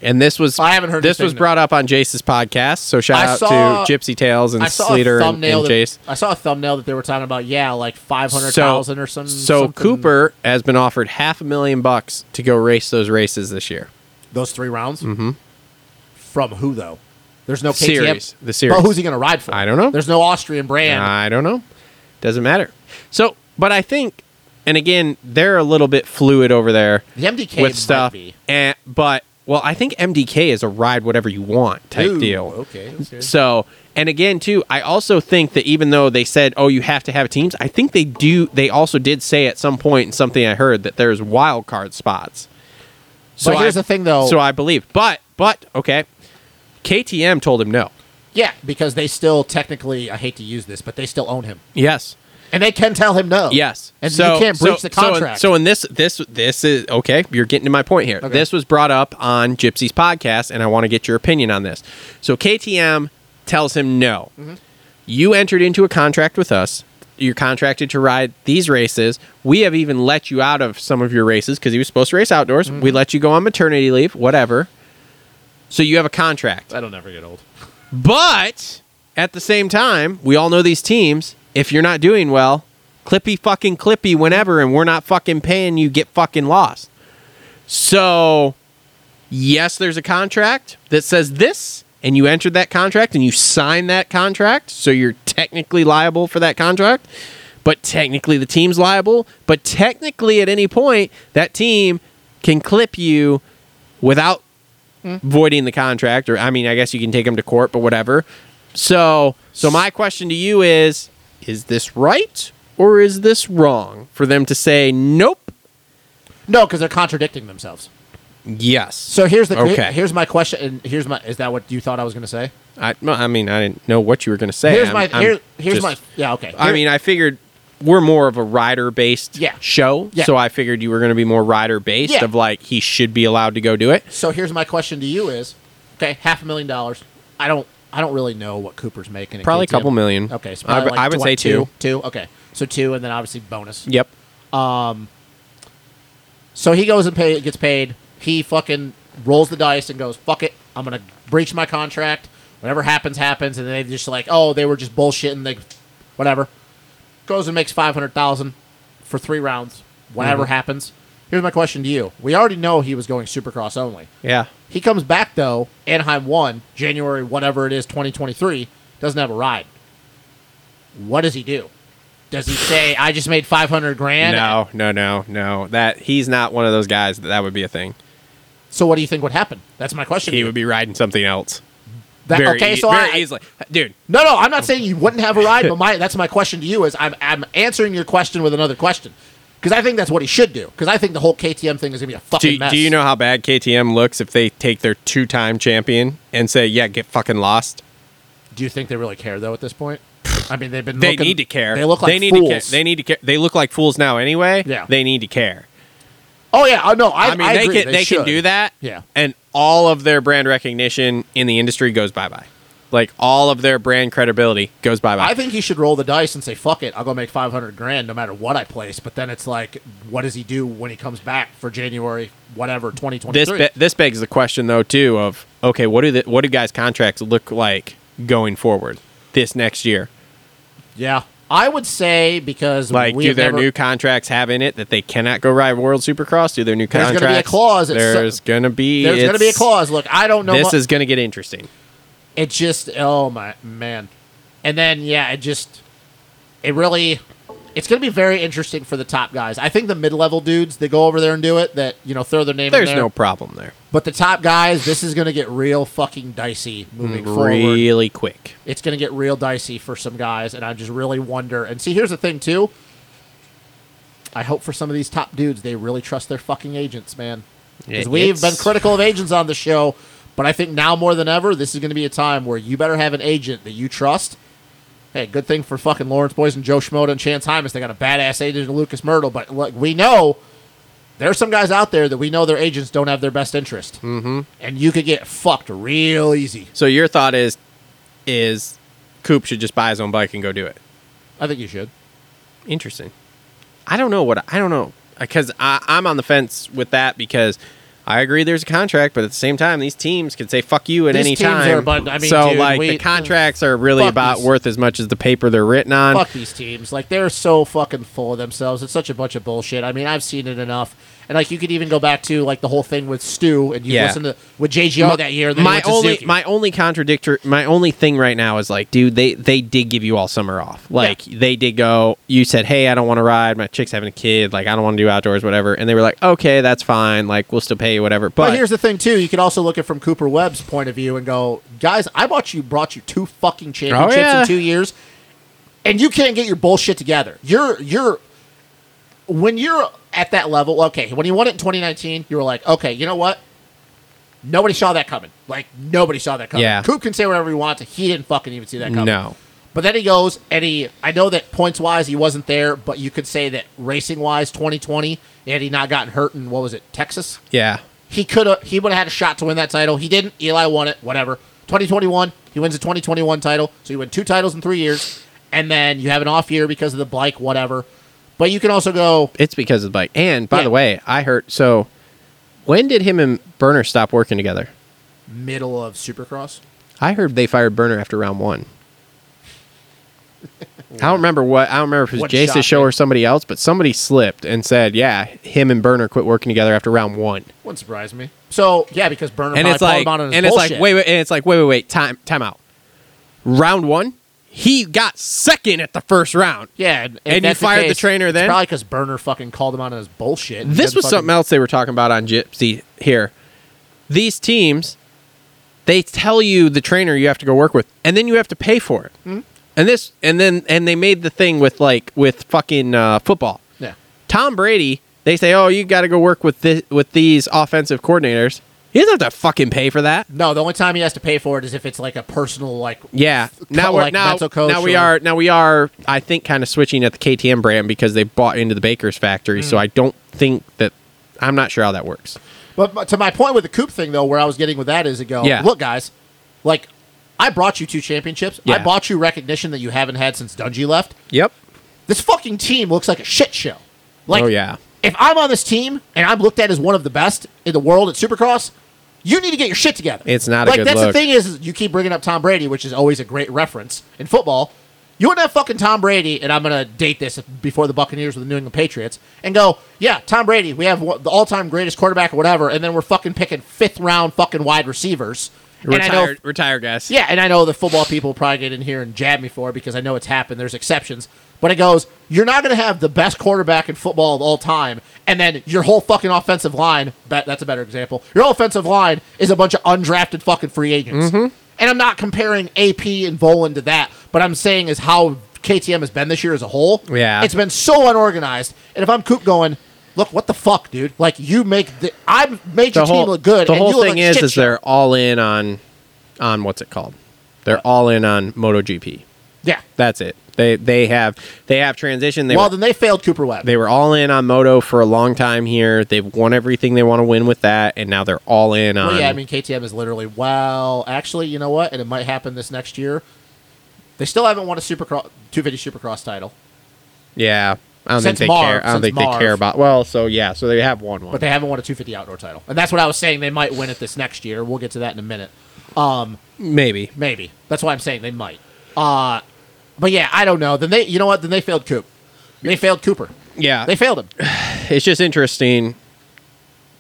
S6: And this was
S5: I haven't heard
S6: This
S5: anything,
S6: was
S5: no.
S6: brought up on Jace's podcast. So shout
S5: I
S6: out
S5: saw-
S6: to Gypsy Tales and
S5: I saw
S6: Sleater
S5: a
S6: and,
S5: thumbnail.
S6: and
S5: that,
S6: Jace.
S5: I saw a thumbnail that they were talking about. Yeah, like five hundred thousand or some.
S6: So
S5: something.
S6: Cooper has been offered half a million bucks to go race those races this year.
S5: Those three rounds? Mm-hmm. From who, though? There's no KTM.
S6: Series, the series.
S5: But who's he going to ride for?
S6: I don't know.
S5: There's no Austrian brand.
S6: I don't know. Doesn't matter. So, but I think, and again, they're a little bit fluid over there
S5: the MDK
S6: with
S5: might
S6: stuff.
S5: be.
S6: And, but well, I think MDK is a ride whatever you want type
S5: Ooh,
S6: deal.
S5: Okay.
S6: So, and again, too, I also think that even though they said, "Oh, you have to have teams," I think they do. They also did say at some point in something I heard that there's wild card spots.
S5: So here's
S6: I-
S5: the thing, though.
S6: So I believe, but but okay, KTM told him no.
S5: yeah, because they still technically, I hate to use this, but they still own him.
S6: Yes,
S5: And they can tell him no.
S6: yes.
S5: And
S6: so,
S5: you can't
S6: so-
S5: breach the
S6: so in-
S5: contract.
S6: So in, this this this is okay. You're getting to my point here. This was brought up on Gypsy's podcast, and I want to get your opinion on this. So KTM tells him no.
S5: Mm-hmm.
S6: you entered into a contract with us. You're contracted to ride these races. We have even let you out of some of your races because he was supposed to race outdoors.
S5: Mm-hmm.
S6: We let you go on maternity leave, whatever. So you have a contract.
S5: That'll never get old.
S6: But at the same time, we all know these teams. If you're not doing well, clippy fucking clippy whenever, and we're not fucking paying you, get fucking lost. So, yes, there's a contract that says this, and you entered that contract and you signed that contract. So you're technically liable for that contract, but technically the team's liable. But technically, at any point, that team can clip you without voiding the contract or i mean i guess you can take them to court but whatever so so my question to you is is this right or is this wrong for them to say nope
S5: No, because they're contradicting themselves.
S6: yes
S5: So here's the
S6: Okay.
S5: here's my question. And here's my is that what you thought I was going to say?
S6: I, well, I mean i didn't know what you were going to say
S5: Here's
S6: I'm-
S5: my
S6: I'm
S5: here, here's
S6: just-
S5: my yeah okay.
S6: i
S5: Here-
S6: mean i figured we're more of a rider based
S5: Yeah.
S6: show
S5: Yeah.
S6: so i figured you were going to be more rider based
S5: Yeah.
S6: of like he should be allowed to go do it
S5: So here's my question to you is, okay, half a million dollars. I don't I don't really know what Cooper's making. at
S6: Probably a
S5: KTM.
S6: couple million.
S5: Okay, so
S6: I-
S5: probably like
S6: I would
S5: tw-
S6: say two.
S5: Two. Okay, so two, and then obviously bonus.
S6: Yep.
S5: So he goes and pay, gets paid. He fucking rolls the dice and goes, "Fuck it, I'm gonna breach my contract. Whatever happens, happens." And they just like, "Oh, they were just bullshitting." They, whatever. Goes and makes five hundred thousand for three rounds. Whatever
S6: Mm-hmm.
S5: happens. Here's my question to you: We already know he was going Supercross only.
S6: Yeah.
S5: He comes back though. Anaheim won January whatever it is, 2023. Doesn't have a ride. What does he do? Does he say, "I just made 500 grand"?
S6: no, no, no, no. That he's not one of those guys that that would be a thing.
S5: So what do you think would happen? That's my question.
S6: He would be riding something else.
S5: That,
S6: very
S5: okay,
S6: ea-
S5: so
S6: very e
S5: I,
S6: easily, dude.
S5: no, no, I'm not saying you wouldn't have a ride, but my that's my question to you is I'm I'm answering your question with another question because I think that's what he should do because I think the whole KTM thing is gonna be a fucking
S6: Do,
S5: mess.
S6: do you know how bad KTM looks if they take their two-time champion and say, "Yeah, get fucking lost"?
S5: Do you think they really care though at this point? I mean, they've been
S6: They
S5: looking-
S6: need to care.
S5: They look like
S6: they need
S5: fools.
S6: To care. They need to care. They look like fools now anyway.
S5: Yeah.
S6: They need to care.
S5: oh yeah, oh, no, I,
S6: I mean,
S5: I
S6: they
S5: agree.
S6: can they, can
S5: should.
S6: do that.
S5: Yeah.
S6: And all of their brand recognition in the industry goes bye bye. Like all of their brand credibility goes bye
S5: I
S6: bye.
S5: think he should roll the dice and say, "Fuck it, I'll go make five hundred grand no matter what I place." But then it's like, what does he do when he comes back for January, whatever, twenty twenty
S6: This
S5: three?
S6: be- this begs the question though too of okay, what do the, what do guys' contracts look like going forward this next year?
S5: Yeah, I would say because
S6: Like,
S5: we
S6: do
S5: have
S6: their
S5: never-
S6: new contracts have in it that they cannot go ride World Supercross? Do their new
S5: There's gonna
S6: contracts?
S5: be a clause at some-
S6: There's going to be.
S5: there's going to be a
S6: it's-
S5: clause. Look, I don't know.
S6: This
S5: mu-
S6: is going to get interesting.
S5: it just oh my man and then yeah it just it really it's going to be very interesting for the top guys i think the mid-level dudes they go over there and do it that you know throw their name
S6: There's
S5: in there
S6: no problem there.
S5: but the top guys this is going to get real fucking dicey moving
S6: Mm,
S5: forward
S6: Really quick.
S5: it's going to get real dicey for some guys and i just really wonder and see here's the thing too i hope for some of these top dudes they really trust their fucking agents man because
S6: It-
S5: we've
S6: it's-
S5: been critical of agents on the show but i think now more than ever this is going to be a time where you better have an agent that you trust hey good thing for fucking lawrence boys and joe schmoda and chance hymus they got a badass agent in lucas myrtle but look we know there's some guys out there that we know their agents don't have their best interest mm-hmm. and you could get fucked real easy
S6: So your thought is, is Coop should just buy his own bike and go do it.
S5: i think you should
S6: Interesting. I don't know what I don't know because I'm on the fence with that because I agree there's a contract, but at the same time these teams can say fuck you at
S5: These
S6: any
S5: teams
S6: time.
S5: are abund- I mean,
S6: so
S5: dude,
S6: like
S5: we-
S6: the contracts are really
S5: fuck
S6: about
S5: these-
S6: worth as much as the paper they're written on.
S5: fuck these teams. Like they're so fucking full of themselves. It's such a bunch of bullshit. I mean, I've seen it enough. And like you could even go back to like the whole thing with Stu and you
S6: Yeah.
S5: listen to with JGO that year. That he
S6: my
S5: went to
S6: only
S5: Suzuki.
S6: my only contradictor my only thing right now is like dude they they did give you all summer off like they did go you said hey i don't want to ride my chick's having a kid like i don't want to do outdoors whatever and they were like okay that's fine like we'll still pay you whatever
S5: But
S6: but
S5: here's the thing too. You could also look at it from Cooper Webb's point of view and go, guys, I bought you brought you two fucking championships
S6: Oh, yeah.
S5: in two years, and you can't get your bullshit together. You're you're when you're at that level. Okay, when you won it in 2019, you were like, okay, you know what? Nobody saw that coming. Like nobody saw that coming.
S6: Yeah.
S5: Coop can say whatever he wants. He didn't fucking even see that coming.
S6: no
S5: But then he goes and he. I know that points wise he wasn't there, but you could say that racing wise, 2020, had he not gotten hurt in what was it, Texas?
S6: yeah
S5: he could have he would have had a shot to win that title. He didn't. Eli won it. Whatever. 2021, he wins a 2021 title. So you win two titles in three years, and then you have an off year because of the bike, whatever. But you can also go.
S6: it's because of the bike and by
S5: Yeah.
S6: the way i heard so when did him and burner stop working together
S5: Middle of Supercross.
S6: i heard they fired burner after round one I don't remember what I don't remember if it was
S5: What
S6: Jason's
S5: shocked
S6: show
S5: me.
S6: or somebody else, but somebody slipped and said, "Yeah, him and Burner quit working together after round one."
S5: Wouldn't surprise me. So yeah, because Burner
S6: and
S5: probably
S6: it's
S5: called
S6: like,
S5: him out on his
S6: and it's like,
S5: bullshit.
S6: wait, wait, and it's like, wait, wait, wait, time, time out. Round one, he got second at the first round.
S5: Yeah, if
S6: And you
S5: that's
S6: fired the
S5: case,
S6: trainer
S5: it's
S6: then?
S5: probably because Burner fucking called him out on his bullshit. He
S6: This
S5: didn't
S6: was
S5: fucking-
S6: something else they were talking about on Gypsy here. These teams, they tell you the trainer you have to go work with, and then you have to pay for it.
S5: Mm-hmm.
S6: And this, and then, and they made the thing with like with fucking uh, football.
S5: Yeah,
S6: Tom Brady, they say, oh, you got to go work with this, with these offensive coordinators. He doesn't have to fucking pay for that.
S5: no. The only time he has to pay for it is if it's like a personal like.
S6: Yeah. Now we're
S5: like
S6: now,
S5: mental coach
S6: now we
S5: or-
S6: are now we are I think kind of switching at the KTM brand because they bought into the Baker's factory.
S5: Mm.
S6: So I don't think that I'm not sure how that works.
S5: But but to my point with the Coop thing, though, where I was getting with that is, to go,
S6: Yeah.
S5: look, guys, like I brought you two championships. I
S6: Yeah.
S5: bought you recognition that you haven't had since Dungy left.
S6: Yep.
S5: This fucking team looks like a shit show. Like,
S6: oh yeah.
S5: if I'm on this team and I'm looked at as one of the best in the world at Supercross, you need to get your shit together.
S6: It's not a
S5: like
S6: good
S5: that's the
S6: look.
S5: thing is, is you keep bringing up Tom Brady, which is always a great reference in football. You wouldn't have fucking Tom Brady, and I'm gonna date this before the Buccaneers with the New England Patriots, and go, yeah, Tom Brady, we have one- the all-time greatest quarterback or whatever, and then we're fucking picking fifth-round fucking wide receivers. And I know-
S6: Retired, retired guys.
S5: yeah, and I know the football people probably get in here and jab me for it because I know it's happened. There's exceptions. But it goes, you're not going to have the best quarterback in football of all time, and then your whole fucking offensive line, that, that's a better example. Your whole offensive line is a bunch of undrafted fucking free agents.
S6: Mm-hmm.
S5: And I'm not comparing AP and Volan to that, but I'm saying is how KTM has been this year as a whole.
S6: Yeah.
S5: It's been so unorganized. And if I'm Coop going, look, what the fuck, dude? Like, you make the, I made your
S6: The whole
S5: team look good.
S6: The
S5: and you
S6: whole
S5: look
S6: thing
S5: like
S6: is
S5: shit
S6: is
S5: show.
S6: they're all in on on what's it called? They're all in on MotoGP.
S5: Yeah.
S6: That's it. They they have they have transitioned. They
S5: well,
S6: were,
S5: then they failed Cooper Webb.
S6: they were all in on Moto for a long time here. They've won everything they want to win with that, and now they're all in on.
S5: Well, yeah, I mean, KTM is literally, well, actually, you know what? And it might happen this next year. They still haven't won a Supercross 250 Supercross title,
S6: yeah. I don't
S5: Since
S6: think they
S5: Marv-
S6: care. I
S5: since
S6: don't think
S5: Marv.
S6: they care about. Well, so yeah, so they have won one.
S5: but they haven't won a 250 outdoor title. And that's what I was saying. They might win it this next year. We'll get to that in a minute.
S6: Maybe.
S5: Maybe. That's why I'm saying they might. Uh, but yeah, I don't know. Then they, you know what? Then they failed Coop. They failed Cooper.
S6: Yeah.
S5: They failed him.
S6: it's just interesting.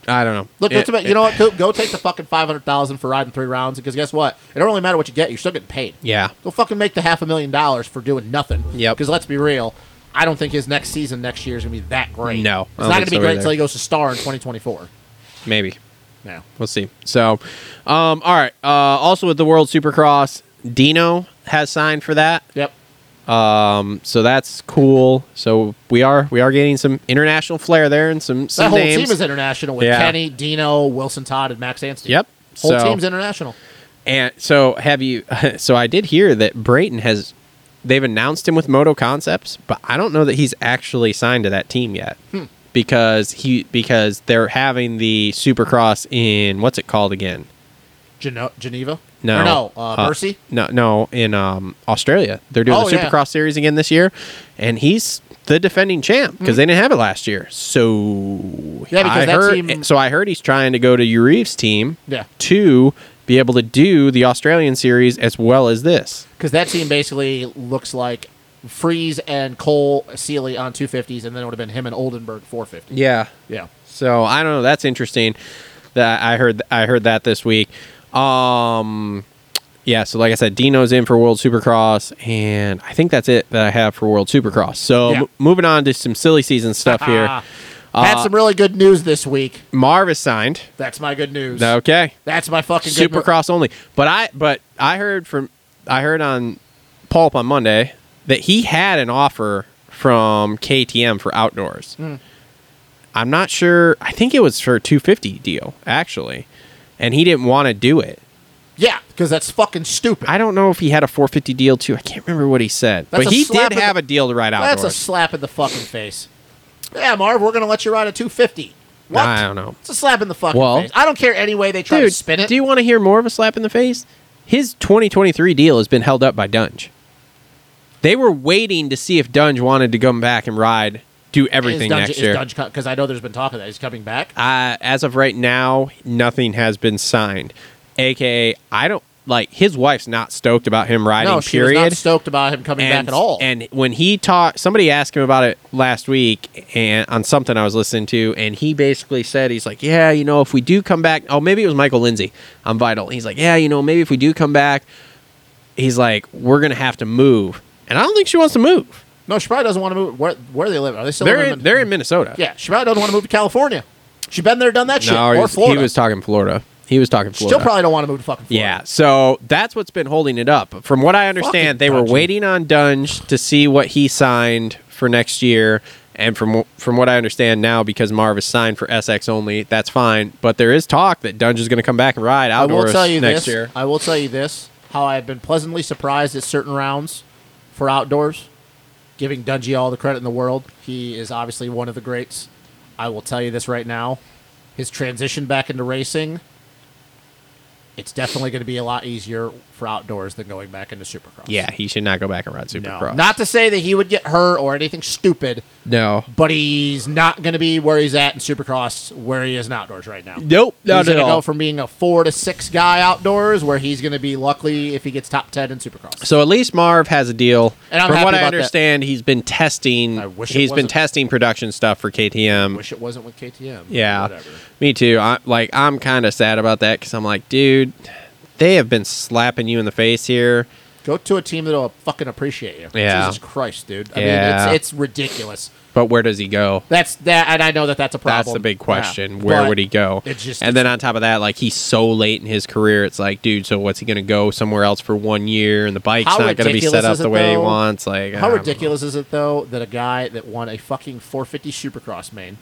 S6: I don't know.
S5: Look,
S6: It-
S5: that's about, you know what, Coop? Go take the fucking 500000 for riding three rounds because guess what? It don't really matter what you get. You're still getting paid.
S6: Yeah.
S5: Go fucking make the half a million dollars for doing nothing.
S6: Yep.
S5: Because let's be real, I don't think his next season next year is going to be that great.
S6: No, I
S5: It's not
S6: don't
S5: going
S6: think
S5: to be
S6: so
S5: great
S6: either.
S5: until he goes to star in 2024.
S6: Maybe.
S5: No.
S6: We'll see. So, um, all right. Uh, also with the World Supercross, Dino has signed for that.
S5: Yep.
S6: Um, so that's cool. So we are we are getting some international flair there and some some
S5: that whole
S6: names.
S5: team is international with
S6: Yeah.
S5: Kenny, Dino, Wilson Todd, and Max Anstey.
S6: Yep.
S5: Whole
S6: So-
S5: team's international.
S6: and so have you? So I did hear that Brayton has. They've announced him with Moto Concepts, but I don't know that he's actually signed to that team yet.
S5: Hmm.
S6: Because he because they're having the Supercross in what's it called again?
S5: Geno- Geneva?
S6: No,
S5: Or no, uh, Mercy?
S6: No, no, in um, Australia, they're doing
S5: Oh,
S6: the
S5: yeah.
S6: Supercross series again this year, and he's the defending champ because they didn't have it last year. So
S5: Hmm. Yeah, because
S6: I
S5: that
S6: heard,
S5: team-
S6: So I heard he's trying to go to Uriev's team
S5: Yeah.
S6: to be able to do the Australian series as well as this.
S5: Because that team basically looks like Freeze and Cole Seely on 250s, and then it would have been him and Oldenburg 450.
S6: Yeah,
S5: Yeah.
S6: So I don't know. That's interesting. That I heard. I heard that this week. Um, yeah. So like I said, Dino's in for World Supercross, and I think that's it that I have for World Supercross. So
S5: Yeah.
S6: m- moving on to some silly season stuff here.
S5: Ah.
S6: Uh,
S5: Had some really good news this week.
S6: Marv is signed.
S5: That's my good news.
S6: Okay.
S5: That's my fucking good news.
S6: Supercross only. But I but I heard from I heard on Pulp on Monday that he had an offer from KTM for outdoors.
S5: Hmm.
S6: I'm not sure. I think it was for a 250 deal actually, and he didn't want to do it.
S5: Yeah, because that's fucking stupid.
S6: I don't know if he had a 450 deal too. I can't remember what he said,
S5: That's
S6: but
S5: a
S6: he
S5: slap
S6: did
S5: in
S6: have
S5: the-
S6: a deal to ride
S5: That's
S6: outdoors.
S5: a slap in the fucking face. Yeah, Marv, we're gonna let you ride a 250. What?
S6: I don't know.
S5: It's a slap in the fucking
S6: Well-
S5: face. I don't care any way they try to
S6: Dude,
S5: spin it.
S6: do you want to hear more of a slap in the face? His 2023 deal has been held up by Dunge. They were waiting to see if Dunge wanted to come back and ride, do everything next year.
S5: Because I know there's been talk of that he's coming back.
S6: Uh, as of right now, nothing has been signed. AKA, I don't like his wife's not stoked about him riding.
S5: no, she was
S6: period
S5: not stoked about him coming back at all.
S6: and when he talked, somebody asked him about it last week and on something I was listening to, and he basically said, he's like, yeah, you know, if we do come back, oh, maybe it was Michael Lindsay on Vital. He's like, yeah, you know, maybe if we do come back, he's like, we're gonna have to move, and I don't think she wants to move.
S5: no, she probably doesn't want to move. Where, where do they live? Are they still
S6: They're
S5: living
S6: in, they're in Minnesota.
S5: Yeah, she probably doesn't want to move to California. She's been there, done that shit.
S6: no, he
S5: Or
S6: was,
S5: Florida.
S6: he was talking Florida. He was talking Florida.
S5: Still probably don't want to move to fucking Florida.
S6: Yeah, so that's what's been holding it up. From what I
S5: Fucking
S6: understand, they were
S5: Dungy.
S6: waiting on Dunge to see what he signed for next year. And from from what I understand now, because Marv is signed for SX only, that's fine. But there is talk that Dunge is going to come back and ride
S5: I will
S6: outdoors
S5: tell you
S6: next
S5: this.
S6: year.
S5: I will tell you this. How I've been pleasantly surprised at certain rounds for outdoors. Giving Dungy all the credit in the world. He is obviously one of the greats. I will tell you this right now. His transition back into racing it's definitely going to be a lot easier for outdoors than going back into Supercross.
S6: Yeah, he should not go back and ride
S5: No.
S6: Supercross.
S5: Not to say that he would get hurt or anything stupid,
S6: no.
S5: but he's not going to be where he's at in Supercross, where he is in outdoors right now.
S6: Nope, not
S5: he's
S6: at
S5: gonna
S6: all.
S5: go from being a four to six guy outdoors, where he's going to be luckily if he gets top ten in Supercross.
S6: So at least Marv has a deal.
S5: And I'm
S6: From
S5: happy
S6: what I
S5: about that.
S6: understand, he's been testing.
S5: I wish it
S6: he's been
S5: wasn't.
S6: testing production stuff for KTM.
S5: Wish it wasn't with KTM.
S6: yeah,
S5: whatever.
S6: me too. I, like I'm kind of sad about that because I'm like, dude, they have been slapping you in the face here.
S5: Go to a team that'll fucking appreciate you.
S6: Yeah.
S5: Jesus Christ, dude. I
S6: Yeah.
S5: mean, it's it's ridiculous.
S6: But where does he go?
S5: That's that, and I know that that's a problem.
S6: That's the big
S5: Yeah.
S6: question. Where
S5: But
S6: would he go?
S5: it just-
S6: and then on top of that, like he's so late in his career, it's like, dude, so what's he going to go somewhere else for one year? And the bike's
S5: How
S6: not going to be
S5: ridiculous
S6: set up
S5: is it,
S6: the way he
S5: though?
S6: wants. Like, I
S5: How
S6: don't know.
S5: ridiculous is it though that a guy that won a fucking 450 Supercross main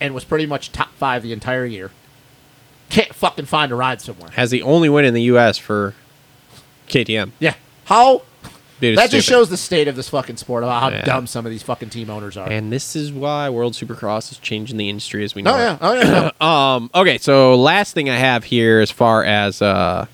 S5: and was pretty much top five the entire year can't fucking find a ride somewhere?
S6: Has the only win in the U.S. for KTM.
S5: Yeah, how
S6: Dude, it's
S5: that just
S6: stupid.
S5: shows the state of this fucking sport about how
S6: Yeah.
S5: dumb some of these fucking team owners are.
S6: And this is why World Supercross is changing the industry as we know.
S5: oh
S6: it.
S5: yeah, oh yeah. no.
S6: Um. Okay. So last thing I have here, as far as uh,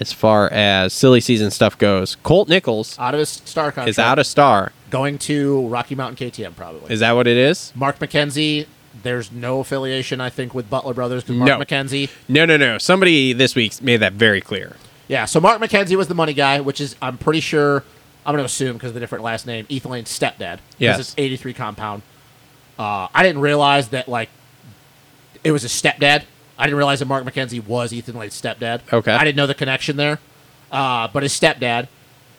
S6: as far as silly season stuff goes, Colt Nichols
S5: out of his star contract,
S6: is out of star.
S5: going to Rocky Mountain KTM probably.
S6: Is that what it is?
S5: Mark McKenzie. There's no affiliation, I think, with Butler Brothers because Mark
S6: No.
S5: McKenzie.
S6: No, no, no. Somebody this week made that very clear.
S5: Yeah, so Mark McKenzie was the money guy, which is I'm pretty sure I'm going to assume because of the different last name, Ethelane's stepdad.
S6: Yes.
S5: because it's 83 compound. Uh, I didn't realize that like it was his stepdad. I didn't realize that Mark McKenzie was Ethan Lane's stepdad.
S6: Okay.
S5: I didn't know the connection there, uh, but his stepdad.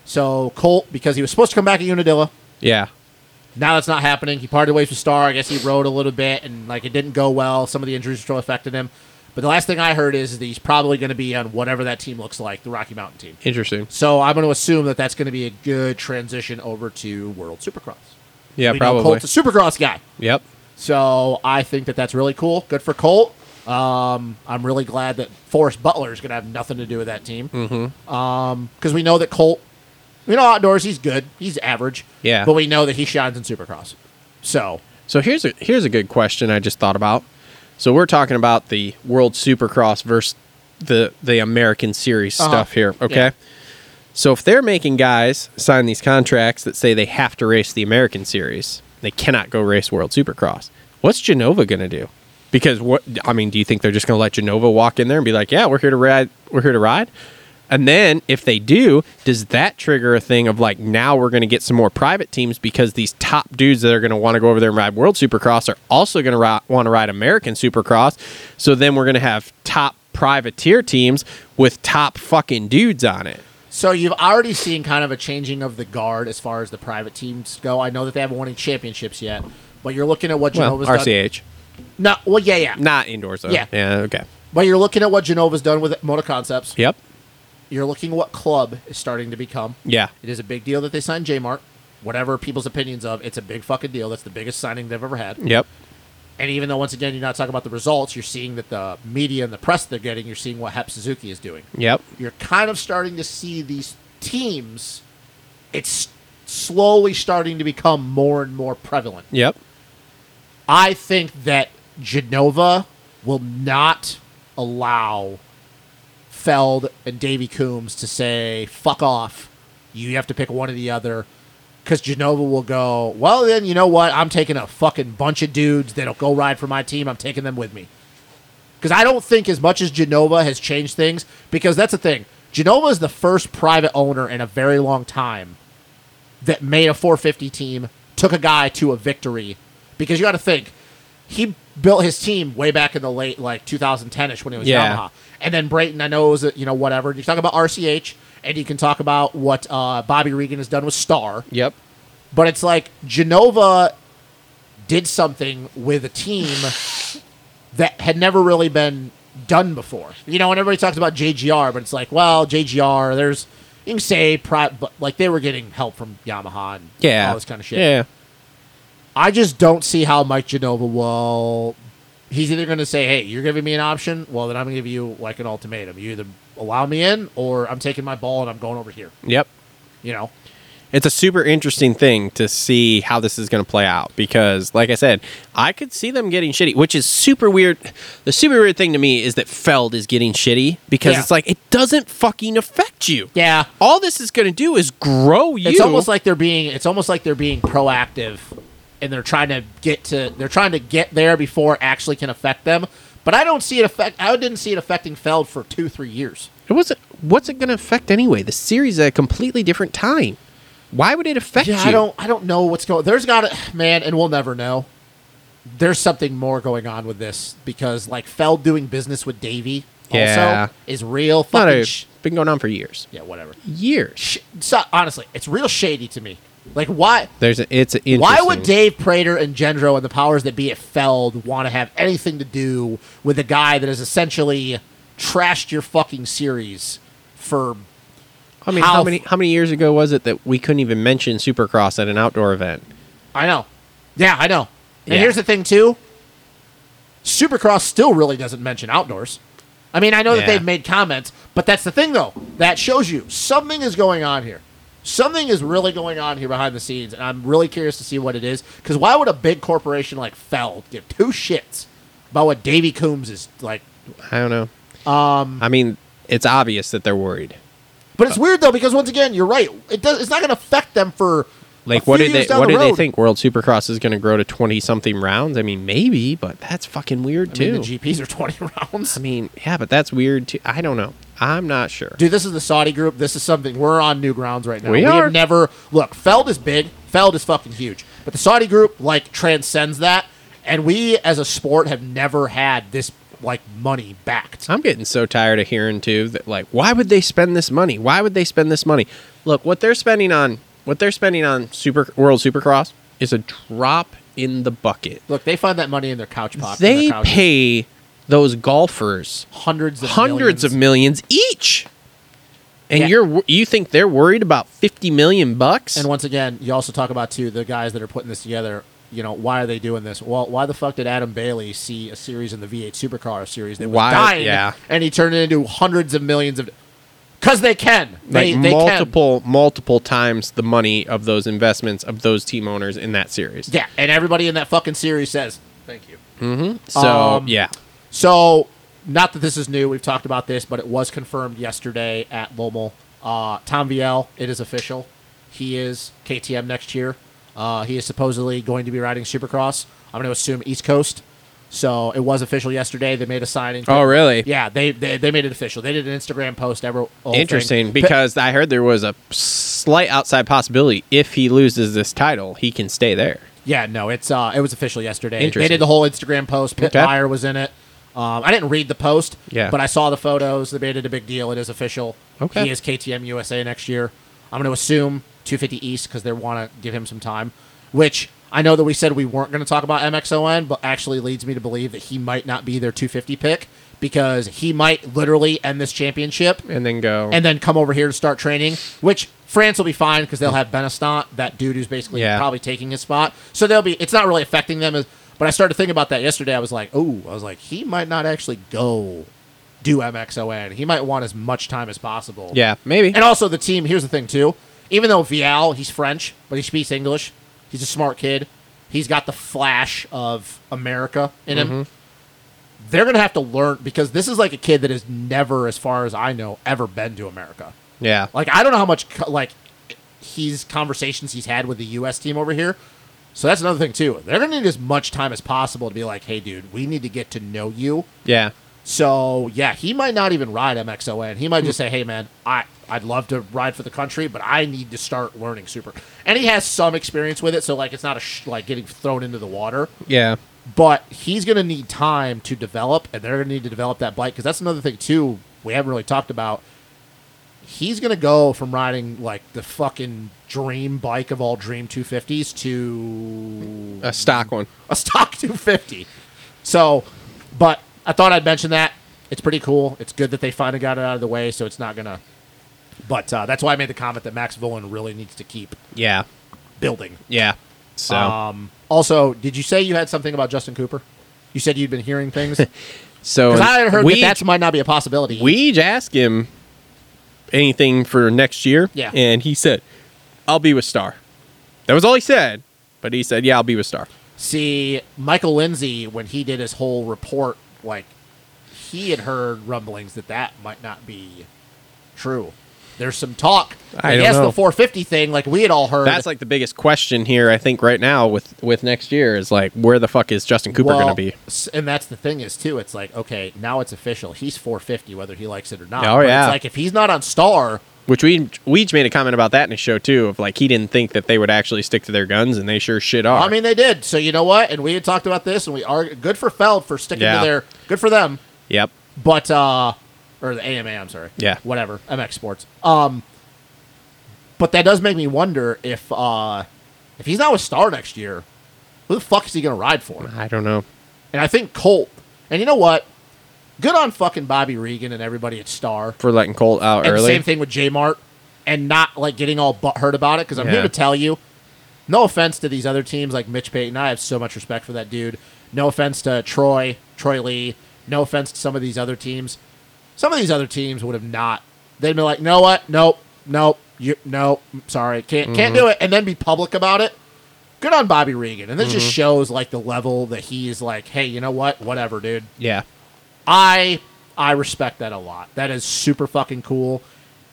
S5: So Colt, because he was supposed to come back at Unadilla,
S6: Yeah.
S5: now that's not happening. He parted ways with Star. I guess he rode a little bit, and like it didn't go well. Some of the injuries still affected him. But the last thing I heard is that he's probably going to be on whatever that team looks like, the Rocky Mountain team.
S6: Interesting.
S5: So I'm going to assume that that's going to be a good transition over to World Supercross.
S6: Yeah,
S5: We know
S6: probably.
S5: Colt's a Supercross guy,
S6: Yep.
S5: so I think that that's really cool. Good for Colt. Um, I'm really glad that Forrest Butler is going to have nothing to do with that team. Mm-hmm. because we know that Colt, you know, outdoors he's good, he's average.
S6: Yeah.
S5: but we know that he shines in Supercross. So
S6: So here's a here's a good question I just thought about. So we're talking about the World Supercross versus the the American Series
S5: Uh-huh.
S6: stuff here, okay?
S5: Yeah.
S6: So if they're making guys sign these contracts that say they have to race the American Series, they cannot go race World Supercross. What's Genova going to do? Because what I mean, do you think they're just going to let Genova walk in there and be like, "Yeah, we're here to ride, we're here to ride"? And then if they do, does that trigger a thing of like now we're going to get some more private teams because these top dudes that are going to want to go over there and ride World Supercross are also going to ri- want to ride American Supercross. So then we're going to have top privateer teams with top fucking dudes on it.
S5: So you've already seen kind of a changing of the guard as far as the private teams go. I know that they haven't won any championships yet, but you're looking at what
S6: Well,
S5: Genova's done.
S6: RCH,
S5: No, well, yeah, yeah.
S6: not indoors though.
S5: Yeah.
S6: Okay.
S5: But you're looking at what Genova's done with Moto Concepts.
S6: Yep.
S5: You're looking at what club is starting to become.
S6: Yeah.
S5: It is a big deal that they signed J Mart. Whatever people's opinions of, it's a big fucking deal. That's the biggest signing they've ever had.
S6: Yep.
S5: And even though, once again, you're not talking about the results, you're seeing that the media and the press they're getting, you're seeing what Hep Suzuki is doing.
S6: Yep.
S5: you're kind of starting to see these teams it's slowly starting to become more and more prevalent
S6: Yep.
S5: i think that genova will not allow feld and davy coombs to say fuck off you have to pick one or the other because genova will go well then you know what i'm taking a fucking bunch of dudes that'll go ride for my team i'm taking them with me because I don't think as much as Genova has changed things, because that's the thing. Genova is the first private owner in a very long time that made a 450 team, took a guy to a victory. Because you got to think, he built his team way back in the late like 2010 ish when he was
S6: Yeah.
S5: Yamaha, and then Brayton. I know is a- you know whatever. You talk about RCH, and you can talk about what uh, Bobby Regan has done with Star.
S6: Yep.
S5: But it's like Genova did something with a team that had never really been done before. You know, and everybody talks about JGR, but it's like, well, JGR, there's you can say pri- but like they were getting help from Yamaha and
S6: Yeah.
S5: all this kind of shit.
S6: Yeah.
S5: I just don't see how Mike Genova will. He's either going to say, "Hey, you're giving me an option. Well, then I'm going to give you like an ultimatum. You either allow me in, or I'm taking my ball and I'm going over here."
S6: Yep.
S5: You know,
S6: it's a super interesting thing to see how this is going to play out because, like I said, I could see them getting shitty, which is super weird. The super weird thing to me is that Feld is getting shitty because
S5: Yeah.
S6: it's like it doesn't fucking affect you.
S5: Yeah.
S6: All this is going to do is grow you.
S5: It's almost like they're being it's almost like they're being proactive and they're trying to get to they're trying to get there before it actually can affect them. But I don't see it affect I didn't see it affecting Feld for 2 3 years.
S6: It wasn't. What's it going to affect anyway? The series at a completely different time. Why would it affect
S5: Yeah,
S6: you?
S5: I don't I don't know what's going There's got to man and we'll never know. There's something more going on with this because like Feld doing business with Davey
S6: Yeah.
S5: also is real
S6: Not
S5: fucking
S6: a-
S5: sh-
S6: been going on for years.
S5: yeah, whatever.
S6: Years.
S5: Sh- so, honestly, it's real shady to me. Like why
S6: There's a, it's a
S5: Why would
S6: interesting-
S5: Dave Prater and Gendro and the powers that be at Feld want to have anything to do with a guy that has essentially trashed your fucking series for
S6: I mean, how
S5: how-
S6: many how many years ago was it that we couldn't even mention Supercross at an outdoor event?
S5: I know. Yeah, I know. And
S6: Yeah.
S5: here's the thing too. Supercross still really doesn't mention outdoors. I mean, I know
S6: Yeah.
S5: that they've made comments, but that's the thing though. That shows you something is going on here. Something is really going on here behind the scenes, and I'm really curious to see what it is. Because why would a big corporation like Feld give two shits about what Davy Coombs is like?
S6: I don't know. Um, I mean, it's obvious that they're worried.
S5: But
S6: Uh,
S5: it's weird though, because once again, you're right. It does. It's not going to affect them for a
S6: Like, what
S5: few
S6: did
S5: years
S6: they
S5: down
S6: what
S5: the
S6: did they
S5: road.
S6: think World Supercross is going to grow to twenty something rounds? I mean, maybe, but that's fucking weird
S5: I mean,
S6: too.
S5: the GPS are 20 rounds.
S6: I mean, yeah, but that's weird too. I don't know. I'm not sure.
S5: Dude, this is the Saudi group. This is something we're on new grounds right now.
S6: We are.
S5: have never look. Feld is big. Feld is fucking huge. But the Saudi group like transcends that, and we as a sport have never had this like money backed.
S6: I'm getting so tired of hearing too that like why would they spend this money? Why would they spend this money? Look, what they're spending on what they're spending on Super World Supercross is a drop in the bucket.
S5: Look, they find that money in their couch pocket.
S6: They pay those golfers
S5: hundreds of millions.
S6: hundreds of millions each. And
S5: Yeah.
S6: you're wor- you think they're worried about 50 million bucks?
S5: And once again, you also talk about too the guys that are putting this together. You know why are they doing this? Well, why the fuck did Adam Bailey see a series in the V8 Supercar series that was
S6: Why-
S5: dying,
S6: yeah.
S5: and he turned it into hundreds of millions of? Because they can, they,
S6: like
S5: they can.
S6: multiple multiple times the money of those investments of those team owners in that series.
S5: Yeah, and everybody in that fucking series says thank you.
S6: So,
S5: Um,
S6: yeah.
S5: So, not that this is new. We've talked about this, but it was confirmed yesterday at Lomel. Uh, Tom Viel, it is official. He is KTM next year. Uh, he is supposedly going to be riding Supercross. I'm going to assume East Coast. So it was official yesterday. They made a signing.
S6: Oh, really?
S5: Yeah, they, they they made it official. They did an Instagram post. Ever whole thing.
S6: Interesting,
S5: Pi-
S6: because I heard there was a slight outside possibility if he loses this title, he can stay there.
S5: Yeah, no, it's uh, it was official yesterday. They
S6: Interesting.
S5: did the whole Instagram post. Pit
S6: Okay.
S5: Meyer was in it. Um, I didn't read the post,
S6: Yeah.
S5: but I saw the photos. They made it a big deal. It is official.
S6: Okay.
S5: he is KTM USA next year. I'm going to assume 250 East because they want to give him some time. Which I know that we said we weren't going to talk about MXON, but actually leads me to believe that he might not be their 250 pick because he might literally end this championship
S6: And then go.
S5: and then come over here to start training, which France will be fine because they'll have Benestant, that dude who's basically
S6: Yeah.
S5: probably taking his spot. So they'll be. It's not really affecting them. As, but I started thinking about that yesterday. I was like, oh, I was like, he might not actually go do MXON. He might want as much time as possible.
S6: yeah, maybe.
S5: And also the team. Here's the thing too. Even though Vial, he's French, but he speaks English. He's a smart kid. He's got the flash of America in him. They're gonna have to learn because this is like a kid that has never, as far as I know, ever been to America.
S6: yeah.
S5: Like I don't know how much co- like he's conversations he's had with the U.S. team over here. So that's another thing too. They're gonna need as much time as possible to be like, hey, dude, we need to get to know you.
S6: Yeah.
S5: So yeah, he might not even ride MXON. He might just say, "Hey man, I I'd love to ride for the country, but I need to start learning super." And he has some experience with it, so like it's not a sh- like getting thrown into the water.
S6: Yeah.
S5: But he's gonna need time to develop, and they're gonna need to develop that bike because that's another thing too we haven't really talked about. He's gonna go from riding like the fucking dream bike of all dream 250s to
S6: A stock one.
S5: a stock 250. So, but I thought I'd mention that. It's pretty cool. It's good that they finally got it out of the way, so it's not gonna. But uh, that's why I made the comment that Max Vullen really needs to keep
S6: Yeah.
S5: building.
S6: Yeah. So.
S5: Um, also, did you say you had something about Justin Cooper? You said you'd been hearing things because
S6: so
S5: I had heard
S6: we
S5: that that might not be a possibility.
S6: we asked him anything for next year.
S5: Yeah.
S6: And he said, I'll be with Star. That was all he said, but he said, yeah, I'll be with Star.
S5: See, Michael Lindsay, when he did his whole report, like he had heard rumblings that that might not be true. There's some talk.
S6: I don't
S5: guess
S6: know.
S5: the 450 thing, like we had all heard.
S6: That's like the biggest question here, I think, right now with with next year is like, where the fuck is Justin Cooper
S5: Well,
S6: going to be?
S5: s- And that's the thing is too. It's like okay, now it's official. He's 450, whether he likes it or not.
S6: Oh,
S5: But
S6: yeah.
S5: It's like if he's not on Star,
S6: Which we Weege made a comment about that in his show too, of like he didn't think that they would actually stick to their guns, and they sure shit are.
S5: I mean they did. So you know what? And we had talked about this, and we are good for Feld for sticking
S6: Yeah.
S5: to their good for them.
S6: yep.
S5: but uh or the AMA, I'm sorry.
S6: Yeah.
S5: Whatever. MX Sports. Um but that does make me wonder if uh if he's not with Star next year, who the fuck is he gonna ride for?
S6: I don't know.
S5: And I think Colt. And you know what? Good on fucking Bobby Regan and everybody at Star.
S6: For letting Colt out
S5: And
S6: early.
S5: same thing with J Mart and not like getting all butthurt about it because I'm
S6: Yeah.
S5: here to tell you, no offense to these other teams like Mitch Payton, I have so much respect for that dude. No offense to Troy, Troy Lee. No offense to some of these other teams. Some of these other teams would have not. They'd be like, no, what? Nope, nope, you, nope. I'm Sorry, can't
S6: Mm-hmm.
S5: can't do it, and then be public about it. Good on Bobby Regan, and this
S6: Mm-hmm.
S5: just shows like the level that he is like, hey, you know what? Whatever, dude.
S6: yeah.
S5: I I respect that a lot. That is super fucking cool.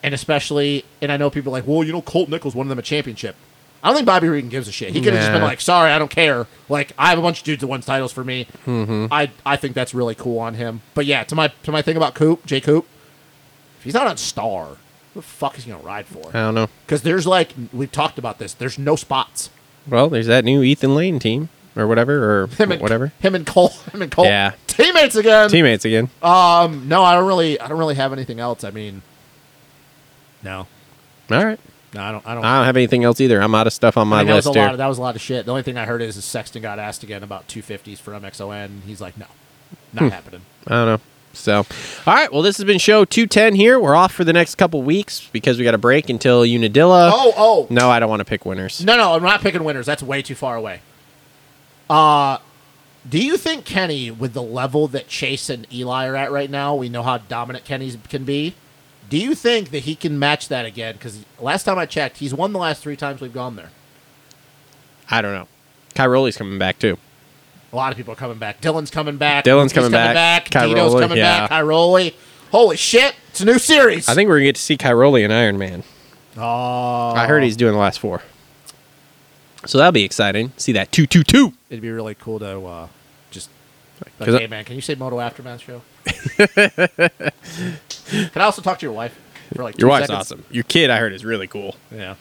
S5: And especially, and I know people are like, well, you know, Colt Nichols won them a championship. I don't think Bobby Regan gives a shit. He could have just been
S6: Nah.
S5: like, sorry, I don't care. Like, I have a bunch of dudes that won titles for me. I I think that's really cool on him. But yeah, to my to my thing about Coop, Jay Coop, if he's not on Star, who the fuck is he gonna ride
S6: I
S5: for?
S6: don't know.
S5: Because there's like we've talked about this. There's no spots.
S6: Well, there's that new Ethan Lane team or whatever or
S5: Him and
S6: whatever
S5: Him and Cole. Him and Cole.
S6: Yeah.
S5: Teammates again.
S6: teammates again.
S5: Um, no, I don't really, I don't really have anything else. I mean, no,
S6: All right.
S5: no, I don't, I don't.
S6: I don't have anything else either. I'm out of stuff on my
S5: I mean, that was
S6: list
S5: a
S6: here.
S5: lot. Of, that was a lot of shit. The only thing I heard is, is Sexton got asked again about two fifties for MXON. He's like, no, not happening.
S6: I don't know. So, all right. Well, this has been show 210 here. We're off for the next couple weeks because we got a break until Unadilla.
S5: Oh, oh,
S6: No, I don't want to pick winners.
S5: no, no, I'm not picking winners. That's way too far away. Uh, do you think Kenny, with the level that Chase and Eli are at right now, we know how dominant Kenny can be. Do you think that he can match that again? Because last time I checked, he's won the last three times we've gone there.
S6: I don't know. Kyroli's coming back too.
S5: A lot of people are coming back. Dylan's coming back.
S6: Dylan's
S5: He's
S6: coming back.
S5: Dino's
S6: Cairoli,
S5: coming
S6: yeah.
S5: back. Cairoli. Holy shit. It's a new series.
S6: I think we're gonna get to see Kyroli in Iron Man.
S5: Oh,
S6: I heard he's doing the last four. So that'll be exciting. See that two two two.
S5: it'd be really cool to uh, just. Like,
S6: 'Cause I-
S5: hey, man, can you say Moto Aftermath show? can I also talk to your wife for like
S6: Your
S5: two
S6: wife's
S5: seconds?
S6: awesome. Your kid, I heard, is really cool.
S5: Yeah.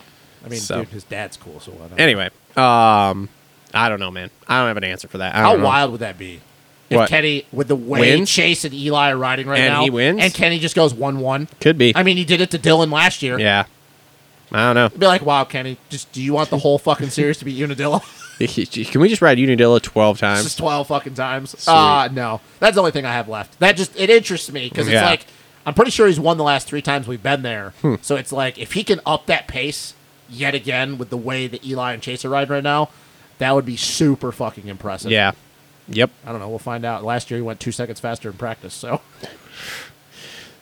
S5: I mean,
S6: So.
S5: dude, his dad's cool, so why not?
S6: Anyway, um, I don't know, man. I don't have an answer for that. I don't
S5: How
S6: know.
S5: wild would that be? If
S6: What?
S5: Kenny, with the way
S6: Wins?
S5: Chase and Eli are riding right
S6: And
S5: now,
S6: he wins?
S5: and Kenny just goes 1 1.
S6: Could be.
S5: I mean, he did it to Dylan last year.
S6: yeah. I don't know.
S5: I'd be like, wow, Kenny, just do you want the whole fucking series to be Unadilla?
S6: Can we just ride Unadilla twelve
S5: It's
S6: times?
S5: just 12 fucking times. Uh, no. That's the only thing I have left. That just, it interests me because it's
S6: Yeah. Hmm.
S5: like, I'm pretty sure he's won the last three times we've been there. So it's like, if he can up that pace yet again with the way that Eli and Chase are riding right now, that would be super fucking impressive.
S6: yeah. Yep.
S5: I don't know. We'll find out. Last year he went two seconds faster in practice. So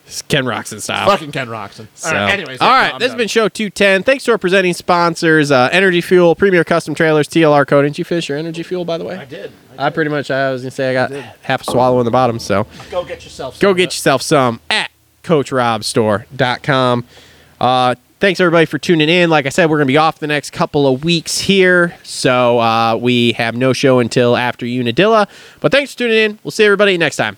S6: It's Ken Roxon style.
S5: fucking Ken Roxon.
S6: So-
S5: All right. Anyways.
S6: all
S5: that's-
S6: right,
S5: I'm
S6: this has
S5: done.
S6: been show 210. Thanks to our presenting sponsors, uh, Energy Fuel, Premier Custom Trailers, TLR Code. Didn't you finish your Energy Fuel, by the way?
S5: I did.
S6: I pretty much, I was going to say I got half a swallow in the bottom, so
S5: Go get yourself.
S6: go
S5: some
S6: get
S5: of
S6: yourself some at coachrobstore.com. Uh, thanks everybody for tuning in. Like I said, we're going to be off the next couple of weeks here. So uh, we have no show until after Unadilla. But thanks for tuning in. We'll see everybody next time.